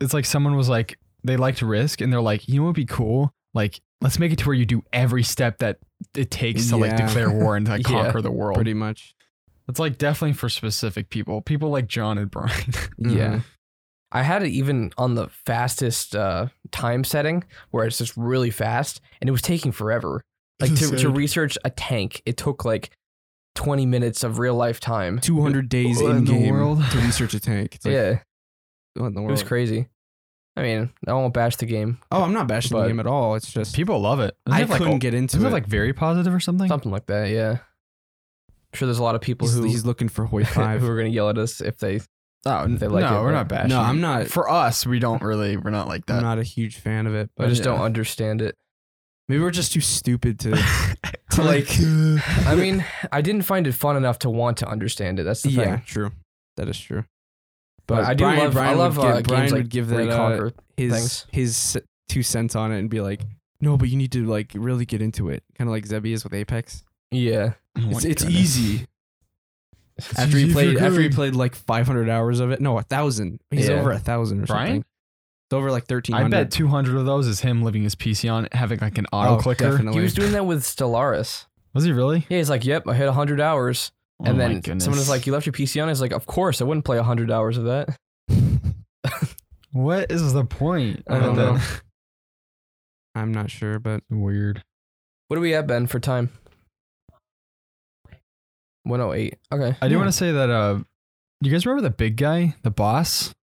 [SPEAKER 3] it's like someone was like, they liked risk, and they're like, you know what would be cool? Like, let's make it to where you do every step that it takes to like
[SPEAKER 1] Yeah.
[SPEAKER 3] declare war and to like,
[SPEAKER 2] Yeah.
[SPEAKER 3] conquer the world.
[SPEAKER 1] pretty much.
[SPEAKER 3] It's like definitely for specific people, people like John and Brian.
[SPEAKER 1] Yeah,
[SPEAKER 2] I had it even on the fastest uh, time setting where it's just really fast, and it was taking forever. Like to, to
[SPEAKER 3] Sad.
[SPEAKER 2] research a tank, it took like 20 minutes of real life time.
[SPEAKER 1] two hundred days
[SPEAKER 3] What
[SPEAKER 1] in,
[SPEAKER 3] in the
[SPEAKER 1] game
[SPEAKER 3] world?
[SPEAKER 1] to research a tank. It's like,
[SPEAKER 2] yeah.
[SPEAKER 1] what in the world?
[SPEAKER 2] It was crazy. I mean, I won't bash the game,
[SPEAKER 1] Oh, I'm not bashing
[SPEAKER 2] But-
[SPEAKER 1] the game at all. It's just
[SPEAKER 3] people love it. Isn't
[SPEAKER 1] I
[SPEAKER 3] it, like,
[SPEAKER 1] couldn't
[SPEAKER 3] oh,
[SPEAKER 1] get into
[SPEAKER 3] Isn't
[SPEAKER 1] it.
[SPEAKER 3] it like very positive or something?
[SPEAKER 2] something like that. Yeah, I'm sure there's a lot of people
[SPEAKER 1] he's,
[SPEAKER 2] who
[SPEAKER 1] he's looking for Hoi
[SPEAKER 2] who
[SPEAKER 1] Five.
[SPEAKER 2] are gonna yell at us if they.
[SPEAKER 3] Oh,
[SPEAKER 2] They like
[SPEAKER 3] no,
[SPEAKER 2] it,
[SPEAKER 3] we're
[SPEAKER 2] yeah.
[SPEAKER 3] not bashing.
[SPEAKER 1] no,
[SPEAKER 3] it.
[SPEAKER 1] I'm not.
[SPEAKER 3] For us, we don't really. We're not like
[SPEAKER 1] I'm
[SPEAKER 3] that.
[SPEAKER 1] not a huge fan of it. But
[SPEAKER 2] I just
[SPEAKER 1] yeah.
[SPEAKER 2] don't understand it.
[SPEAKER 1] Maybe we're just too stupid to to like.
[SPEAKER 3] oh
[SPEAKER 2] I mean, I didn't find it fun enough to want to understand it. That's the
[SPEAKER 1] yeah,
[SPEAKER 2] thing.
[SPEAKER 1] true. That is true.
[SPEAKER 2] But, I do
[SPEAKER 1] Brian,
[SPEAKER 2] love.
[SPEAKER 1] Brian
[SPEAKER 2] I love
[SPEAKER 1] would give,
[SPEAKER 2] uh, games
[SPEAKER 1] Brian
[SPEAKER 2] like
[SPEAKER 1] would give that uh,
[SPEAKER 2] Reconquer.
[SPEAKER 1] his
[SPEAKER 2] Thanks.
[SPEAKER 1] his s- two cents on it and be like, "No, but you need to like really get into it." Kind of like Zebby is with Apex.
[SPEAKER 2] yeah,
[SPEAKER 3] Oh
[SPEAKER 1] It's, it's easy. after
[SPEAKER 3] easy
[SPEAKER 1] he
[SPEAKER 3] if you're
[SPEAKER 1] played, after he
[SPEAKER 3] good.
[SPEAKER 1] played like 500 hours of it, no, a thousand. He's
[SPEAKER 2] Yeah.
[SPEAKER 1] over a thousand or
[SPEAKER 3] Brian?
[SPEAKER 1] something. It's over like 1300.
[SPEAKER 3] I bet 200 of those is him leaving his PC on, having like an auto
[SPEAKER 1] Oh,
[SPEAKER 3] clicker.
[SPEAKER 1] definitely.
[SPEAKER 2] he was doing that with Stellaris.
[SPEAKER 3] Was he really?
[SPEAKER 2] Yeah, he's like, "Yep, I hit hundred hours,"
[SPEAKER 1] Oh
[SPEAKER 2] and then someone was like, "You left your PC on." He's like, "Of course, I wouldn't play hundred hours of that."
[SPEAKER 3] "What is the point?"
[SPEAKER 2] I don't
[SPEAKER 3] That-
[SPEAKER 2] know.
[SPEAKER 1] I'm not sure, but
[SPEAKER 3] Weird.
[SPEAKER 2] What do we at Ben for time? One oh eight. Okay.
[SPEAKER 3] I do want to say that. Uh, you guys remember the big guy, the boss?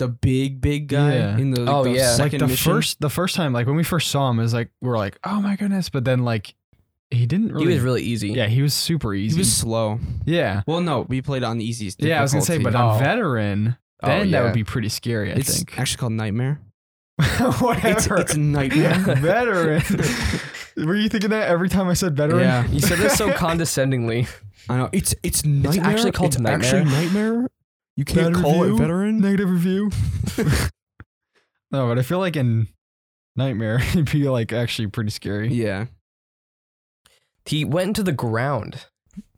[SPEAKER 1] the big big guy
[SPEAKER 3] Yeah.
[SPEAKER 1] in the like,
[SPEAKER 2] Oh,
[SPEAKER 1] the
[SPEAKER 2] yeah. Like
[SPEAKER 1] second
[SPEAKER 3] like the
[SPEAKER 1] mission.
[SPEAKER 3] first, the first time, like when we first saw him, is like we were like, "Oh my goodness!" But then like he didn't really.
[SPEAKER 2] He was really easy.
[SPEAKER 3] yeah, he was super easy.
[SPEAKER 1] he was slow.
[SPEAKER 3] yeah,
[SPEAKER 1] Well, no, we played on the easiest.
[SPEAKER 3] yeah. I was gonna say, but
[SPEAKER 1] difficulty.
[SPEAKER 3] on
[SPEAKER 2] Oh.
[SPEAKER 3] veteran,
[SPEAKER 2] Oh,
[SPEAKER 3] then that
[SPEAKER 2] yeah.
[SPEAKER 3] would be pretty scary. I
[SPEAKER 1] it's
[SPEAKER 3] think.
[SPEAKER 1] actually called Nightmare. It's,
[SPEAKER 3] Whatever.
[SPEAKER 1] it's Nightmare.
[SPEAKER 3] veteran. Were you thinking that every time I said veteran?
[SPEAKER 1] Yeah.
[SPEAKER 2] You said this so condescondingly.
[SPEAKER 1] I know it's it's nightmare.
[SPEAKER 2] actually called
[SPEAKER 1] it's Actually nightmare. You can't
[SPEAKER 3] Bad
[SPEAKER 1] call
[SPEAKER 3] review?
[SPEAKER 1] it veteran.
[SPEAKER 3] Negative review. no, but I feel like in Nightmare, it'd be like actually pretty scary.
[SPEAKER 1] Yeah,
[SPEAKER 2] He went into the ground.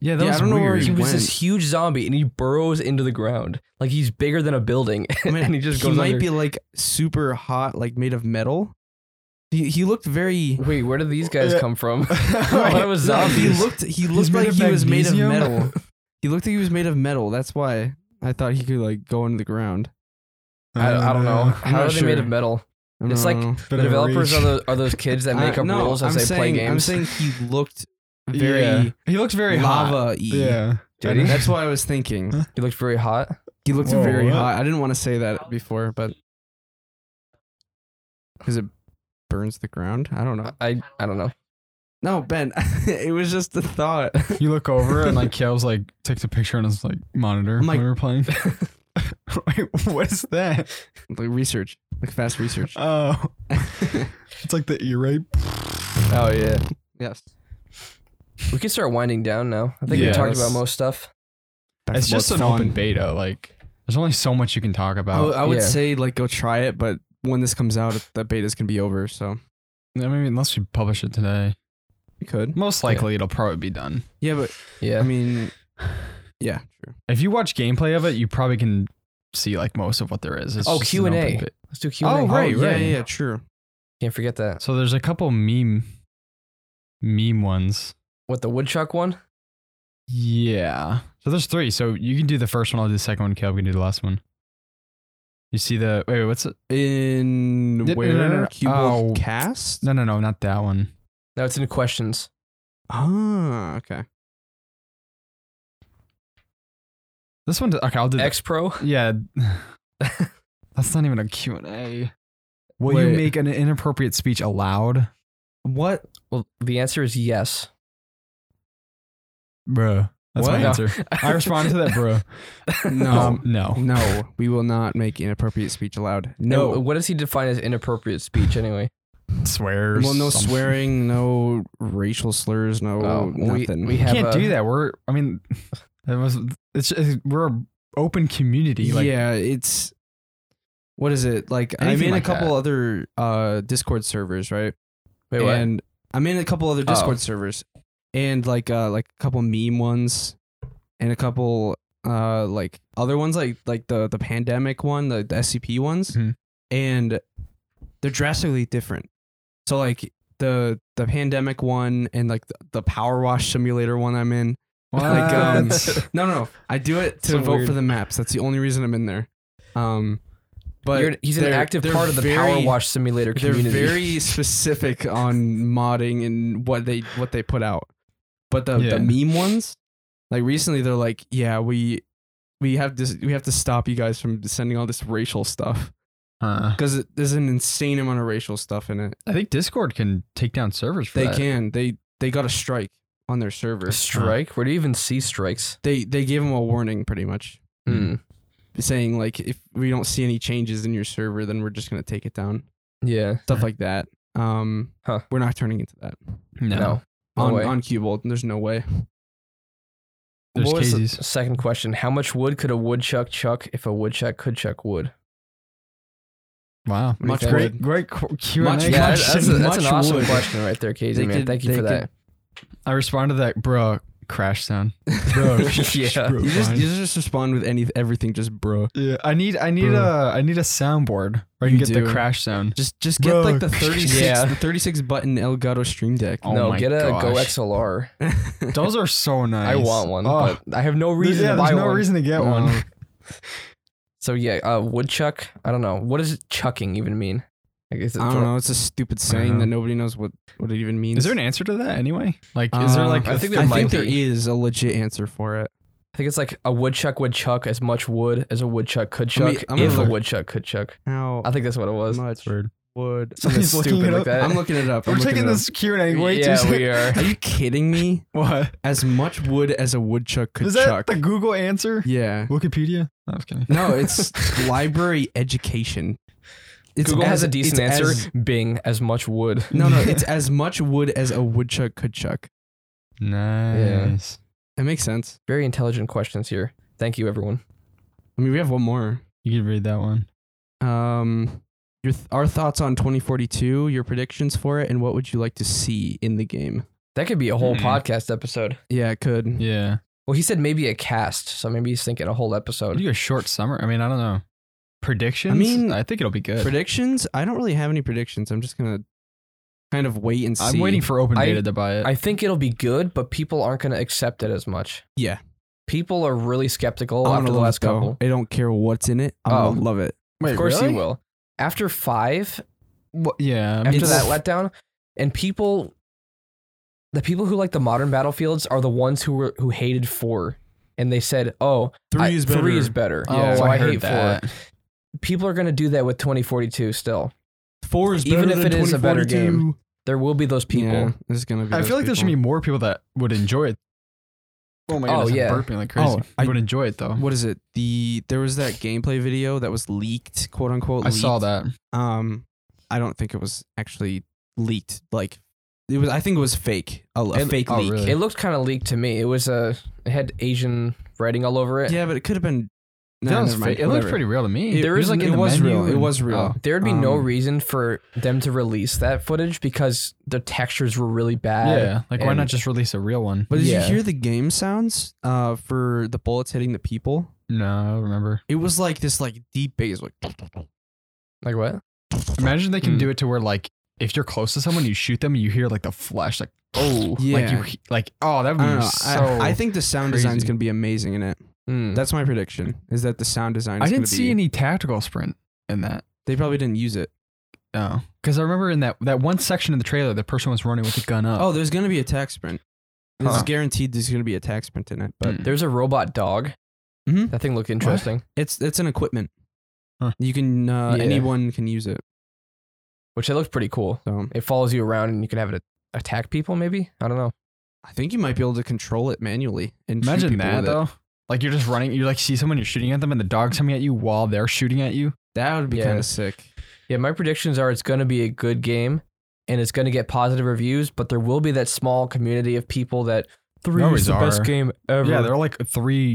[SPEAKER 3] Yeah, that
[SPEAKER 1] Yeah, I
[SPEAKER 3] was
[SPEAKER 1] don't know where
[SPEAKER 3] weird.
[SPEAKER 2] He
[SPEAKER 1] He
[SPEAKER 2] was
[SPEAKER 1] went.
[SPEAKER 2] this huge zombie and he burrows into the ground. Like he's bigger than a building.
[SPEAKER 1] I mean,
[SPEAKER 2] and he just goes
[SPEAKER 1] might
[SPEAKER 2] under.
[SPEAKER 1] be like super hot, like made of metal. He he looked very.
[SPEAKER 2] Wait, where did these guys
[SPEAKER 3] Yeah.
[SPEAKER 2] come from?
[SPEAKER 3] I
[SPEAKER 2] thought it was
[SPEAKER 1] No, he
[SPEAKER 2] zombies.
[SPEAKER 1] looked he looked
[SPEAKER 3] made
[SPEAKER 1] like
[SPEAKER 3] of
[SPEAKER 1] he was made of
[SPEAKER 3] magnesium?
[SPEAKER 1] metal. he looked like he was made of metal. That's why I thought he could like go into the ground.
[SPEAKER 2] I, I don't know.
[SPEAKER 3] Uh,
[SPEAKER 2] How
[SPEAKER 1] not
[SPEAKER 2] are they made
[SPEAKER 1] sure.
[SPEAKER 2] of metal?
[SPEAKER 1] I don't
[SPEAKER 2] It's like
[SPEAKER 1] know.
[SPEAKER 3] Bit
[SPEAKER 2] the
[SPEAKER 3] of a
[SPEAKER 2] developers are
[SPEAKER 3] reach.
[SPEAKER 2] those, are those kids that make
[SPEAKER 1] I-
[SPEAKER 2] up
[SPEAKER 1] no,
[SPEAKER 2] rules as
[SPEAKER 1] I'm
[SPEAKER 2] they play
[SPEAKER 1] saying,
[SPEAKER 2] games.
[SPEAKER 1] I'm saying he looked very
[SPEAKER 3] Yeah. He looks very hot.
[SPEAKER 1] lava.
[SPEAKER 3] Yeah.
[SPEAKER 2] Did he?
[SPEAKER 1] That's why I was thinking.
[SPEAKER 2] he looked very hot.
[SPEAKER 1] He looked
[SPEAKER 3] Whoa,
[SPEAKER 1] very
[SPEAKER 3] what?
[SPEAKER 1] hot. I didn't want to say that before, but because it burns the ground. I don't know.
[SPEAKER 2] I I don't know.
[SPEAKER 1] No, Ben, it was just a thought.
[SPEAKER 3] You look over and like Kale's like takes a picture on his like monitor
[SPEAKER 1] I'm like-
[SPEAKER 3] when we were playing. Wait, what is that?
[SPEAKER 1] Like research, like fast research.
[SPEAKER 3] Oh, it's like the ear rape.
[SPEAKER 2] Oh yeah.
[SPEAKER 1] yes.
[SPEAKER 2] We can start winding down now. I think we
[SPEAKER 3] Yeah,
[SPEAKER 2] talked
[SPEAKER 1] let's-
[SPEAKER 2] about most stuff.
[SPEAKER 3] It's just an open beta. Like, there's only so much you can talk
[SPEAKER 1] I,
[SPEAKER 3] about.
[SPEAKER 1] I would
[SPEAKER 2] Yeah.
[SPEAKER 1] say like go try it, but when this comes out, the beta's gonna be over. So
[SPEAKER 2] Oh, uh,
[SPEAKER 3] I mean, unless we publish it today,
[SPEAKER 1] you could.
[SPEAKER 3] most likely it'll probably be done.
[SPEAKER 1] Yeah, but
[SPEAKER 2] Yeah.
[SPEAKER 1] I mean, yeah, true.
[SPEAKER 3] If you watch gameplay of it, you probably can see like most of what there is. It's
[SPEAKER 2] Oh,
[SPEAKER 3] just an
[SPEAKER 2] Q&A.
[SPEAKER 3] open bit.
[SPEAKER 2] Let's do Q&A.
[SPEAKER 3] Oh, right,
[SPEAKER 1] yeah,
[SPEAKER 3] right.
[SPEAKER 1] yeah, yeah, true.
[SPEAKER 2] Can't forget that.
[SPEAKER 3] So there's a couple meme, meme ones.
[SPEAKER 2] What the woodchuck one?
[SPEAKER 3] Yeah. So there's three. So you can do the first one. I'll do the second one. Caleb can do the last one. You see the wait? wait, What's it?
[SPEAKER 1] In
[SPEAKER 3] No, no,
[SPEAKER 1] where
[SPEAKER 3] no, no.
[SPEAKER 1] Cube
[SPEAKER 3] Oh.
[SPEAKER 1] cast?
[SPEAKER 3] No, no, no, not that one.
[SPEAKER 2] No, it's in questions.
[SPEAKER 1] Ah, okay.
[SPEAKER 3] This one, okay, I'll do that.
[SPEAKER 2] X Pro.
[SPEAKER 3] Yeah. That's not even a Q&A. Will you
[SPEAKER 2] Wait.
[SPEAKER 3] make an inappropriate speech allowed?
[SPEAKER 1] What?
[SPEAKER 2] Well, the answer is yes.
[SPEAKER 3] Bruh. That's
[SPEAKER 1] What?
[SPEAKER 3] my
[SPEAKER 1] No.
[SPEAKER 3] answer. I responded to that, bro.
[SPEAKER 1] No.
[SPEAKER 3] Um, no.
[SPEAKER 1] no, we will not make inappropriate speech allowed.
[SPEAKER 2] No.
[SPEAKER 1] No.
[SPEAKER 2] what does he define as inappropriate speech anyway?
[SPEAKER 3] Swears.
[SPEAKER 1] Well, no
[SPEAKER 3] something.
[SPEAKER 1] swearing, no racial slurs, no
[SPEAKER 2] Oh, we-
[SPEAKER 1] nothing.
[SPEAKER 2] we
[SPEAKER 3] You
[SPEAKER 2] have
[SPEAKER 3] can't
[SPEAKER 2] a-
[SPEAKER 3] do that. We're, I mean, it was, it's, it's we're an open community. Like,
[SPEAKER 1] yeah, it's what is it like? I'm
[SPEAKER 3] Anything
[SPEAKER 1] in
[SPEAKER 3] like
[SPEAKER 1] a couple
[SPEAKER 3] that.
[SPEAKER 1] other uh, Discord servers, right?
[SPEAKER 2] Wait, what?
[SPEAKER 1] and I'm in a couple other
[SPEAKER 2] Oh.
[SPEAKER 1] Discord servers, and like uh, like a couple meme ones, and a couple uh, like other ones like like the the pandemic one, the, the SCP ones,
[SPEAKER 2] Mm-hmm.
[SPEAKER 3] Mhm.
[SPEAKER 1] and they're drastically different. So like the the pandemic one and like the, the power wash simulator one I'm in. Like, um, No, no, I do it to
[SPEAKER 2] So
[SPEAKER 1] vote
[SPEAKER 2] weird.
[SPEAKER 1] for the maps. That's the only reason I'm in there. Um, but
[SPEAKER 2] You're- he's an
[SPEAKER 1] they're-
[SPEAKER 2] active
[SPEAKER 1] they're
[SPEAKER 2] part of the Power
[SPEAKER 1] very-
[SPEAKER 2] Wash Simulator
[SPEAKER 1] they're
[SPEAKER 2] community.
[SPEAKER 1] very specific on modding and what they what they put out. But the,
[SPEAKER 3] Yeah.
[SPEAKER 1] the meme ones, like recently, they're like, yeah, we we have this we have to stop you guys from sending all this racial stuff
[SPEAKER 3] uh,
[SPEAKER 1] because there's an insane amount of racial stuff in it.
[SPEAKER 3] I think Discord can take down servers for
[SPEAKER 1] They
[SPEAKER 3] that.
[SPEAKER 1] can they they got a strike on their
[SPEAKER 2] A
[SPEAKER 1] server.
[SPEAKER 2] strike? Where do you even see strikes?
[SPEAKER 1] They they gave them a warning pretty much,
[SPEAKER 2] Hmm.
[SPEAKER 1] saying like if we don't see any changes in your server, then we're just gonna take it down.
[SPEAKER 2] Yeah.
[SPEAKER 1] Stuff like that. Um,
[SPEAKER 2] Huh.
[SPEAKER 1] we're not turning into that
[SPEAKER 2] No.
[SPEAKER 3] No.
[SPEAKER 2] No
[SPEAKER 1] on
[SPEAKER 2] way.
[SPEAKER 1] on Cubalt. There's no way.
[SPEAKER 3] There's
[SPEAKER 2] what was the
[SPEAKER 3] KZs.
[SPEAKER 2] second question? How much wood could a woodchuck chuck if a woodchuck could chuck wood?
[SPEAKER 3] Wow.
[SPEAKER 2] do you
[SPEAKER 1] Much
[SPEAKER 2] think?
[SPEAKER 1] wood.
[SPEAKER 3] Great, great qu- Q&A
[SPEAKER 1] Much-
[SPEAKER 2] Yeah,
[SPEAKER 1] Hey,
[SPEAKER 2] that- that's, a,
[SPEAKER 3] question.
[SPEAKER 2] that's an
[SPEAKER 1] much
[SPEAKER 2] awesome
[SPEAKER 1] wood.
[SPEAKER 2] question right there, KZ,
[SPEAKER 1] They
[SPEAKER 2] man.
[SPEAKER 1] could-
[SPEAKER 2] Thank you
[SPEAKER 1] they
[SPEAKER 2] for
[SPEAKER 1] could-
[SPEAKER 2] that.
[SPEAKER 3] I responded to that, bro, crash sound. Bro,
[SPEAKER 2] Yeah.
[SPEAKER 3] bro,
[SPEAKER 1] You just,
[SPEAKER 3] fine.
[SPEAKER 1] you just respond with any everything, just bro.
[SPEAKER 3] Yeah, I need I need
[SPEAKER 1] Bro.
[SPEAKER 3] a I need a soundboard where I can
[SPEAKER 1] You
[SPEAKER 3] get the
[SPEAKER 1] do.
[SPEAKER 3] crash sound.
[SPEAKER 1] Just just get
[SPEAKER 3] Bro.
[SPEAKER 1] like the thirty six
[SPEAKER 2] Yeah.
[SPEAKER 1] the thirty six button Elgato Stream Deck.
[SPEAKER 3] Oh
[SPEAKER 2] no,
[SPEAKER 3] my
[SPEAKER 2] get a Go
[SPEAKER 3] gosh.
[SPEAKER 2] XLR.
[SPEAKER 3] Those are so nice.
[SPEAKER 2] I want one,
[SPEAKER 3] Oh,
[SPEAKER 2] but I have no reason
[SPEAKER 3] yeah,
[SPEAKER 2] to
[SPEAKER 3] there's
[SPEAKER 2] buy
[SPEAKER 3] no
[SPEAKER 2] one.
[SPEAKER 3] reason to get
[SPEAKER 1] No.
[SPEAKER 3] one.
[SPEAKER 2] So yeah, uh, woodchuck. I don't know. What does chucking even mean? I guess it's
[SPEAKER 1] I don't know. It's a stupid saying
[SPEAKER 3] know.
[SPEAKER 1] that nobody knows what what it even means.
[SPEAKER 3] Is there an answer to that anyway? Like, is there
[SPEAKER 1] Uh,
[SPEAKER 3] like
[SPEAKER 2] Um, I
[SPEAKER 3] a
[SPEAKER 2] think
[SPEAKER 3] th-
[SPEAKER 2] there might
[SPEAKER 1] there
[SPEAKER 2] be.
[SPEAKER 1] is a legit answer for it.
[SPEAKER 2] I think it's like a woodchuck would chuck as much wood as a woodchuck could
[SPEAKER 1] I mean,
[SPEAKER 2] chuck
[SPEAKER 1] I'm gonna
[SPEAKER 2] if a
[SPEAKER 1] look.
[SPEAKER 2] woodchuck could chuck.
[SPEAKER 1] How
[SPEAKER 2] I think that's what it was.
[SPEAKER 1] much
[SPEAKER 3] Weird.
[SPEAKER 1] would
[SPEAKER 2] Something
[SPEAKER 3] He's looking
[SPEAKER 2] stupid
[SPEAKER 3] it
[SPEAKER 2] like
[SPEAKER 3] up.
[SPEAKER 2] that.
[SPEAKER 1] I'm looking it up. I'm
[SPEAKER 3] We're
[SPEAKER 1] looking
[SPEAKER 3] taking
[SPEAKER 1] it up.
[SPEAKER 3] this Q and A way
[SPEAKER 2] yeah,
[SPEAKER 3] too.
[SPEAKER 2] we are.
[SPEAKER 1] Are you kidding me?
[SPEAKER 3] What
[SPEAKER 1] As much wood as a woodchuck could
[SPEAKER 3] is that?
[SPEAKER 1] chuck.
[SPEAKER 3] The Google answer?
[SPEAKER 1] yeah.
[SPEAKER 3] Wikipedia? No, I was kidding.
[SPEAKER 1] No, it's library education. It's
[SPEAKER 2] Google has
[SPEAKER 1] as-
[SPEAKER 2] a decent
[SPEAKER 1] it's
[SPEAKER 2] answer.
[SPEAKER 1] as-
[SPEAKER 2] Bing as much wood.
[SPEAKER 1] No, no, it's as much wood as a woodchuck could chuck.
[SPEAKER 3] Nice.
[SPEAKER 1] That makes sense.
[SPEAKER 2] Very intelligent questions here. Thank you, everyone.
[SPEAKER 1] I mean, we have one more.
[SPEAKER 3] You could read that one.
[SPEAKER 1] Um, your th- our thoughts on 2042, your predictions for it, and what would you like to see in the game?
[SPEAKER 2] That could be a whole
[SPEAKER 3] Hmm.
[SPEAKER 2] podcast episode.
[SPEAKER 1] Yeah, it could.
[SPEAKER 3] Yeah.
[SPEAKER 2] Well, he said maybe a cast, so maybe he's thinking a whole
[SPEAKER 3] Could
[SPEAKER 2] episode.
[SPEAKER 3] do a short summary. I mean, I don't know. Predictions?
[SPEAKER 1] I mean,
[SPEAKER 3] I think it'll be good.
[SPEAKER 1] Predictions? I don't really have any predictions. I'm just gonna kind of wait and see.
[SPEAKER 3] I'm waiting for open
[SPEAKER 2] I-
[SPEAKER 3] data to buy it.
[SPEAKER 2] I think it'll be good, but people aren't going to accept it as much.
[SPEAKER 1] Yeah,
[SPEAKER 2] People are really skeptical
[SPEAKER 1] I'm
[SPEAKER 2] after the
[SPEAKER 1] love
[SPEAKER 2] last
[SPEAKER 1] it, though.
[SPEAKER 2] couple.
[SPEAKER 1] I don't care what's in it. I'm
[SPEAKER 2] Oh.
[SPEAKER 1] gonna love it.
[SPEAKER 2] of course you will. After five,
[SPEAKER 3] yeah. I mean,
[SPEAKER 2] after
[SPEAKER 1] It's-
[SPEAKER 2] that letdown, and people, the people who like the modern battlefields are the ones who were who hated four, and they said, "Oh,
[SPEAKER 1] Three
[SPEAKER 2] I-
[SPEAKER 1] is better.
[SPEAKER 2] Three is better.
[SPEAKER 1] Oh,
[SPEAKER 2] so I,
[SPEAKER 1] I
[SPEAKER 2] hate four. People are going to do that with 2042 still.
[SPEAKER 1] Four is
[SPEAKER 2] Even
[SPEAKER 1] better
[SPEAKER 2] if
[SPEAKER 1] than
[SPEAKER 2] it is a better
[SPEAKER 1] 2042.
[SPEAKER 2] game, There will be those people.
[SPEAKER 1] Yeah, there's gonna be.
[SPEAKER 3] I
[SPEAKER 1] those
[SPEAKER 3] feel like there should be
[SPEAKER 1] people.
[SPEAKER 3] more people that would enjoy it. Oh my
[SPEAKER 2] Oh,
[SPEAKER 3] goodness, I'm
[SPEAKER 2] yeah.
[SPEAKER 3] burping like crazy.
[SPEAKER 1] Oh, I-
[SPEAKER 3] would enjoy it though.
[SPEAKER 1] What is it? The there was that gameplay video that was leaked, quote unquote.
[SPEAKER 3] I saw
[SPEAKER 1] leaked.
[SPEAKER 3] that.
[SPEAKER 1] Um, I don't think it was actually leaked. Like it was. I think it was fake. A, a
[SPEAKER 2] It-
[SPEAKER 1] fake
[SPEAKER 3] oh,
[SPEAKER 1] leak.
[SPEAKER 3] really?
[SPEAKER 2] It looked kind of leaked to me. It was a it had Asian writing all over it.
[SPEAKER 1] Yeah, but it could have been. No,
[SPEAKER 3] that was
[SPEAKER 1] never mind,
[SPEAKER 3] fake. It looked
[SPEAKER 1] whatever.
[SPEAKER 3] pretty real to me.
[SPEAKER 1] It,
[SPEAKER 2] There
[SPEAKER 1] it
[SPEAKER 2] is, like,
[SPEAKER 1] it
[SPEAKER 2] in the
[SPEAKER 1] was
[SPEAKER 3] menu
[SPEAKER 1] real. It
[SPEAKER 3] and-
[SPEAKER 1] was real.
[SPEAKER 2] There would be no
[SPEAKER 1] Um,
[SPEAKER 2] reason for them to release that footage because the textures were really bad.
[SPEAKER 3] yeah, like why
[SPEAKER 2] and-
[SPEAKER 3] not just release a real one?
[SPEAKER 1] But did
[SPEAKER 2] Yeah.
[SPEAKER 1] you hear the game sounds? Uh, for the bullets hitting the people,
[SPEAKER 3] No, I don't remember.
[SPEAKER 1] it was like this like deep bass, like
[SPEAKER 2] Like what?
[SPEAKER 3] Imagine they can
[SPEAKER 1] Mm.
[SPEAKER 3] do it to where like if you're close to someone, you shoot them, you hear like the flash, like oh, like
[SPEAKER 1] Yeah.
[SPEAKER 3] you he- like oh, that would
[SPEAKER 1] I don't
[SPEAKER 3] be
[SPEAKER 1] know.
[SPEAKER 3] so.
[SPEAKER 1] I, I think the sound design's
[SPEAKER 3] crazy.
[SPEAKER 1] gonna be amazing in it.
[SPEAKER 2] Hmm.
[SPEAKER 1] That's my prediction. Is that the sound design?
[SPEAKER 3] I
[SPEAKER 1] Is
[SPEAKER 3] didn't
[SPEAKER 1] gonna
[SPEAKER 3] see
[SPEAKER 1] be,
[SPEAKER 3] any tactical sprint in that.
[SPEAKER 1] They probably didn't use it.
[SPEAKER 3] No, because I remember in that that one section of the trailer, the person was running with a gun up.
[SPEAKER 1] Oh, there's gonna be a tax sprint. This
[SPEAKER 3] Huh.
[SPEAKER 1] is guaranteed. There's gonna be a tax sprint in it, but
[SPEAKER 3] Mm.
[SPEAKER 2] There's a robot dog That thing looked interesting,
[SPEAKER 1] It's it's an equipment.
[SPEAKER 3] Huh.
[SPEAKER 1] You can uh,
[SPEAKER 2] Yeah.
[SPEAKER 1] anyone can use it.
[SPEAKER 2] which it looked pretty cool.
[SPEAKER 1] So
[SPEAKER 2] It follows you around and you can have it attack people. Maybe I don't know.
[SPEAKER 1] I think you might be able to control it manually. And shoot
[SPEAKER 3] Imagine
[SPEAKER 1] people
[SPEAKER 3] that
[SPEAKER 1] with it.
[SPEAKER 3] though. Like you're just running, you like see someone, you're shooting at them, and the dog's coming at you while they're shooting at you.
[SPEAKER 1] That would be
[SPEAKER 2] Yeah.
[SPEAKER 1] kind of sick.
[SPEAKER 2] Yeah, my predictions are it's going to be a good game and it's going to get positive reviews, but there will be that small community of people that three
[SPEAKER 3] There
[SPEAKER 2] is the
[SPEAKER 3] always
[SPEAKER 2] best
[SPEAKER 3] are.
[SPEAKER 2] game ever.
[SPEAKER 3] Yeah, they're like three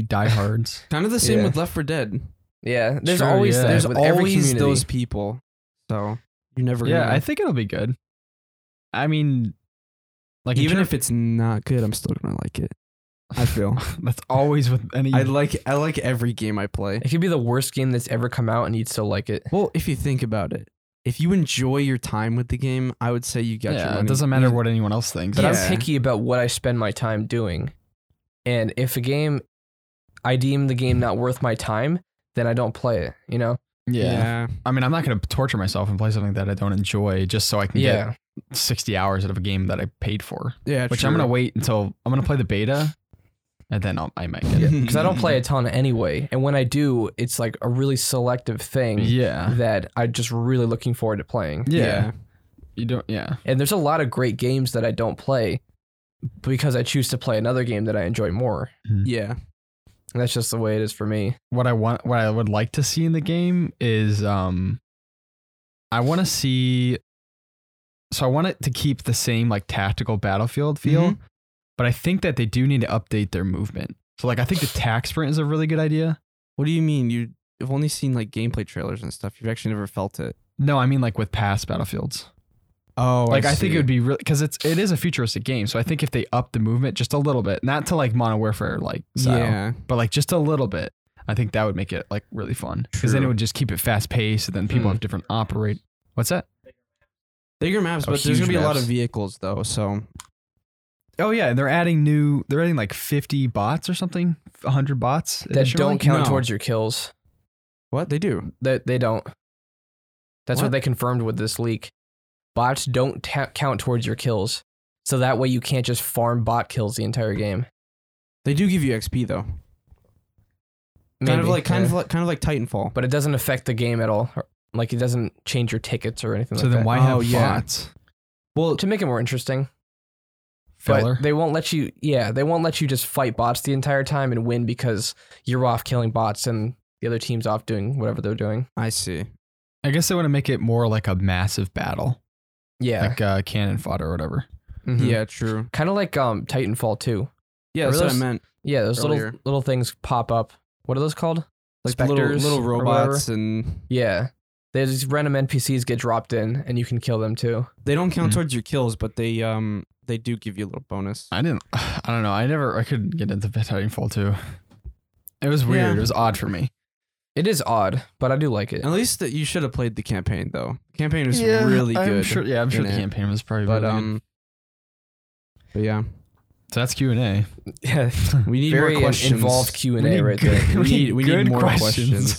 [SPEAKER 3] diehards.
[SPEAKER 1] Kind of the same
[SPEAKER 2] Yeah.
[SPEAKER 1] with Left for Dead.
[SPEAKER 2] Yeah, there's
[SPEAKER 3] Sure,
[SPEAKER 2] always
[SPEAKER 3] yeah.
[SPEAKER 2] that
[SPEAKER 1] There's
[SPEAKER 2] with every
[SPEAKER 1] always
[SPEAKER 2] community.
[SPEAKER 1] those people. So you never.
[SPEAKER 3] yeah,
[SPEAKER 1] gonna,
[SPEAKER 3] I think it'll be good. I mean, like in
[SPEAKER 1] even
[SPEAKER 3] ter-
[SPEAKER 1] if it's not good, I'm still gonna like it. I feel.
[SPEAKER 3] that's always with any.
[SPEAKER 1] I like I like every game I play.
[SPEAKER 2] It could be the worst game that's ever come out and you'd still like it.
[SPEAKER 1] Well, if you think about it, if you enjoy your time with the game, I would say you got your
[SPEAKER 3] yeah,
[SPEAKER 1] money.
[SPEAKER 3] it doesn't matter what anyone else thinks.
[SPEAKER 2] But
[SPEAKER 1] Yeah.
[SPEAKER 2] I'm picky about what I spend my time doing. And if a game I deem the game not worth my time, then I don't play it, you know?
[SPEAKER 3] yeah. I mean, I'm not going to torture myself and play something that I don't enjoy just so I can
[SPEAKER 2] Yeah.
[SPEAKER 3] get 60 hours out of a game that I paid for.
[SPEAKER 1] yeah,
[SPEAKER 3] Which I'm going to wait until I'm going to play the beta, and then I'll, I might get it.
[SPEAKER 2] Because I don't play a ton anyway. And when I do, it's like a really selective thing
[SPEAKER 3] Yeah.
[SPEAKER 2] that I'm just really looking forward to playing.
[SPEAKER 3] Yeah. You don't. Yeah.
[SPEAKER 2] And there's a lot of great games that I don't play because I choose to play another game that I enjoy more.
[SPEAKER 1] yeah,
[SPEAKER 2] And that's just the way it is for me.
[SPEAKER 3] What I want, what I would like to see in the game is, um, I want to see. So I want it to keep the same like tactical battlefield feel, but I think that they do need to update their movement. So like I think the tack sprint is a really good idea.
[SPEAKER 1] What do you mean? You have only seen like gameplay trailers and stuff. You've actually never felt it.
[SPEAKER 3] No, I mean like with past battlefields.
[SPEAKER 1] Oh,
[SPEAKER 3] like I, think it would be really because it's it is a futuristic game, so I think if they up the movement just a little bit, not to like Modern Warfare like style,
[SPEAKER 1] yeah,
[SPEAKER 3] but like just a little bit, I think that would make it like really fun because then it
[SPEAKER 1] True.
[SPEAKER 3] would just keep it fast paced, and then people
[SPEAKER 2] Hmm.
[SPEAKER 3] have different operate. What's that?
[SPEAKER 1] bigger maps,
[SPEAKER 3] Oh,
[SPEAKER 1] but there's
[SPEAKER 3] huge
[SPEAKER 1] gonna be a lot
[SPEAKER 3] maps.
[SPEAKER 1] of vehicles though. So
[SPEAKER 3] Oh yeah, and they're adding new. They're adding like fifty bots or something, hundred bots
[SPEAKER 2] That don't count
[SPEAKER 1] No.
[SPEAKER 2] towards your kills.
[SPEAKER 1] what they do?
[SPEAKER 2] That they don't. That's what?
[SPEAKER 1] What?
[SPEAKER 2] they confirmed with this leak. Bots don't ta- count towards your kills, so that way you can't just farm bot kills the entire game.
[SPEAKER 1] They do give you XP though. kind of
[SPEAKER 2] Maybe,
[SPEAKER 1] like kind
[SPEAKER 2] yeah.
[SPEAKER 1] of like, kind of like Titanfall.
[SPEAKER 2] but it doesn't affect the game at all. or- Like it doesn't change your tickets or anything.
[SPEAKER 3] So
[SPEAKER 2] like
[SPEAKER 3] then
[SPEAKER 2] that.
[SPEAKER 3] why have
[SPEAKER 1] Oh, yeah.
[SPEAKER 3] bots,
[SPEAKER 1] well,
[SPEAKER 2] To make it more interesting,
[SPEAKER 3] feller?
[SPEAKER 2] but they won't let you. Yeah, they won't let you just fight bots the entire time and win because you're off killing bots and the other team's off doing whatever they're doing.
[SPEAKER 1] I see.
[SPEAKER 3] I guess they want to make it more like a massive battle,
[SPEAKER 2] Yeah,
[SPEAKER 3] like uh, cannon fodder or whatever.
[SPEAKER 1] Mm-hmm.
[SPEAKER 3] Mm-hmm.
[SPEAKER 1] Yeah, true.
[SPEAKER 2] kind of like um Titanfall too.
[SPEAKER 1] Yeah,
[SPEAKER 2] Are
[SPEAKER 1] that's what I
[SPEAKER 2] those-
[SPEAKER 1] meant.
[SPEAKER 2] Yeah, those
[SPEAKER 1] Earlier.
[SPEAKER 2] little little things pop up. What are those called?
[SPEAKER 1] Like the little
[SPEAKER 2] Spectres
[SPEAKER 1] little
[SPEAKER 2] or whatever?
[SPEAKER 1] robots and
[SPEAKER 2] Yeah. There's these random NPCs get dropped in and you can kill them too.
[SPEAKER 1] they don't count
[SPEAKER 3] Mhm.
[SPEAKER 1] towards your kills, but they um they do give you a little bonus.
[SPEAKER 3] I didn't. I don't know. I never. I couldn't get into Titanfall two. It was weird.
[SPEAKER 1] Yeah.
[SPEAKER 3] It was odd for me.
[SPEAKER 2] It is odd, but I do like it.
[SPEAKER 1] At least that you should have played the campaign though. The campaign is really
[SPEAKER 3] I'm
[SPEAKER 1] good.
[SPEAKER 3] Sure, yeah, I'm sure
[SPEAKER 1] in
[SPEAKER 3] the
[SPEAKER 1] it.
[SPEAKER 3] campaign was probably.
[SPEAKER 1] But
[SPEAKER 3] really good.
[SPEAKER 1] um But yeah.
[SPEAKER 3] so that's Q and A.
[SPEAKER 2] Yeah.
[SPEAKER 1] We need
[SPEAKER 2] Very
[SPEAKER 1] more questions.
[SPEAKER 2] involved
[SPEAKER 3] We
[SPEAKER 2] Q&A
[SPEAKER 3] need
[SPEAKER 2] right
[SPEAKER 3] good-
[SPEAKER 2] there.
[SPEAKER 1] We need- we need
[SPEAKER 3] good
[SPEAKER 1] more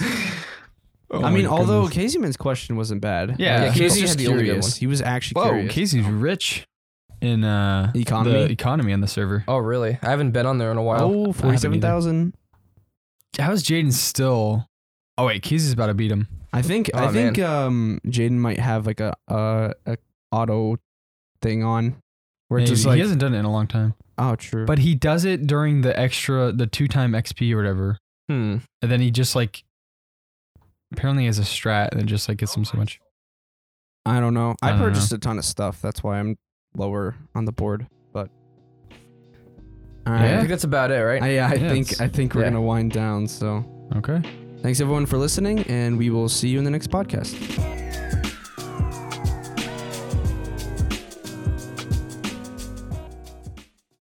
[SPEAKER 3] Oh
[SPEAKER 1] I mean,
[SPEAKER 3] my
[SPEAKER 1] although
[SPEAKER 3] goodness.
[SPEAKER 1] Casey Man's question wasn't bad.
[SPEAKER 3] Yeah.
[SPEAKER 1] Like,
[SPEAKER 2] Yeah,
[SPEAKER 1] he was
[SPEAKER 2] Casey
[SPEAKER 1] just
[SPEAKER 2] had the only good
[SPEAKER 1] curious.
[SPEAKER 2] one.
[SPEAKER 1] He was actually
[SPEAKER 3] whoa,
[SPEAKER 1] curious.
[SPEAKER 3] Casey's rich in uh
[SPEAKER 1] Economy?
[SPEAKER 3] the economy on the server.
[SPEAKER 2] Oh, really? I haven't been on there in a while.
[SPEAKER 1] Oh, 47,000.
[SPEAKER 3] How's Jaden still? Oh wait, Casey's about to beat him.
[SPEAKER 1] I think
[SPEAKER 2] Oh,
[SPEAKER 1] I think um Jaden might have like a uh a auto thing on where it's
[SPEAKER 3] Maybe.
[SPEAKER 1] just like
[SPEAKER 3] he hasn't done it in a long time,
[SPEAKER 1] oh true.
[SPEAKER 3] but he does it during the extra, the two time XP or whatever,
[SPEAKER 2] Hmm.
[SPEAKER 3] and then he just like apparently has a strat and it just like gets him so much.
[SPEAKER 1] I don't know. I,
[SPEAKER 3] I don't know.
[SPEAKER 1] purchased a ton of stuff. That's why I'm lower on the board. But all
[SPEAKER 2] I
[SPEAKER 3] Yeah.
[SPEAKER 1] right.
[SPEAKER 2] think that's about it, right?
[SPEAKER 1] I, I
[SPEAKER 3] Yeah,
[SPEAKER 1] think
[SPEAKER 3] it's-
[SPEAKER 1] I think we're
[SPEAKER 2] yeah.
[SPEAKER 1] gonna wind down. So
[SPEAKER 3] Okay.
[SPEAKER 1] thanks everyone for listening, and we will see you in the next podcast.